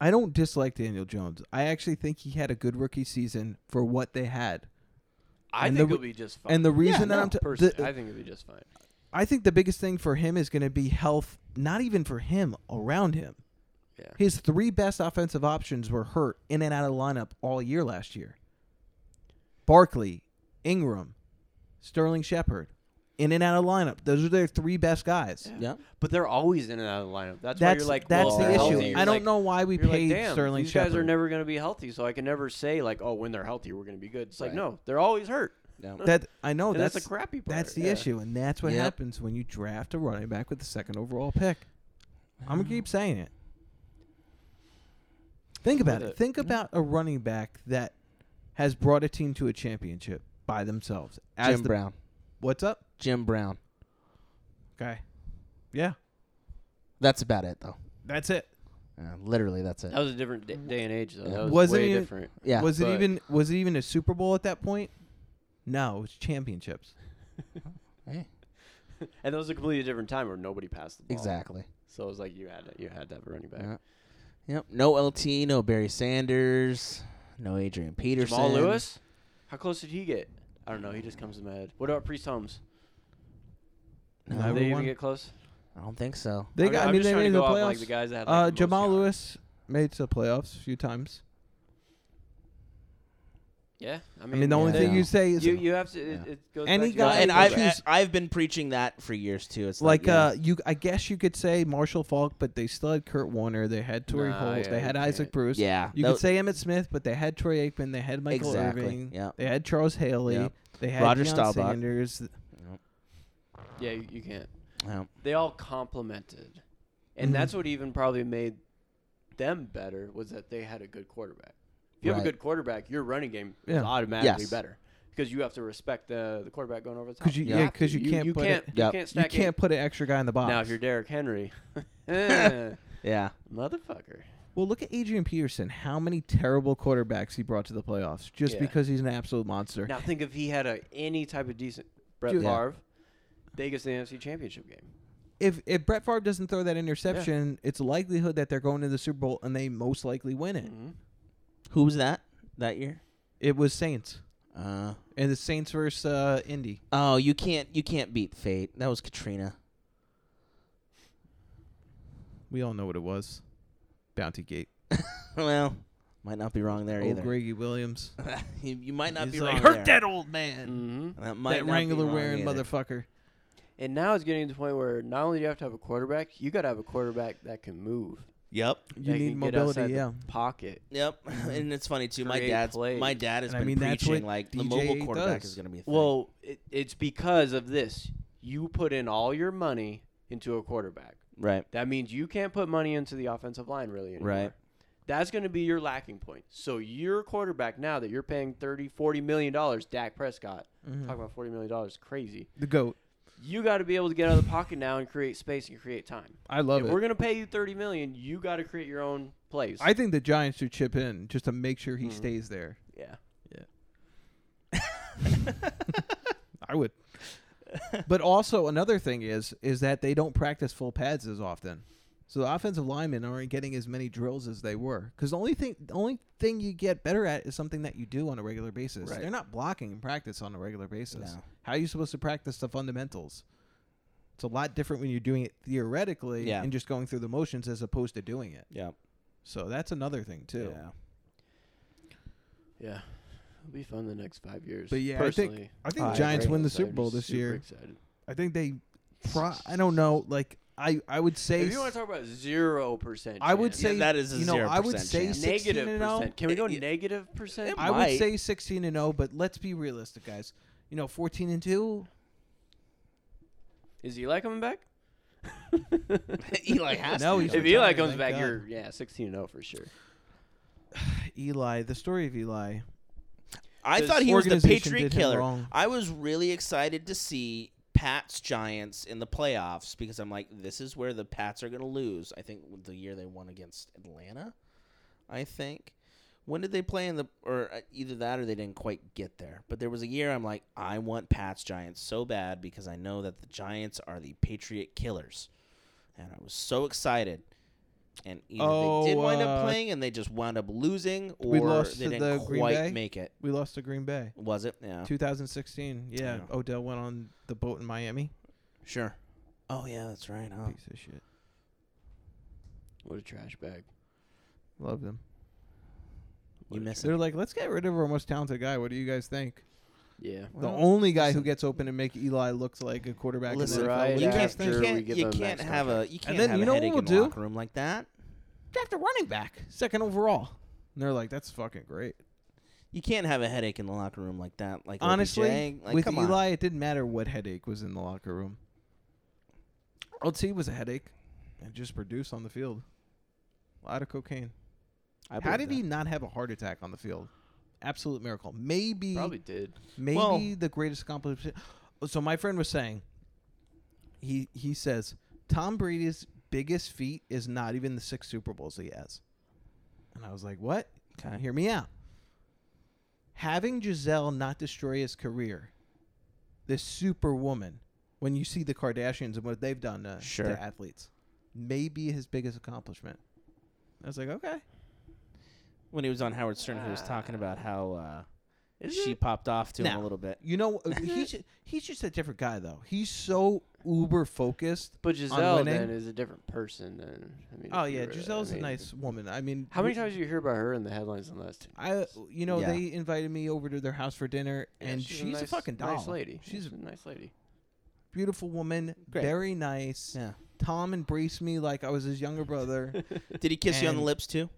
Speaker 3: I don't dislike Daniel Jones. I actually think he had a good rookie season for what they had.
Speaker 4: I
Speaker 3: and
Speaker 4: think
Speaker 3: the-
Speaker 4: he'll be just fine.
Speaker 3: And the reason that
Speaker 2: no,
Speaker 3: I'm t-
Speaker 4: Personally,
Speaker 3: the-
Speaker 4: I think he'll be just fine.
Speaker 3: I think the biggest thing for him is going to be health, not even for him, around him.
Speaker 4: Yeah.
Speaker 3: His three best offensive options were hurt in and out of the lineup all year last year. Barkley, Ingram, Sterling Shepard, in and out of lineup. Those are their three best guys.
Speaker 4: Yeah. But they're always in and out of the lineup. That's, why
Speaker 3: That's
Speaker 4: you're like,
Speaker 3: that's
Speaker 4: well,
Speaker 3: the
Speaker 4: they're
Speaker 3: issue.
Speaker 4: healthy. You're
Speaker 3: I don't
Speaker 4: like-
Speaker 3: know why we
Speaker 4: You're like,
Speaker 3: paid
Speaker 4: damn,
Speaker 3: Sterling
Speaker 4: these
Speaker 3: Shepard.
Speaker 4: guys are never going to be healthy, so I can never say like, oh, when they're healthy, we're going to be good. It's like,
Speaker 2: Right.
Speaker 4: no, they're always hurt. <laughs>
Speaker 2: No.
Speaker 3: that I know
Speaker 4: And that's,
Speaker 3: that's
Speaker 4: a crappy part.
Speaker 3: That's the
Speaker 4: yeah.
Speaker 3: issue, and that's what
Speaker 2: Yep.
Speaker 3: happens when you draft a running back with the second overall pick. I'm gonna
Speaker 4: Mm.
Speaker 3: keep saying it. Think about
Speaker 4: With
Speaker 3: it.
Speaker 4: it. mm-hmm.
Speaker 3: Think about a running back that has brought a team to a championship by themselves. As
Speaker 2: Jim
Speaker 3: the-
Speaker 2: Brown.
Speaker 3: What's up?
Speaker 2: Jim Brown.
Speaker 3: Okay. Yeah.
Speaker 2: That's about it, though.
Speaker 3: That's it.
Speaker 2: Yeah, literally, that's it.
Speaker 4: That was a different da- day and age, though. That was
Speaker 3: Wasn't
Speaker 4: way
Speaker 3: even-
Speaker 4: different.
Speaker 2: Yeah.
Speaker 3: was it
Speaker 4: but-
Speaker 3: even was it even a Super Bowl at that point? No, it was championships.
Speaker 2: Hey,
Speaker 4: And that was a completely different time where nobody passed the ball.
Speaker 2: exactly.
Speaker 4: So it was like you had to, you had to have a running back.
Speaker 2: Yeah. Yep. No LT. No Barry Sanders. No Adrian Peterson.
Speaker 4: Jamal Lewis? How close did he get? I don't know. He just comes to my head. What about Priest Holmes?
Speaker 2: No,
Speaker 3: Never
Speaker 4: Did they even
Speaker 3: won.
Speaker 4: get close?
Speaker 2: I don't think so.
Speaker 3: They
Speaker 4: I'm-
Speaker 3: got.
Speaker 4: I'm
Speaker 3: I mean,
Speaker 4: just
Speaker 3: they
Speaker 4: trying to
Speaker 3: made the
Speaker 4: go off,
Speaker 3: playoffs.
Speaker 4: like, the guys that had, like,
Speaker 3: uh,
Speaker 4: the most
Speaker 3: Jamal
Speaker 4: yards.
Speaker 3: Lewis made to the playoffs a few times.
Speaker 4: Yeah. I
Speaker 3: I
Speaker 4: mean,
Speaker 3: mean, the only
Speaker 2: yeah.
Speaker 3: thing you say is
Speaker 4: you, you have to. It,
Speaker 2: Yeah.
Speaker 4: it goes
Speaker 3: Any
Speaker 4: back to
Speaker 2: No,
Speaker 3: guy
Speaker 4: that.
Speaker 2: and
Speaker 3: that
Speaker 2: I've
Speaker 3: choose-
Speaker 2: I've been preaching that for years too. It's
Speaker 3: like
Speaker 2: like,
Speaker 3: uh, you. I guess you could say Marshall Falk, but they still had Kurt Warner. They had Torrey
Speaker 4: Nah,
Speaker 3: Holt.
Speaker 4: yeah,
Speaker 3: they
Speaker 4: you
Speaker 3: had
Speaker 4: can't.
Speaker 3: Isaac Bruce.
Speaker 2: yeah,
Speaker 3: You
Speaker 2: tho-
Speaker 3: could say Emmett Smith, but they had Troy Aikman. They had Michael
Speaker 2: Exactly,
Speaker 3: Irving.
Speaker 2: yeah.
Speaker 3: They had Charles Haley.
Speaker 2: Yeah.
Speaker 3: They had
Speaker 2: Roger
Speaker 3: Deion
Speaker 2: Staubach.
Speaker 3: Sanders.
Speaker 4: Yeah, you, you can't.
Speaker 2: yeah.
Speaker 4: They all complemented, and
Speaker 3: Mhm.
Speaker 4: that's what even probably made them better was that they had a good quarterback. If you have
Speaker 2: Right.
Speaker 4: a good quarterback, your running game
Speaker 3: Yeah.
Speaker 4: is automatically
Speaker 2: Yes.
Speaker 4: better because you have to respect the the quarterback going over the top.
Speaker 3: 'Cause you-
Speaker 2: yeah,
Speaker 4: have to.
Speaker 3: 'cause you can't
Speaker 4: you
Speaker 3: put
Speaker 4: can't,
Speaker 3: it-
Speaker 4: you
Speaker 2: Yep.
Speaker 4: can't
Speaker 3: You
Speaker 4: stack it.
Speaker 3: can't put an extra guy in the box.
Speaker 4: Now if you're Derrick Henry, <laughs> Eh,
Speaker 2: yeah.
Speaker 4: motherfucker.
Speaker 3: Well, look at Adrian Peterson. How many terrible quarterbacks he brought to the playoffs just
Speaker 4: Yeah.
Speaker 3: because he's an absolute monster.
Speaker 4: Now think if he had a any type of decent Brett
Speaker 3: Dude. Yeah.
Speaker 4: Favre, they get to the NFC Championship game.
Speaker 3: If if Brett Favre doesn't throw that interception, it's likelihood that they're going to the Super Bowl and they most likely win it.
Speaker 4: Mhm.
Speaker 2: Who was that that year?
Speaker 3: It was Saints
Speaker 2: Uh,
Speaker 3: and the Saints versus uh, Indy.
Speaker 2: oh, you can't you can't beat fate. That was Katrina.
Speaker 3: We all know what it was. Bounty Gate.
Speaker 2: <laughs> well, might not be wrong there
Speaker 3: Old
Speaker 2: either.
Speaker 3: Greggy Williams.
Speaker 2: <laughs> you, you might not
Speaker 3: He's
Speaker 2: be
Speaker 3: like,
Speaker 2: wrong
Speaker 3: hurt
Speaker 2: there. Mm.
Speaker 3: that old man.
Speaker 4: Mhm.
Speaker 2: That might
Speaker 3: that
Speaker 2: not be
Speaker 3: Wrangler
Speaker 2: wrong
Speaker 3: wearing
Speaker 2: either.
Speaker 3: motherfucker.
Speaker 4: And now it's getting to the point where not only do you have to have a quarterback, you got to have a quarterback that can move.
Speaker 2: Yep.
Speaker 3: You
Speaker 4: that
Speaker 3: need
Speaker 4: can get outside
Speaker 3: mobility,
Speaker 4: the
Speaker 3: yeah.
Speaker 4: Pocket.
Speaker 2: Yep. <laughs> and it's funny too. My
Speaker 4: Create
Speaker 2: dad's
Speaker 4: plays.
Speaker 2: my dad has
Speaker 3: And I
Speaker 2: been
Speaker 3: mean, that's
Speaker 2: preaching
Speaker 3: what
Speaker 2: like the
Speaker 3: DJ
Speaker 2: mobile quarterback
Speaker 3: does.
Speaker 2: is going to be a thing.
Speaker 4: Well, it, it's because of this. You put in all your money into a quarterback.
Speaker 2: right.
Speaker 4: That means you can't put money into the offensive line really anymore.
Speaker 2: Right.
Speaker 4: That's going to be your lacking point. So your quarterback now that you're paying 30, 40 million dollars, Dak Prescott.
Speaker 3: Mm-hmm.
Speaker 4: Talking about 40 million dollars, crazy.
Speaker 3: The goat.
Speaker 4: You got to be able to get out of the pocket now and create space and create time.
Speaker 3: I love
Speaker 4: if
Speaker 3: it.
Speaker 4: we're going to pay you 30 million, you got to create your own plays.
Speaker 3: I think the Giants should chip in just to make sure he
Speaker 2: Mm.
Speaker 4: Mhm.
Speaker 3: stays there.
Speaker 4: yeah.
Speaker 3: I
Speaker 2: <laughs>
Speaker 3: would. but also another thing is is that they don't practice full pads as often. So the offensive linemen aren't getting as many drills as they were cuz the only thing the only thing you get better at is something that you do on a regular basis.
Speaker 2: Right.
Speaker 3: They're not blocking in practice on a regular basis.
Speaker 2: No.
Speaker 3: How are you supposed to practice the fundamentals? It's a lot different when you're doing it theoretically
Speaker 2: Yeah.
Speaker 3: and just going through the motions as opposed to doing it.
Speaker 2: Yep.
Speaker 3: So that's another thing too.
Speaker 2: Yeah. <laughs>
Speaker 4: Yeah. It'll be fun the next 5 years.
Speaker 3: But yeah, I think-
Speaker 4: personally.
Speaker 3: I think
Speaker 2: I
Speaker 3: Giants
Speaker 2: agree.
Speaker 3: win the
Speaker 4: I'd
Speaker 3: Super
Speaker 4: be
Speaker 3: Bowl this
Speaker 4: super
Speaker 3: year.
Speaker 4: Excited.
Speaker 3: I think they pro- I don't know, like I I would say
Speaker 4: If you want to talk about zero percent,
Speaker 3: I would say
Speaker 2: Yeah, that is a
Speaker 3: you know, I would
Speaker 2: 0%
Speaker 3: say
Speaker 2: chance.
Speaker 3: 16
Speaker 4: negative
Speaker 3: and oh. 0.
Speaker 4: percent. Can we go
Speaker 2: It- it-
Speaker 4: negative percent?
Speaker 2: it
Speaker 3: I would
Speaker 2: might.
Speaker 3: say 16 and 0, but let's be realistic, guys. You know, 14 and 2.
Speaker 4: Is Eli
Speaker 3: <laughs>
Speaker 4: coming back? <laughs>
Speaker 2: Eli has
Speaker 3: No,
Speaker 2: to.
Speaker 3: he's
Speaker 4: if Eli
Speaker 3: retired,
Speaker 4: comes
Speaker 3: thank
Speaker 4: back,
Speaker 3: God.
Speaker 4: you're yeah, sixteen and zero for sure.
Speaker 3: Eli, the story of Eli.
Speaker 2: I
Speaker 4: This
Speaker 2: thought he was the
Speaker 3: organization
Speaker 2: Patriot
Speaker 3: did him
Speaker 2: killer.
Speaker 3: wrong.
Speaker 2: I was really excited to see Pats Giants in the playoffs because I'm like, this is where the Pats are going to lose. I think the year they won against Atlanta, I think. When did they play in the or uh, either that or they didn't quite get there? But there was a year I'm like, I want Pats Giants so bad because I know that the Giants are the Patriot killers, and I was so excited. And either they did
Speaker 3: Oh,
Speaker 2: wind
Speaker 3: uh,
Speaker 2: up playing and they just wound up losing, or
Speaker 3: we lost
Speaker 2: they
Speaker 3: to
Speaker 2: didn't
Speaker 3: the Green
Speaker 2: quite
Speaker 3: Bay?
Speaker 2: make it.
Speaker 3: We lost to Green Bay.
Speaker 2: Was it? Yeah.
Speaker 3: 2016. Yeah,
Speaker 2: Oh. Yeah.
Speaker 3: Odell went on the boat in Miami.
Speaker 2: Sure. Oh yeah, that's right. Huh?
Speaker 3: Piece of shit.
Speaker 4: What a trash bag.
Speaker 3: Love them.
Speaker 2: You miss
Speaker 3: They're
Speaker 2: it.
Speaker 3: like, let's get rid of our most talented guy. What do you guys think?
Speaker 4: Yeah.
Speaker 3: the only guy
Speaker 2: listen.
Speaker 3: who gets open and make Eli look like a quarterback. in the
Speaker 2: Listen,
Speaker 3: NFL. What do
Speaker 2: You
Speaker 3: you
Speaker 4: Right
Speaker 3: guys
Speaker 2: can't,
Speaker 4: after
Speaker 3: think?
Speaker 2: you
Speaker 4: we
Speaker 2: can't,
Speaker 4: give
Speaker 2: you
Speaker 4: them
Speaker 2: can't
Speaker 4: max
Speaker 2: have a
Speaker 4: contracts.
Speaker 2: you can't
Speaker 3: then
Speaker 2: have
Speaker 3: you
Speaker 2: a
Speaker 3: know what
Speaker 2: headache
Speaker 3: we'll
Speaker 2: in
Speaker 3: do?
Speaker 2: the locker room like that.
Speaker 3: Draft a running back, second overall. And they're like, that's fucking great.
Speaker 2: You can't have a headache in the locker room like that. Like
Speaker 3: Honestly,
Speaker 2: OBJ. like,
Speaker 3: with
Speaker 2: come on.
Speaker 3: Eli, it didn't matter what headache was in the locker room. LT was a headache and just produced on the field. A lot of cocaine.
Speaker 2: I
Speaker 3: How
Speaker 2: believe
Speaker 3: did he not have a heart attack on the field? Absolute miracle. Maybe,
Speaker 4: Probably did.
Speaker 3: maybe
Speaker 2: well-
Speaker 3: the greatest accomplishment. So my friend was saying, he he says Tom Brady's biggest feat is not even the six Super Bowls he has. And I was like, what?
Speaker 2: Okay.
Speaker 3: Hear me out. Having Giselle not destroy his career, this superwoman, when you see the Kardashians and what they've done to,
Speaker 2: Sure.
Speaker 3: to athletes, may be his biggest accomplishment. I was like, okay.
Speaker 2: When he was on Howard Stern, he was
Speaker 3: Ah.
Speaker 2: talking about how uh,
Speaker 4: Is
Speaker 2: she
Speaker 4: it?
Speaker 2: popped off to him
Speaker 3: Now,
Speaker 2: a little bit.
Speaker 3: You
Speaker 2: <laughs>
Speaker 3: know, he's, he's just a different guy, though. He's so uber focused.
Speaker 4: But Giselle
Speaker 3: winning?
Speaker 4: then is a different person than. I mean,
Speaker 3: Oh,
Speaker 4: if you
Speaker 3: yeah.
Speaker 4: were- I
Speaker 3: Giselle's a
Speaker 4: mean,
Speaker 3: nice woman. I mean,
Speaker 4: How many
Speaker 3: w-
Speaker 4: times do you hear about her in the headlines in the last? Two?
Speaker 3: I, you know,
Speaker 2: Yeah.
Speaker 3: they invited me over to their house for dinner,
Speaker 4: Yeah,
Speaker 3: and she's, a,
Speaker 4: nice-
Speaker 3: fucking doll.
Speaker 4: Nice lady.
Speaker 3: She's
Speaker 4: She's
Speaker 3: a
Speaker 4: a nice lady.
Speaker 3: beautiful woman,
Speaker 2: Great.
Speaker 3: very nice.
Speaker 2: Yeah.
Speaker 3: Tom embraced me like I was his younger
Speaker 4: <laughs>
Speaker 3: brother.
Speaker 2: Did he kiss you on the
Speaker 3: And-
Speaker 2: lips too?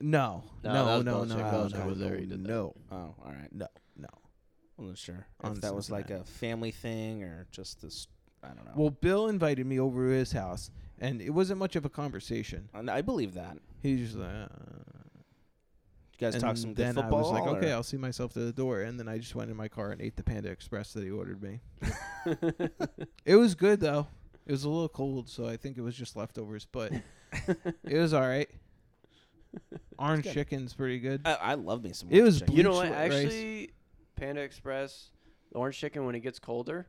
Speaker 3: no, no,
Speaker 4: No,
Speaker 3: no,
Speaker 4: that was
Speaker 3: no,
Speaker 4: bullshit.
Speaker 3: no,
Speaker 4: Bullshit
Speaker 3: no,
Speaker 4: was there, he
Speaker 3: no,
Speaker 4: did that.
Speaker 3: no,
Speaker 2: Oh, all right.
Speaker 3: no, no.
Speaker 2: wasn't sure
Speaker 3: On
Speaker 2: if that was like a
Speaker 3: Cincinnati.
Speaker 2: family thing or just this. I don't know.
Speaker 3: Well, Bill invited me over to his house, and it wasn't much of a conversation.
Speaker 2: And I believe that. You
Speaker 3: He's just like, uh,
Speaker 2: guys
Speaker 3: and
Speaker 2: talk some good
Speaker 3: then
Speaker 2: football.
Speaker 3: I was like,
Speaker 2: or-
Speaker 3: okay, I'll see myself to the door, and then I just went in my car and ate the Panda Express that he ordered
Speaker 2: <laughs>
Speaker 3: me. It was good though. It was a little cold, so I think it was just leftovers,
Speaker 2: <laughs>
Speaker 3: but it was all right. Orange
Speaker 2: good.
Speaker 3: chicken's pretty good.
Speaker 2: I, I love me some.
Speaker 3: It was
Speaker 2: chicken.
Speaker 4: you know what?
Speaker 3: Bleach with rice.
Speaker 4: Actually, Panda Express, the orange chicken, when it gets colder,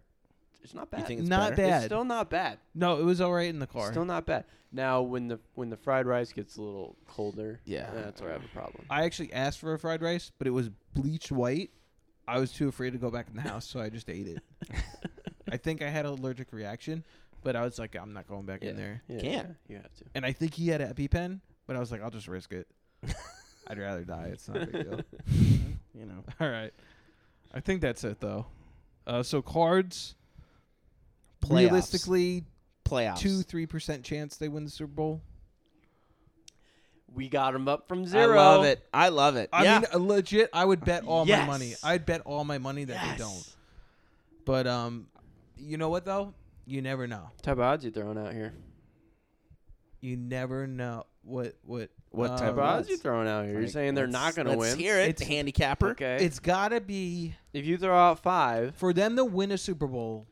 Speaker 4: it's not bad.
Speaker 2: You think it's
Speaker 3: Not
Speaker 2: better?
Speaker 3: bad.
Speaker 4: It's still not bad.
Speaker 3: no, it was all right in the car.
Speaker 4: Still not bad. Now, when the when the fried rice gets a little colder,
Speaker 2: Yeah.
Speaker 4: that's where I have a problem.
Speaker 3: I actually asked for a fried rice, but it was bleached white. I was too afraid to go back in the house, so I just ate
Speaker 2: <laughs>
Speaker 3: it. I think I had an allergic reaction, but I was like, I'm not going back in
Speaker 4: Yeah.
Speaker 3: there.
Speaker 4: Yeah,
Speaker 2: Can't.
Speaker 4: you have to.
Speaker 3: And I think he had an EpiPen, but I was like, I'll just risk <laughs> it. I'd rather die. It's not a big deal.
Speaker 2: Mm-hmm. You know.
Speaker 3: <laughs> All right. I think that's it though. Uh, so cards
Speaker 2: Playoffs.
Speaker 3: realistically
Speaker 2: Playoffs.
Speaker 3: two three percent chance they win the Super Bowl.
Speaker 4: We got them up from zero.
Speaker 2: I love it. I love it.
Speaker 3: I
Speaker 2: yeah.
Speaker 3: mean, uh, legit, I would bet all my money.
Speaker 4: Yes.
Speaker 3: I'd bet all my money that they don't. But um, you know what though? You never know.
Speaker 4: Type of odds you throwing out here?
Speaker 3: You never know what what
Speaker 2: What
Speaker 3: um,
Speaker 2: type
Speaker 4: Type of
Speaker 2: of
Speaker 4: odds you
Speaker 2: odds?
Speaker 4: throwing out here? You're
Speaker 2: Like,
Speaker 4: saying they're
Speaker 2: let's-
Speaker 4: not going to
Speaker 2: Let's
Speaker 4: win.
Speaker 2: hear it.
Speaker 3: It's-
Speaker 2: handicapper.
Speaker 4: Okay.
Speaker 3: It's gotta be
Speaker 4: if you throw out five,
Speaker 3: for them to win a Super Bowl.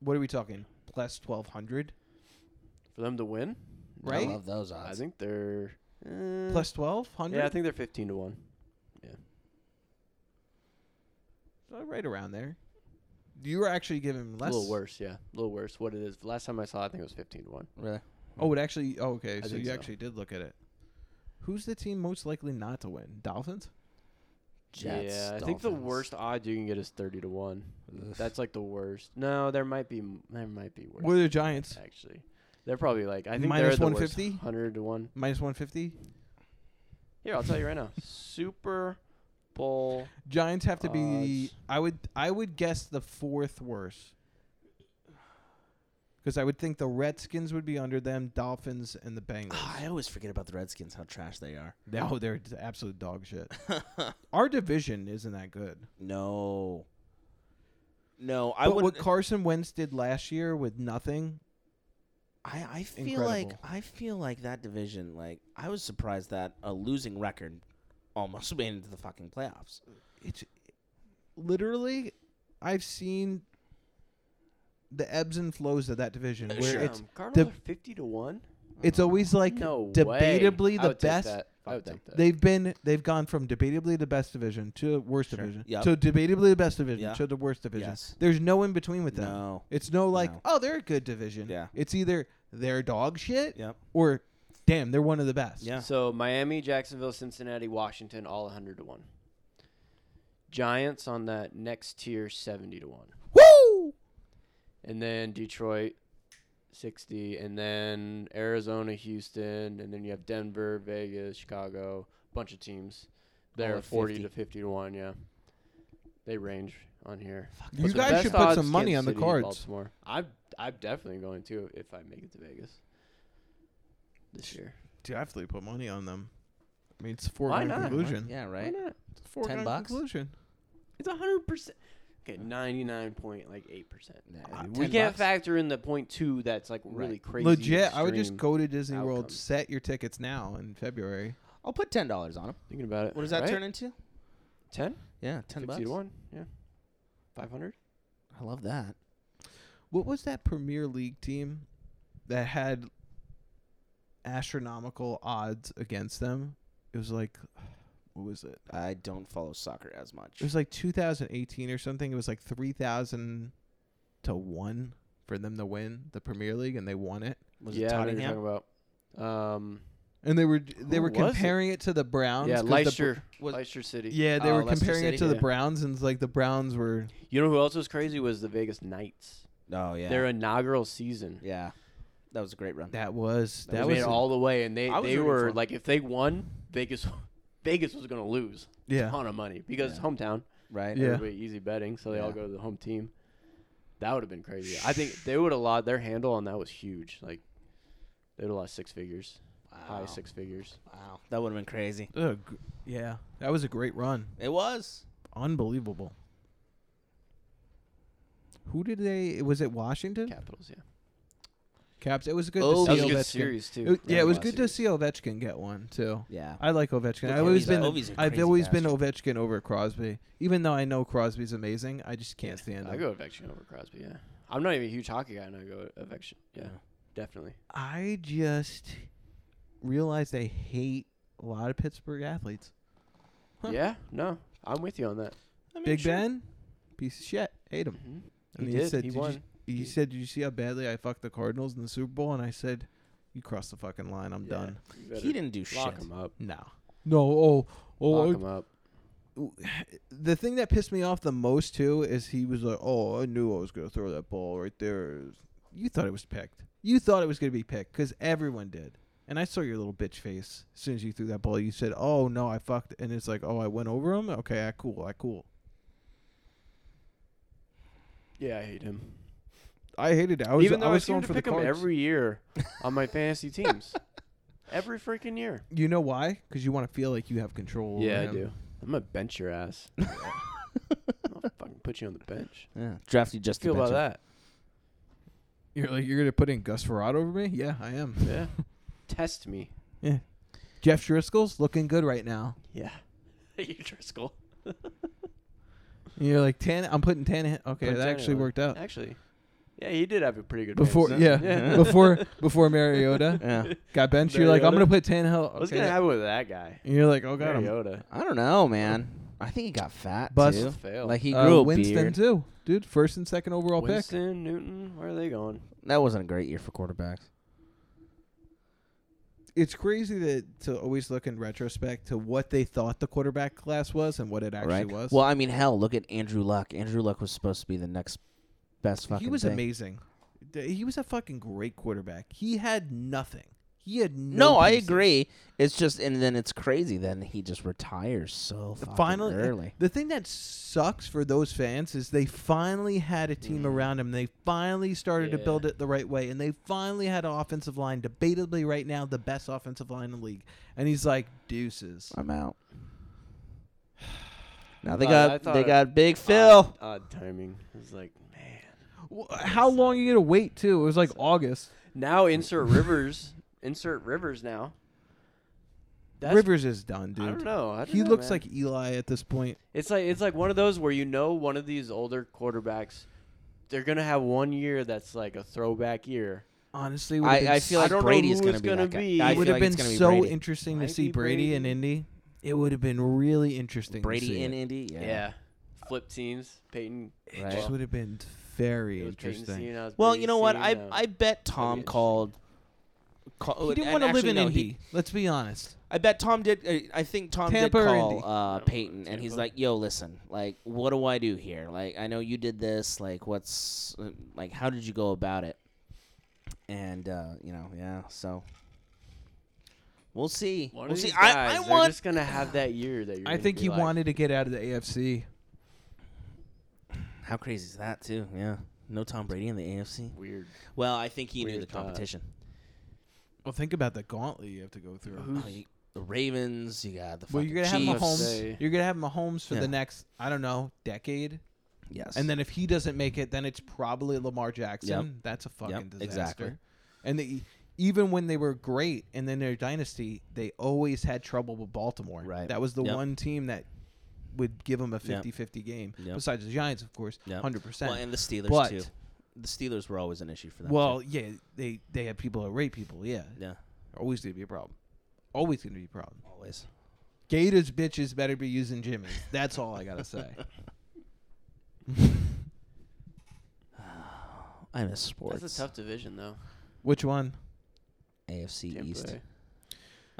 Speaker 3: What are we talking? Plus twelve hundred,
Speaker 4: for them to win,
Speaker 3: right?
Speaker 2: I love those odds.
Speaker 4: I think they're uh,
Speaker 3: Plus twelve hundred.
Speaker 4: Yeah, I think they're fifteen to one.
Speaker 3: right around there. You were actually giving
Speaker 4: A
Speaker 3: less.
Speaker 4: little worse, yeah, a little worse. What it is? Last time I saw, I think it was fifteen to one.
Speaker 2: Really?
Speaker 3: Oh, it actually. Oh, okay.
Speaker 4: I
Speaker 3: so
Speaker 4: think
Speaker 3: you
Speaker 4: so.
Speaker 3: actually did look at it. Who's the team most likely not to win? Dolphins.
Speaker 2: Jets,
Speaker 4: yeah, I think the
Speaker 2: Dolphins.
Speaker 4: worst odds you can get is thirty to one.
Speaker 2: Ugh.
Speaker 4: That's like the worst. No, there might be m- there might be worse.
Speaker 3: What are the Giants?
Speaker 4: Actually, they're probably like I think
Speaker 3: Minus
Speaker 4: they're one
Speaker 3: 150?
Speaker 4: fifty, hundred to one.
Speaker 3: Minus one fifty.
Speaker 4: Here, I'll tell you right now. Super Bowl.
Speaker 3: Giants have to be.
Speaker 4: Odds.
Speaker 3: I would. I would guess the fourth worst. Because I would think the Redskins would be under them, Dolphins and the Bengals.
Speaker 4: <sighs>
Speaker 2: Ah, I always forget about the Redskins. How trash they are.
Speaker 3: no, they're d- absolute dog
Speaker 4: <laughs>
Speaker 3: shit. Our division isn't that good.
Speaker 2: No. No, I
Speaker 3: But
Speaker 2: would.
Speaker 3: what Carson Wentz did last year with nothing,
Speaker 2: I, I feel like
Speaker 3: Incredible.
Speaker 2: I feel like that division. Like I was surprised that a losing record almost <laughs> made into the fucking playoffs.
Speaker 3: it's literally I've seen the ebbs and flows of that division where
Speaker 2: Uh, Sure.
Speaker 3: it's
Speaker 4: Damn, Cardinals
Speaker 3: the-
Speaker 4: are fifty to one.
Speaker 3: it's always like
Speaker 4: No way.
Speaker 3: debatably
Speaker 4: I
Speaker 3: the
Speaker 4: would take
Speaker 3: best.
Speaker 4: that. I
Speaker 2: Fuck
Speaker 4: would
Speaker 2: them.
Speaker 4: take that.
Speaker 3: They've been they've gone from debatably the best division to worst division.
Speaker 2: Yep.
Speaker 3: So debatably the best division
Speaker 2: Yeah.
Speaker 3: to the worst division.
Speaker 2: Yes.
Speaker 3: There's no in between with them.
Speaker 2: No.
Speaker 3: It's no like,
Speaker 2: No.
Speaker 3: oh, they're a good division.
Speaker 2: Yeah.
Speaker 3: It's either they're dog shit
Speaker 2: Yep.
Speaker 3: or damn, they're one of the best.
Speaker 2: Yeah.
Speaker 4: So Miami, Jacksonville, Cincinnati, Washington, all 100 to 1. Giants on that next tier, 70 to 1.
Speaker 3: Woo!
Speaker 4: And then Detroit, 60. And then Arizona, Houston. And then you have Denver, Vegas, Chicago, bunch of teams. They're
Speaker 2: at
Speaker 4: 40
Speaker 2: 50.
Speaker 4: to 50 to 1, yeah. They range on here. But
Speaker 3: You
Speaker 4: the
Speaker 3: guys
Speaker 4: best
Speaker 3: should put
Speaker 4: odds,
Speaker 3: some money
Speaker 4: Kansas
Speaker 3: on the
Speaker 4: City,
Speaker 3: cards.
Speaker 4: Baltimore. I'm, I'm definitely going to if I make it to Vegas this year.
Speaker 3: Definitely put money on them. I mean, it's a foregone
Speaker 4: Why not?
Speaker 3: conclusion.
Speaker 2: Yeah.
Speaker 4: Why
Speaker 2: Right.
Speaker 4: not?
Speaker 3: It's a foregone
Speaker 2: bucks?
Speaker 3: conclusion.
Speaker 4: It's hundred percent. Okay, ninety nine point like eight percent. Uh,
Speaker 2: Yeah,
Speaker 4: We
Speaker 2: 10
Speaker 4: can't
Speaker 2: Uh, bucks.
Speaker 4: factor in the point two. That's like really
Speaker 2: Right.
Speaker 4: crazy.
Speaker 3: Legit, I would just
Speaker 4: extreme.
Speaker 3: go to Disney World,
Speaker 4: outcome.
Speaker 3: set your tickets now in February.
Speaker 2: I'll put ten dollars on them.
Speaker 4: thinking about it.
Speaker 2: What does that
Speaker 4: right?
Speaker 2: turn into?
Speaker 4: Ten?
Speaker 2: Yeah, ten
Speaker 4: Fifty to one. Yeah, five hundred.
Speaker 2: I love that.
Speaker 3: What was that Premier League team that had astronomical odds against them. It was like, what was it?
Speaker 2: I don't follow soccer as much.
Speaker 3: It was like 2018 or something. It was like 3,000 to 1 for them to win the Premier League, and they won it.
Speaker 2: Was
Speaker 4: yeah,
Speaker 2: it
Speaker 4: I know what
Speaker 2: Tottenham?
Speaker 4: you're talking about. Um,
Speaker 3: And they were they
Speaker 4: Who
Speaker 3: were
Speaker 4: was it?
Speaker 3: comparing it? to the Browns.
Speaker 4: yeah,
Speaker 3: 'cause the-
Speaker 4: Leicester,
Speaker 2: was-
Speaker 4: Leicester City.
Speaker 3: yeah, they
Speaker 2: Oh,
Speaker 3: were
Speaker 2: Leicester
Speaker 3: comparing
Speaker 2: City?
Speaker 3: it to the
Speaker 4: Yeah.
Speaker 3: Browns, and it's like the Browns were.
Speaker 4: You know who else was crazy was the Vegas Knights.
Speaker 2: Oh yeah.
Speaker 4: Their inaugural season.
Speaker 2: yeah. That was a great run.
Speaker 3: That was
Speaker 4: That
Speaker 3: that
Speaker 4: made
Speaker 3: was
Speaker 4: it all the way, and they,
Speaker 2: I was
Speaker 4: they
Speaker 2: rooting for
Speaker 4: were
Speaker 2: 'em.
Speaker 4: like, if they won, Vegas <laughs> Vegas was gonna lose a
Speaker 3: yeah.
Speaker 4: ton of money because it's
Speaker 2: Yeah.
Speaker 4: hometown.
Speaker 2: Right?
Speaker 3: Yeah.
Speaker 4: Everybody easy betting, so they all
Speaker 2: Yeah.
Speaker 4: go to the home team. That would have been crazy. I think they would have lost their handle on that was huge. Like they would have lost six figures, high
Speaker 2: Wow.
Speaker 4: six figures.
Speaker 2: Wow. That would have been crazy.
Speaker 3: Ugh, gr- yeah, that was a great run.
Speaker 2: It was.
Speaker 3: Unbelievable. Who did they? Was it Washington?
Speaker 4: Capitals, yeah.
Speaker 3: Caps. It was good
Speaker 2: Oh,
Speaker 3: to see
Speaker 4: That was a
Speaker 3: Ovechkin.
Speaker 4: good series too.
Speaker 3: It- yeah, it was
Speaker 2: last
Speaker 3: good to see Ovechkin get one too.
Speaker 2: Yeah.
Speaker 3: I like Ovechkin.
Speaker 2: Look,
Speaker 3: I've always
Speaker 2: Ovie's
Speaker 3: been
Speaker 2: a- Ovie's a
Speaker 3: I've
Speaker 2: crazy
Speaker 3: always been Ovechkin over Crosby. Even though I know Crosby's amazing, I just can't stand him.
Speaker 4: I go Ovechkin over Crosby. Yeah, I'm not even a huge hockey guy, and I go Ovechkin. Yeah,
Speaker 2: Yeah.
Speaker 4: definitely.
Speaker 3: I just realized I hate a lot of Pittsburgh athletes. Huh.
Speaker 4: Yeah, no, I'm with you on that.
Speaker 2: I mean,
Speaker 3: Big
Speaker 2: sure.
Speaker 3: Ben, piece of shit. Hate him.
Speaker 4: Mhm.
Speaker 3: And
Speaker 4: He
Speaker 3: he
Speaker 4: did.
Speaker 3: said,
Speaker 4: He
Speaker 3: "Did you-
Speaker 4: won.
Speaker 3: He
Speaker 4: Yeah.
Speaker 3: said, "Did you see how badly I fucked the Cardinals in the Super Bowl?" And I said, "You crossed the fucking line. I'm
Speaker 4: Yeah.
Speaker 3: done."
Speaker 4: You better
Speaker 2: He didn't do
Speaker 4: lock
Speaker 2: shit.
Speaker 4: him up.
Speaker 3: No, no. Oh,
Speaker 4: Lock
Speaker 3: oh.
Speaker 4: him up.
Speaker 3: the thing that pissed me off the most too is he was like, "Oh, I knew I was gonna throw that ball right there." You thought it was picked. You thought it was gonna be picked because everyone did. And I saw your little bitch face as soon as you threw that ball. You said, "Oh no, I fucked," and it's like, "Oh, I went over him." Okay, I cool, I cool.
Speaker 4: Yeah, I hate him.
Speaker 3: I hated it. I was
Speaker 4: Even though I,
Speaker 3: was
Speaker 4: seem
Speaker 3: going
Speaker 4: to
Speaker 3: for
Speaker 4: pick
Speaker 3: the
Speaker 4: him
Speaker 3: cards.
Speaker 4: every year
Speaker 3: <laughs>
Speaker 4: on my fantasy teams, every freaking year.
Speaker 3: You know why? Because you want to feel like you have control. over
Speaker 4: Yeah, I
Speaker 3: him.
Speaker 4: do. I'm gonna bench
Speaker 3: <laughs>
Speaker 4: your ass. I'm gonna fucking put you on the bench.
Speaker 2: Yeah. Draft you just
Speaker 4: Feel about that?
Speaker 3: You're like you're gonna put in Gus Farad over me? Yeah, I am.
Speaker 4: Yeah.
Speaker 3: <laughs>
Speaker 4: Test me.
Speaker 3: Jeff Driscoll's looking good right now.
Speaker 4: Yeah. <laughs> you Driscoll.
Speaker 3: And you're like Tan. I'm putting Tan. Okay,
Speaker 4: Put
Speaker 3: that
Speaker 4: Tannehill
Speaker 3: actually
Speaker 4: in.
Speaker 3: worked out.
Speaker 4: Actually, yeah, he did have a pretty good
Speaker 3: Before,
Speaker 4: fantasy
Speaker 3: yeah,
Speaker 4: season.
Speaker 3: <laughs> before before Mariota
Speaker 2: Yeah.
Speaker 3: <laughs> got benched, you're like, I'm gonna
Speaker 4: Mariota?
Speaker 3: put Tannehill.
Speaker 4: What's
Speaker 3: Okay.
Speaker 4: gonna happen with that guy?
Speaker 3: And you're like, oh god, I'm
Speaker 4: Mariota.
Speaker 2: I don't know, man. I think he got fat
Speaker 3: Bust.
Speaker 2: too.
Speaker 4: Fail.
Speaker 2: Like he grew
Speaker 3: uh,
Speaker 2: a
Speaker 3: Winston
Speaker 2: beard.
Speaker 3: too, dude. First and second overall pick.
Speaker 4: Winston, Newton, where are they going?
Speaker 2: That wasn't a great year for quarterbacks.
Speaker 3: It's crazy that to always look in retrospect to what they thought the quarterback class was and what it actually
Speaker 2: right?
Speaker 3: was.
Speaker 2: Well, I mean, hell, look at Andrew Luck. Andrew Luck was supposed to be the next best fucking.
Speaker 3: he was
Speaker 2: thing.
Speaker 3: amazing. D- He was a fucking great quarterback. He had nothing. He had no.
Speaker 2: No, I
Speaker 3: pieces.
Speaker 2: agree. It's just, and then it's crazy. Then he just retires so fucking
Speaker 3: finally
Speaker 2: early.
Speaker 3: eh, the thing that sucks for those fans is they finally had a team
Speaker 2: Mm.
Speaker 3: around him they finally started to
Speaker 4: Yeah.
Speaker 3: build it the right way and they finally had an offensive line debatably right now the best offensive line in the league and he's like deuces
Speaker 2: I'm out. <sighs> Now they
Speaker 4: Uh, I
Speaker 2: got
Speaker 4: thought
Speaker 2: they
Speaker 4: it-
Speaker 2: got Big Phil.
Speaker 4: Odd, odd timing. It was like, man.
Speaker 3: Wh- how long are you gonna wait too it was like august <laughs>
Speaker 4: Now insert Rivers. insert Rivers now. That's,
Speaker 3: rivers is done
Speaker 4: I don't
Speaker 3: dude
Speaker 4: know. I don't
Speaker 3: he
Speaker 4: know,
Speaker 3: looks
Speaker 4: man.
Speaker 3: like eli at this point
Speaker 4: it's like it's like one of those where you know one of these older quarterbacks, they're gonna have one year that's like a throwback year.
Speaker 3: honestly would've been
Speaker 2: I, I feel
Speaker 3: s-
Speaker 2: like
Speaker 4: don't know
Speaker 2: Brady's
Speaker 4: who
Speaker 2: going to
Speaker 4: it's
Speaker 2: be.
Speaker 4: gonna
Speaker 2: that guy.
Speaker 4: be.
Speaker 2: I
Speaker 3: it
Speaker 2: feel
Speaker 3: would have
Speaker 2: like
Speaker 3: been
Speaker 2: it's gonna be
Speaker 3: so
Speaker 2: Brady.
Speaker 3: interesting
Speaker 4: Might
Speaker 3: to see
Speaker 4: be
Speaker 3: brady,
Speaker 4: Brady.
Speaker 3: in indy it would have been really interesting to see
Speaker 2: Brady in
Speaker 3: it.
Speaker 2: Indy. Yeah.
Speaker 4: Flip teams. Peyton.
Speaker 3: it
Speaker 2: Right.
Speaker 3: just would have been very
Speaker 4: it was Peyton's
Speaker 3: interesting
Speaker 4: team, now it's
Speaker 2: Well,
Speaker 4: Brady's
Speaker 2: you know what?
Speaker 4: team,
Speaker 2: I
Speaker 4: now-
Speaker 2: I bet Tom
Speaker 4: interesting.
Speaker 2: called. call-
Speaker 3: He didn't
Speaker 2: Oh, and
Speaker 3: want to live
Speaker 2: actually,
Speaker 3: in
Speaker 2: no, he-
Speaker 3: Indy. Let's be honest.
Speaker 2: I bet Tom did. uh, I think Tom
Speaker 3: Tampa
Speaker 2: did
Speaker 3: or
Speaker 2: call
Speaker 3: Indy?
Speaker 2: uh,
Speaker 4: No,
Speaker 2: Peyton, and he's
Speaker 4: Tampa.
Speaker 2: like, "Yo, listen, like, what do I do here? Like, I know you did this. Like, what's uh, like? How did you go about it?" And uh, you know, yeah. So we'll see.
Speaker 4: One
Speaker 2: we'll
Speaker 4: of
Speaker 2: see.
Speaker 4: these
Speaker 2: I, I
Speaker 4: guys, they're
Speaker 2: want.
Speaker 4: just gonna have that year that you're.
Speaker 3: I
Speaker 4: gonna
Speaker 3: think
Speaker 4: be
Speaker 3: he
Speaker 4: like,
Speaker 3: wanted to get out of the AFC.
Speaker 2: How crazy is that, too? Yeah. No Tom Brady in the AFC.
Speaker 4: weird.
Speaker 2: Well, I think he knew
Speaker 4: Weird
Speaker 2: the
Speaker 4: thought.
Speaker 2: competition.
Speaker 3: Well, think about the gauntlet you have to go through.
Speaker 4: Who's-
Speaker 2: Oh, you- the Ravens. You got the
Speaker 3: Well,
Speaker 2: fucking
Speaker 3: you're gonna have
Speaker 2: Chiefs.
Speaker 3: Mahomes.
Speaker 4: Say-
Speaker 3: You're gonna have Mahomes for
Speaker 2: Yeah.
Speaker 3: the next, I don't know, decade.
Speaker 2: Yes.
Speaker 3: And then if he doesn't make it, then it's probably Lamar Jackson. That's a fucking disaster.
Speaker 2: exactly.
Speaker 3: And they, even when they were great and then their dynasty, they always had trouble with Baltimore.
Speaker 2: Right.
Speaker 3: That was the
Speaker 2: Yep.
Speaker 3: one team that would give them a 50-50 game.
Speaker 2: Yep.
Speaker 3: Besides the Giants, of course,
Speaker 2: Yep.
Speaker 3: hundred percent.
Speaker 2: well, and the Steelers
Speaker 3: But-
Speaker 2: too. The Steelers were always an issue for them.
Speaker 3: Well,
Speaker 2: too.
Speaker 3: yeah, they they had people that rape people, yeah,
Speaker 2: yeah.
Speaker 3: Always gonna be a problem. Always gonna be a problem.
Speaker 2: Always.
Speaker 3: Gators bitches better be using Jimmy's. That's all I gotta <laughs> say.
Speaker 2: I miss sports.
Speaker 4: That's a tough division, though.
Speaker 3: Which one?
Speaker 2: AFC
Speaker 4: Tampa
Speaker 2: East.
Speaker 4: Bay.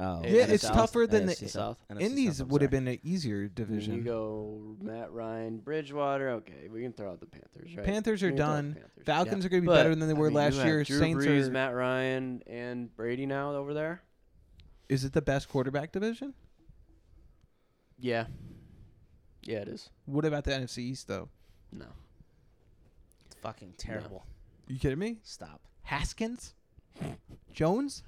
Speaker 2: Oh,
Speaker 4: Yeah,
Speaker 2: NFC
Speaker 4: it's
Speaker 2: South.
Speaker 3: tougher than the-
Speaker 2: NFC South. NFC
Speaker 3: Indies
Speaker 2: South, I'm
Speaker 3: would have
Speaker 2: sorry.
Speaker 3: been an easier
Speaker 4: And then
Speaker 3: division.
Speaker 4: You go Matt Ryan, Bridgewater. Okay, we can throw out the Panthers, right?
Speaker 3: Panthers are
Speaker 4: We can throw out
Speaker 3: done.
Speaker 4: the Panthers.
Speaker 3: Falcons are gonna be
Speaker 4: But,
Speaker 3: better than they
Speaker 4: I
Speaker 3: were
Speaker 4: mean, you
Speaker 3: last
Speaker 4: have
Speaker 3: year.
Speaker 4: Drew
Speaker 3: Saints
Speaker 4: Brees,
Speaker 3: are.
Speaker 4: Matt Ryan, and Brady now over there.
Speaker 3: Is it the best quarterback division?
Speaker 4: Yeah. Yeah, it is.
Speaker 3: What about the NFC East though?
Speaker 4: No.
Speaker 2: It's fucking terrible.
Speaker 3: You kidding me?
Speaker 2: Stop.
Speaker 4: <laughs>
Speaker 3: Haskins, Jones,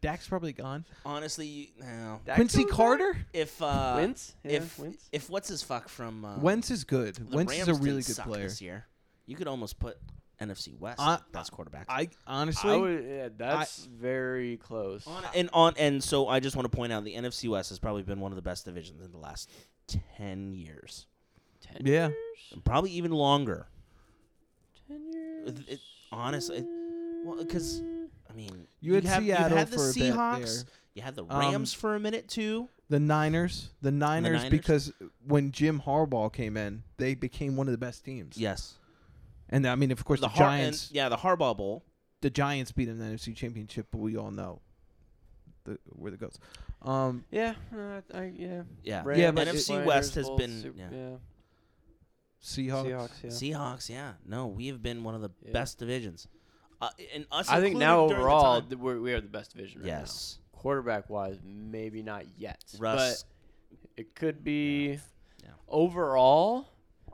Speaker 3: Dak's probably gone.
Speaker 2: Honestly, you, no.
Speaker 3: Quincy Carter.
Speaker 2: If uh,
Speaker 4: Wentz? Yeah,
Speaker 2: if
Speaker 4: Wentz.
Speaker 2: if what's his fuck from uh,
Speaker 3: Wentz is good.
Speaker 2: the
Speaker 3: Wentz
Speaker 2: Rams
Speaker 3: is a
Speaker 2: didn't
Speaker 3: really good
Speaker 2: suck
Speaker 3: player.
Speaker 2: this year. You could almost put NFC West
Speaker 3: Uh,
Speaker 2: best quarterback.
Speaker 3: I honestly,
Speaker 4: I would, yeah, that's very close.
Speaker 2: on, and on and so I just want to point out the NFC West has probably been one of the best divisions in the last ten years,
Speaker 4: Ten
Speaker 3: Yeah.
Speaker 4: years?
Speaker 2: And probably even longer.
Speaker 4: Ten years?
Speaker 2: It- it- honestly, it- well, 'cause- I mean,
Speaker 3: You had
Speaker 2: have-
Speaker 3: Seattle
Speaker 2: had the
Speaker 3: for a bit
Speaker 2: Seahawks,
Speaker 3: there.
Speaker 2: you had the
Speaker 3: Um,
Speaker 2: Rams for a minute too.
Speaker 3: the Niners, the Niners,
Speaker 2: Niners?
Speaker 3: because when Jim Harbaugh came in, they became one of the best teams.
Speaker 2: Yes,
Speaker 3: and I mean, of course, the,
Speaker 2: the, Har- and-
Speaker 3: Giants.
Speaker 2: yeah, the Harbaugh Bowl.
Speaker 3: the Giants beat them in the NFC Championship, but we all know the where the goes. Um,
Speaker 4: Yeah. Uh, I, yeah.
Speaker 2: Yeah,
Speaker 4: Rams,
Speaker 3: but it-
Speaker 2: NFC
Speaker 4: Niners,
Speaker 2: West has
Speaker 4: Colts,
Speaker 2: been
Speaker 4: Sup-
Speaker 2: yeah.
Speaker 4: yeah.
Speaker 3: Seahawks.
Speaker 4: Seahawks. yeah.
Speaker 2: Seahawks, yeah. No, we have been one of the
Speaker 4: Yeah.
Speaker 2: best divisions. Uh, and us
Speaker 4: I think
Speaker 2: included
Speaker 4: now
Speaker 2: during the
Speaker 4: overall
Speaker 2: time-
Speaker 4: th- we're, we are the best division right
Speaker 2: yes.
Speaker 4: now. Quarterback wise, maybe not yet.
Speaker 2: Russ.
Speaker 4: But it could be
Speaker 2: Yeah.
Speaker 4: overall.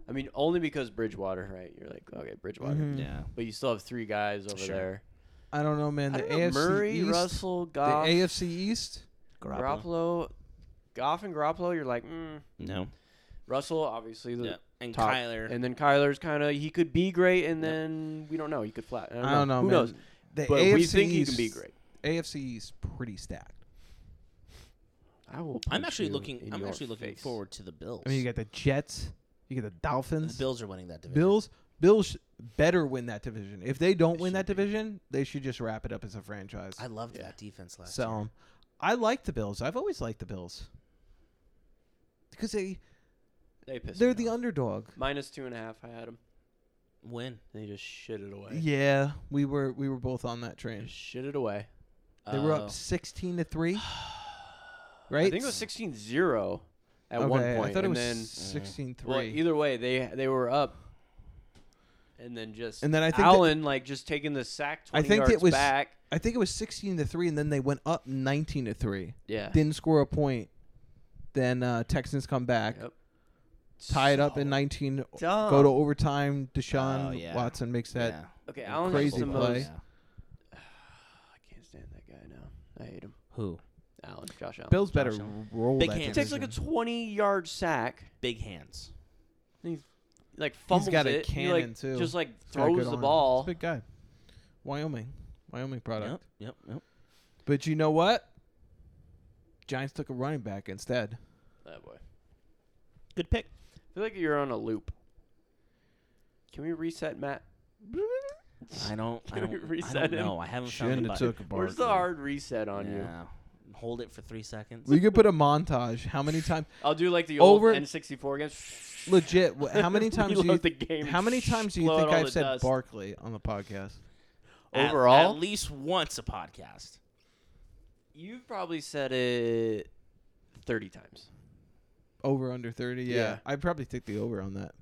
Speaker 4: I mean, only because Bridgewater, right? You're like, okay, Bridgewater.
Speaker 3: Mhm.
Speaker 2: yeah.
Speaker 4: But you still have three guys over
Speaker 2: Mm-hmm. Sure.
Speaker 4: there.
Speaker 3: I don't know, man.
Speaker 4: I
Speaker 3: The
Speaker 4: don't know,
Speaker 3: AFC
Speaker 4: Murray,
Speaker 3: East,
Speaker 4: Russell,
Speaker 3: the
Speaker 4: Goff,
Speaker 3: AFC East.
Speaker 2: Garoppolo.
Speaker 4: Garoppolo. Goff and Garoppolo, you're like, mm.
Speaker 2: No.
Speaker 4: Russell, obviously. The,
Speaker 2: Yeah. And
Speaker 4: top.
Speaker 2: Kyler.
Speaker 4: And then Kyler's kind of, he could be great, and then we don't know. He could flat. I don't,
Speaker 3: I don't know,
Speaker 4: Who
Speaker 3: man.
Speaker 4: knows?
Speaker 3: The
Speaker 4: But
Speaker 3: AFC
Speaker 4: we think he
Speaker 3: East,
Speaker 4: can be great.
Speaker 3: AFC East pretty stacked.
Speaker 4: I will.
Speaker 2: I'm
Speaker 4: punch
Speaker 2: actually
Speaker 4: you
Speaker 2: looking
Speaker 4: in
Speaker 2: I'm
Speaker 4: your
Speaker 2: actually looking
Speaker 4: face.
Speaker 2: forward to the Bills.
Speaker 3: I mean, you got the Jets, you got the
Speaker 2: the
Speaker 3: Dolphins,
Speaker 2: Bills are winning that division.
Speaker 3: Bills. Bills sh- better win that division. If they don't
Speaker 4: They
Speaker 3: win that
Speaker 4: should be.
Speaker 3: division, they should just wrap it up as a franchise.
Speaker 2: I loved
Speaker 4: Yeah.
Speaker 2: that defense last
Speaker 3: Sell
Speaker 2: year.
Speaker 3: 'em. I like the Bills. I've always liked the Bills because they
Speaker 4: They pissed
Speaker 3: they're
Speaker 4: me
Speaker 3: the
Speaker 4: off.
Speaker 3: underdog.
Speaker 4: minus two and a half. I had them.
Speaker 2: Win.
Speaker 4: They just shit it away.
Speaker 3: Yeah, we were we were both on that
Speaker 4: They
Speaker 3: train.
Speaker 4: just shit it away.
Speaker 3: They were
Speaker 2: Oh.
Speaker 3: up sixteen to three, <sighs> right?
Speaker 4: I think it was 16-0 at one
Speaker 3: Okay,
Speaker 4: point.
Speaker 3: I thought it
Speaker 4: and
Speaker 3: was
Speaker 4: then,
Speaker 3: 16-3.
Speaker 4: well, either way, they they were up, and then just
Speaker 3: And then I think that-
Speaker 4: Allen like just taking the sack. 20
Speaker 3: I think
Speaker 4: yards
Speaker 3: it was-
Speaker 4: back.
Speaker 3: I think it was sixteen to three, and then they went up nineteen to three.
Speaker 4: Yeah.
Speaker 3: Didn't score a point. Then uh, Texans come back,
Speaker 4: Yep.
Speaker 3: tie it up in
Speaker 4: So
Speaker 3: nineteen,
Speaker 4: dumb.
Speaker 3: go to overtime. Deshaun
Speaker 2: Oh, yeah.
Speaker 3: Watson makes that.
Speaker 2: yeah.
Speaker 4: okay. Allen
Speaker 3: crazy
Speaker 4: has
Speaker 3: play.
Speaker 4: the most.
Speaker 2: Yeah.
Speaker 4: I can't stand that guy now. I hate him.
Speaker 2: Who?
Speaker 4: Allen, Josh Allen.
Speaker 3: Bills
Speaker 2: Josh
Speaker 3: better
Speaker 2: Allen.
Speaker 3: roll
Speaker 2: Big
Speaker 3: that.
Speaker 2: hands.
Speaker 4: He takes like a
Speaker 3: division.
Speaker 4: twenty-yard sack.
Speaker 2: Big hands.
Speaker 4: like fumbles
Speaker 3: got a
Speaker 4: it. he,
Speaker 3: cannon,
Speaker 4: like,
Speaker 3: too.
Speaker 4: Just like
Speaker 3: He's got a good
Speaker 4: throws the
Speaker 3: arm.
Speaker 4: ball.
Speaker 3: He's a big guy. Wyoming, Wyoming product.
Speaker 2: Yep, yep, yep.
Speaker 3: But you know what? Giants took a running back
Speaker 4: <laughs>
Speaker 3: instead.
Speaker 4: That boy. I
Speaker 2: Good pick.
Speaker 4: feel like you're on a loop. Can we reset, Matt?
Speaker 2: I don't I <laughs>
Speaker 4: Can we
Speaker 2: don't, I
Speaker 4: reset
Speaker 2: don't
Speaker 4: him?
Speaker 2: know. I haven't found the button.
Speaker 4: Where's the hard reset on you?
Speaker 2: yeah. Hold it for 3 seconds.
Speaker 3: We could put a montage. How many times?
Speaker 4: I'll do like the
Speaker 3: Over-
Speaker 4: old N64 games. <laughs>
Speaker 3: Legit. wh- How many times? do
Speaker 4: Reload
Speaker 3: you,
Speaker 4: the game?
Speaker 3: how many times do you
Speaker 4: blow out
Speaker 3: think
Speaker 4: all
Speaker 3: I've
Speaker 4: the
Speaker 3: said
Speaker 4: dust.
Speaker 3: Barkley on the podcast?
Speaker 2: At-
Speaker 4: Overall,
Speaker 2: at least once a podcast. <laughs>
Speaker 4: you've probably said it thirty times.
Speaker 3: Over under thirty. Yeah,
Speaker 4: Yeah.
Speaker 3: I'd probably take the over on that.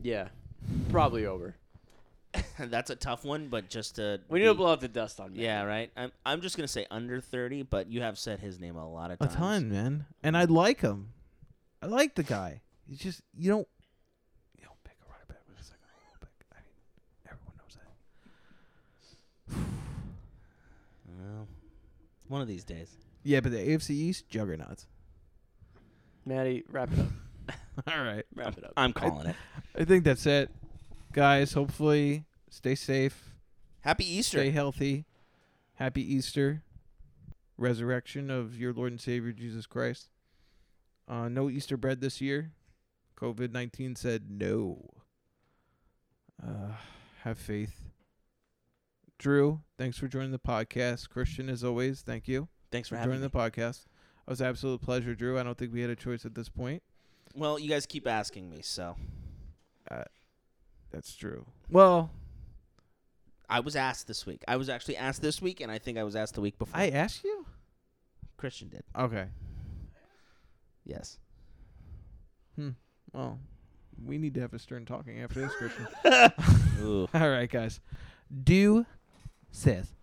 Speaker 4: Yeah, probably over.
Speaker 2: That's a tough one, but just to
Speaker 4: We need to
Speaker 2: be-
Speaker 4: blow out the dust on. Matt.
Speaker 2: Yeah, right. I'm I'm just gonna say under thirty, but you have said his name a lot of
Speaker 3: A
Speaker 2: times.
Speaker 3: ton, man. And I like him. I like the guy. He's just you don't. You don't pick a running back with a second overall pick. I mean, everyone knows that.
Speaker 2: Well, one of these days.
Speaker 3: Yeah, but the AFC East juggernauts. <laughs>
Speaker 4: Maddie, wrap it up.
Speaker 3: All right.
Speaker 4: Wrap it up.
Speaker 2: I'm calling it.
Speaker 3: I think that's it. Guys, hopefully stay safe,
Speaker 2: Happy Easter.
Speaker 3: stay healthy. Happy Easter. Resurrection of your Lord and Savior Jesus Christ. Uh, no Easter bread this year. COVID 19 said no. Uh, have faith. Drew, thanks for joining the podcast. Christian, as always, thank you
Speaker 2: Thanks for
Speaker 3: for
Speaker 2: having
Speaker 3: joining
Speaker 2: me.
Speaker 3: the podcast. It was an absolute pleasure, Drew. I don't think we had a choice at this point.
Speaker 2: well, you guys keep asking me, so
Speaker 3: Uh, That's true. Well,
Speaker 2: I was asked this week. I was actually asked this week, and I think I was asked the week before.
Speaker 3: I asked you.
Speaker 2: Christian did.
Speaker 3: Okay. <laughs>
Speaker 2: Yes.
Speaker 3: Well, we need to have a stern talking after this, Christian.
Speaker 2: Ooh.
Speaker 3: All right, guys. Do says.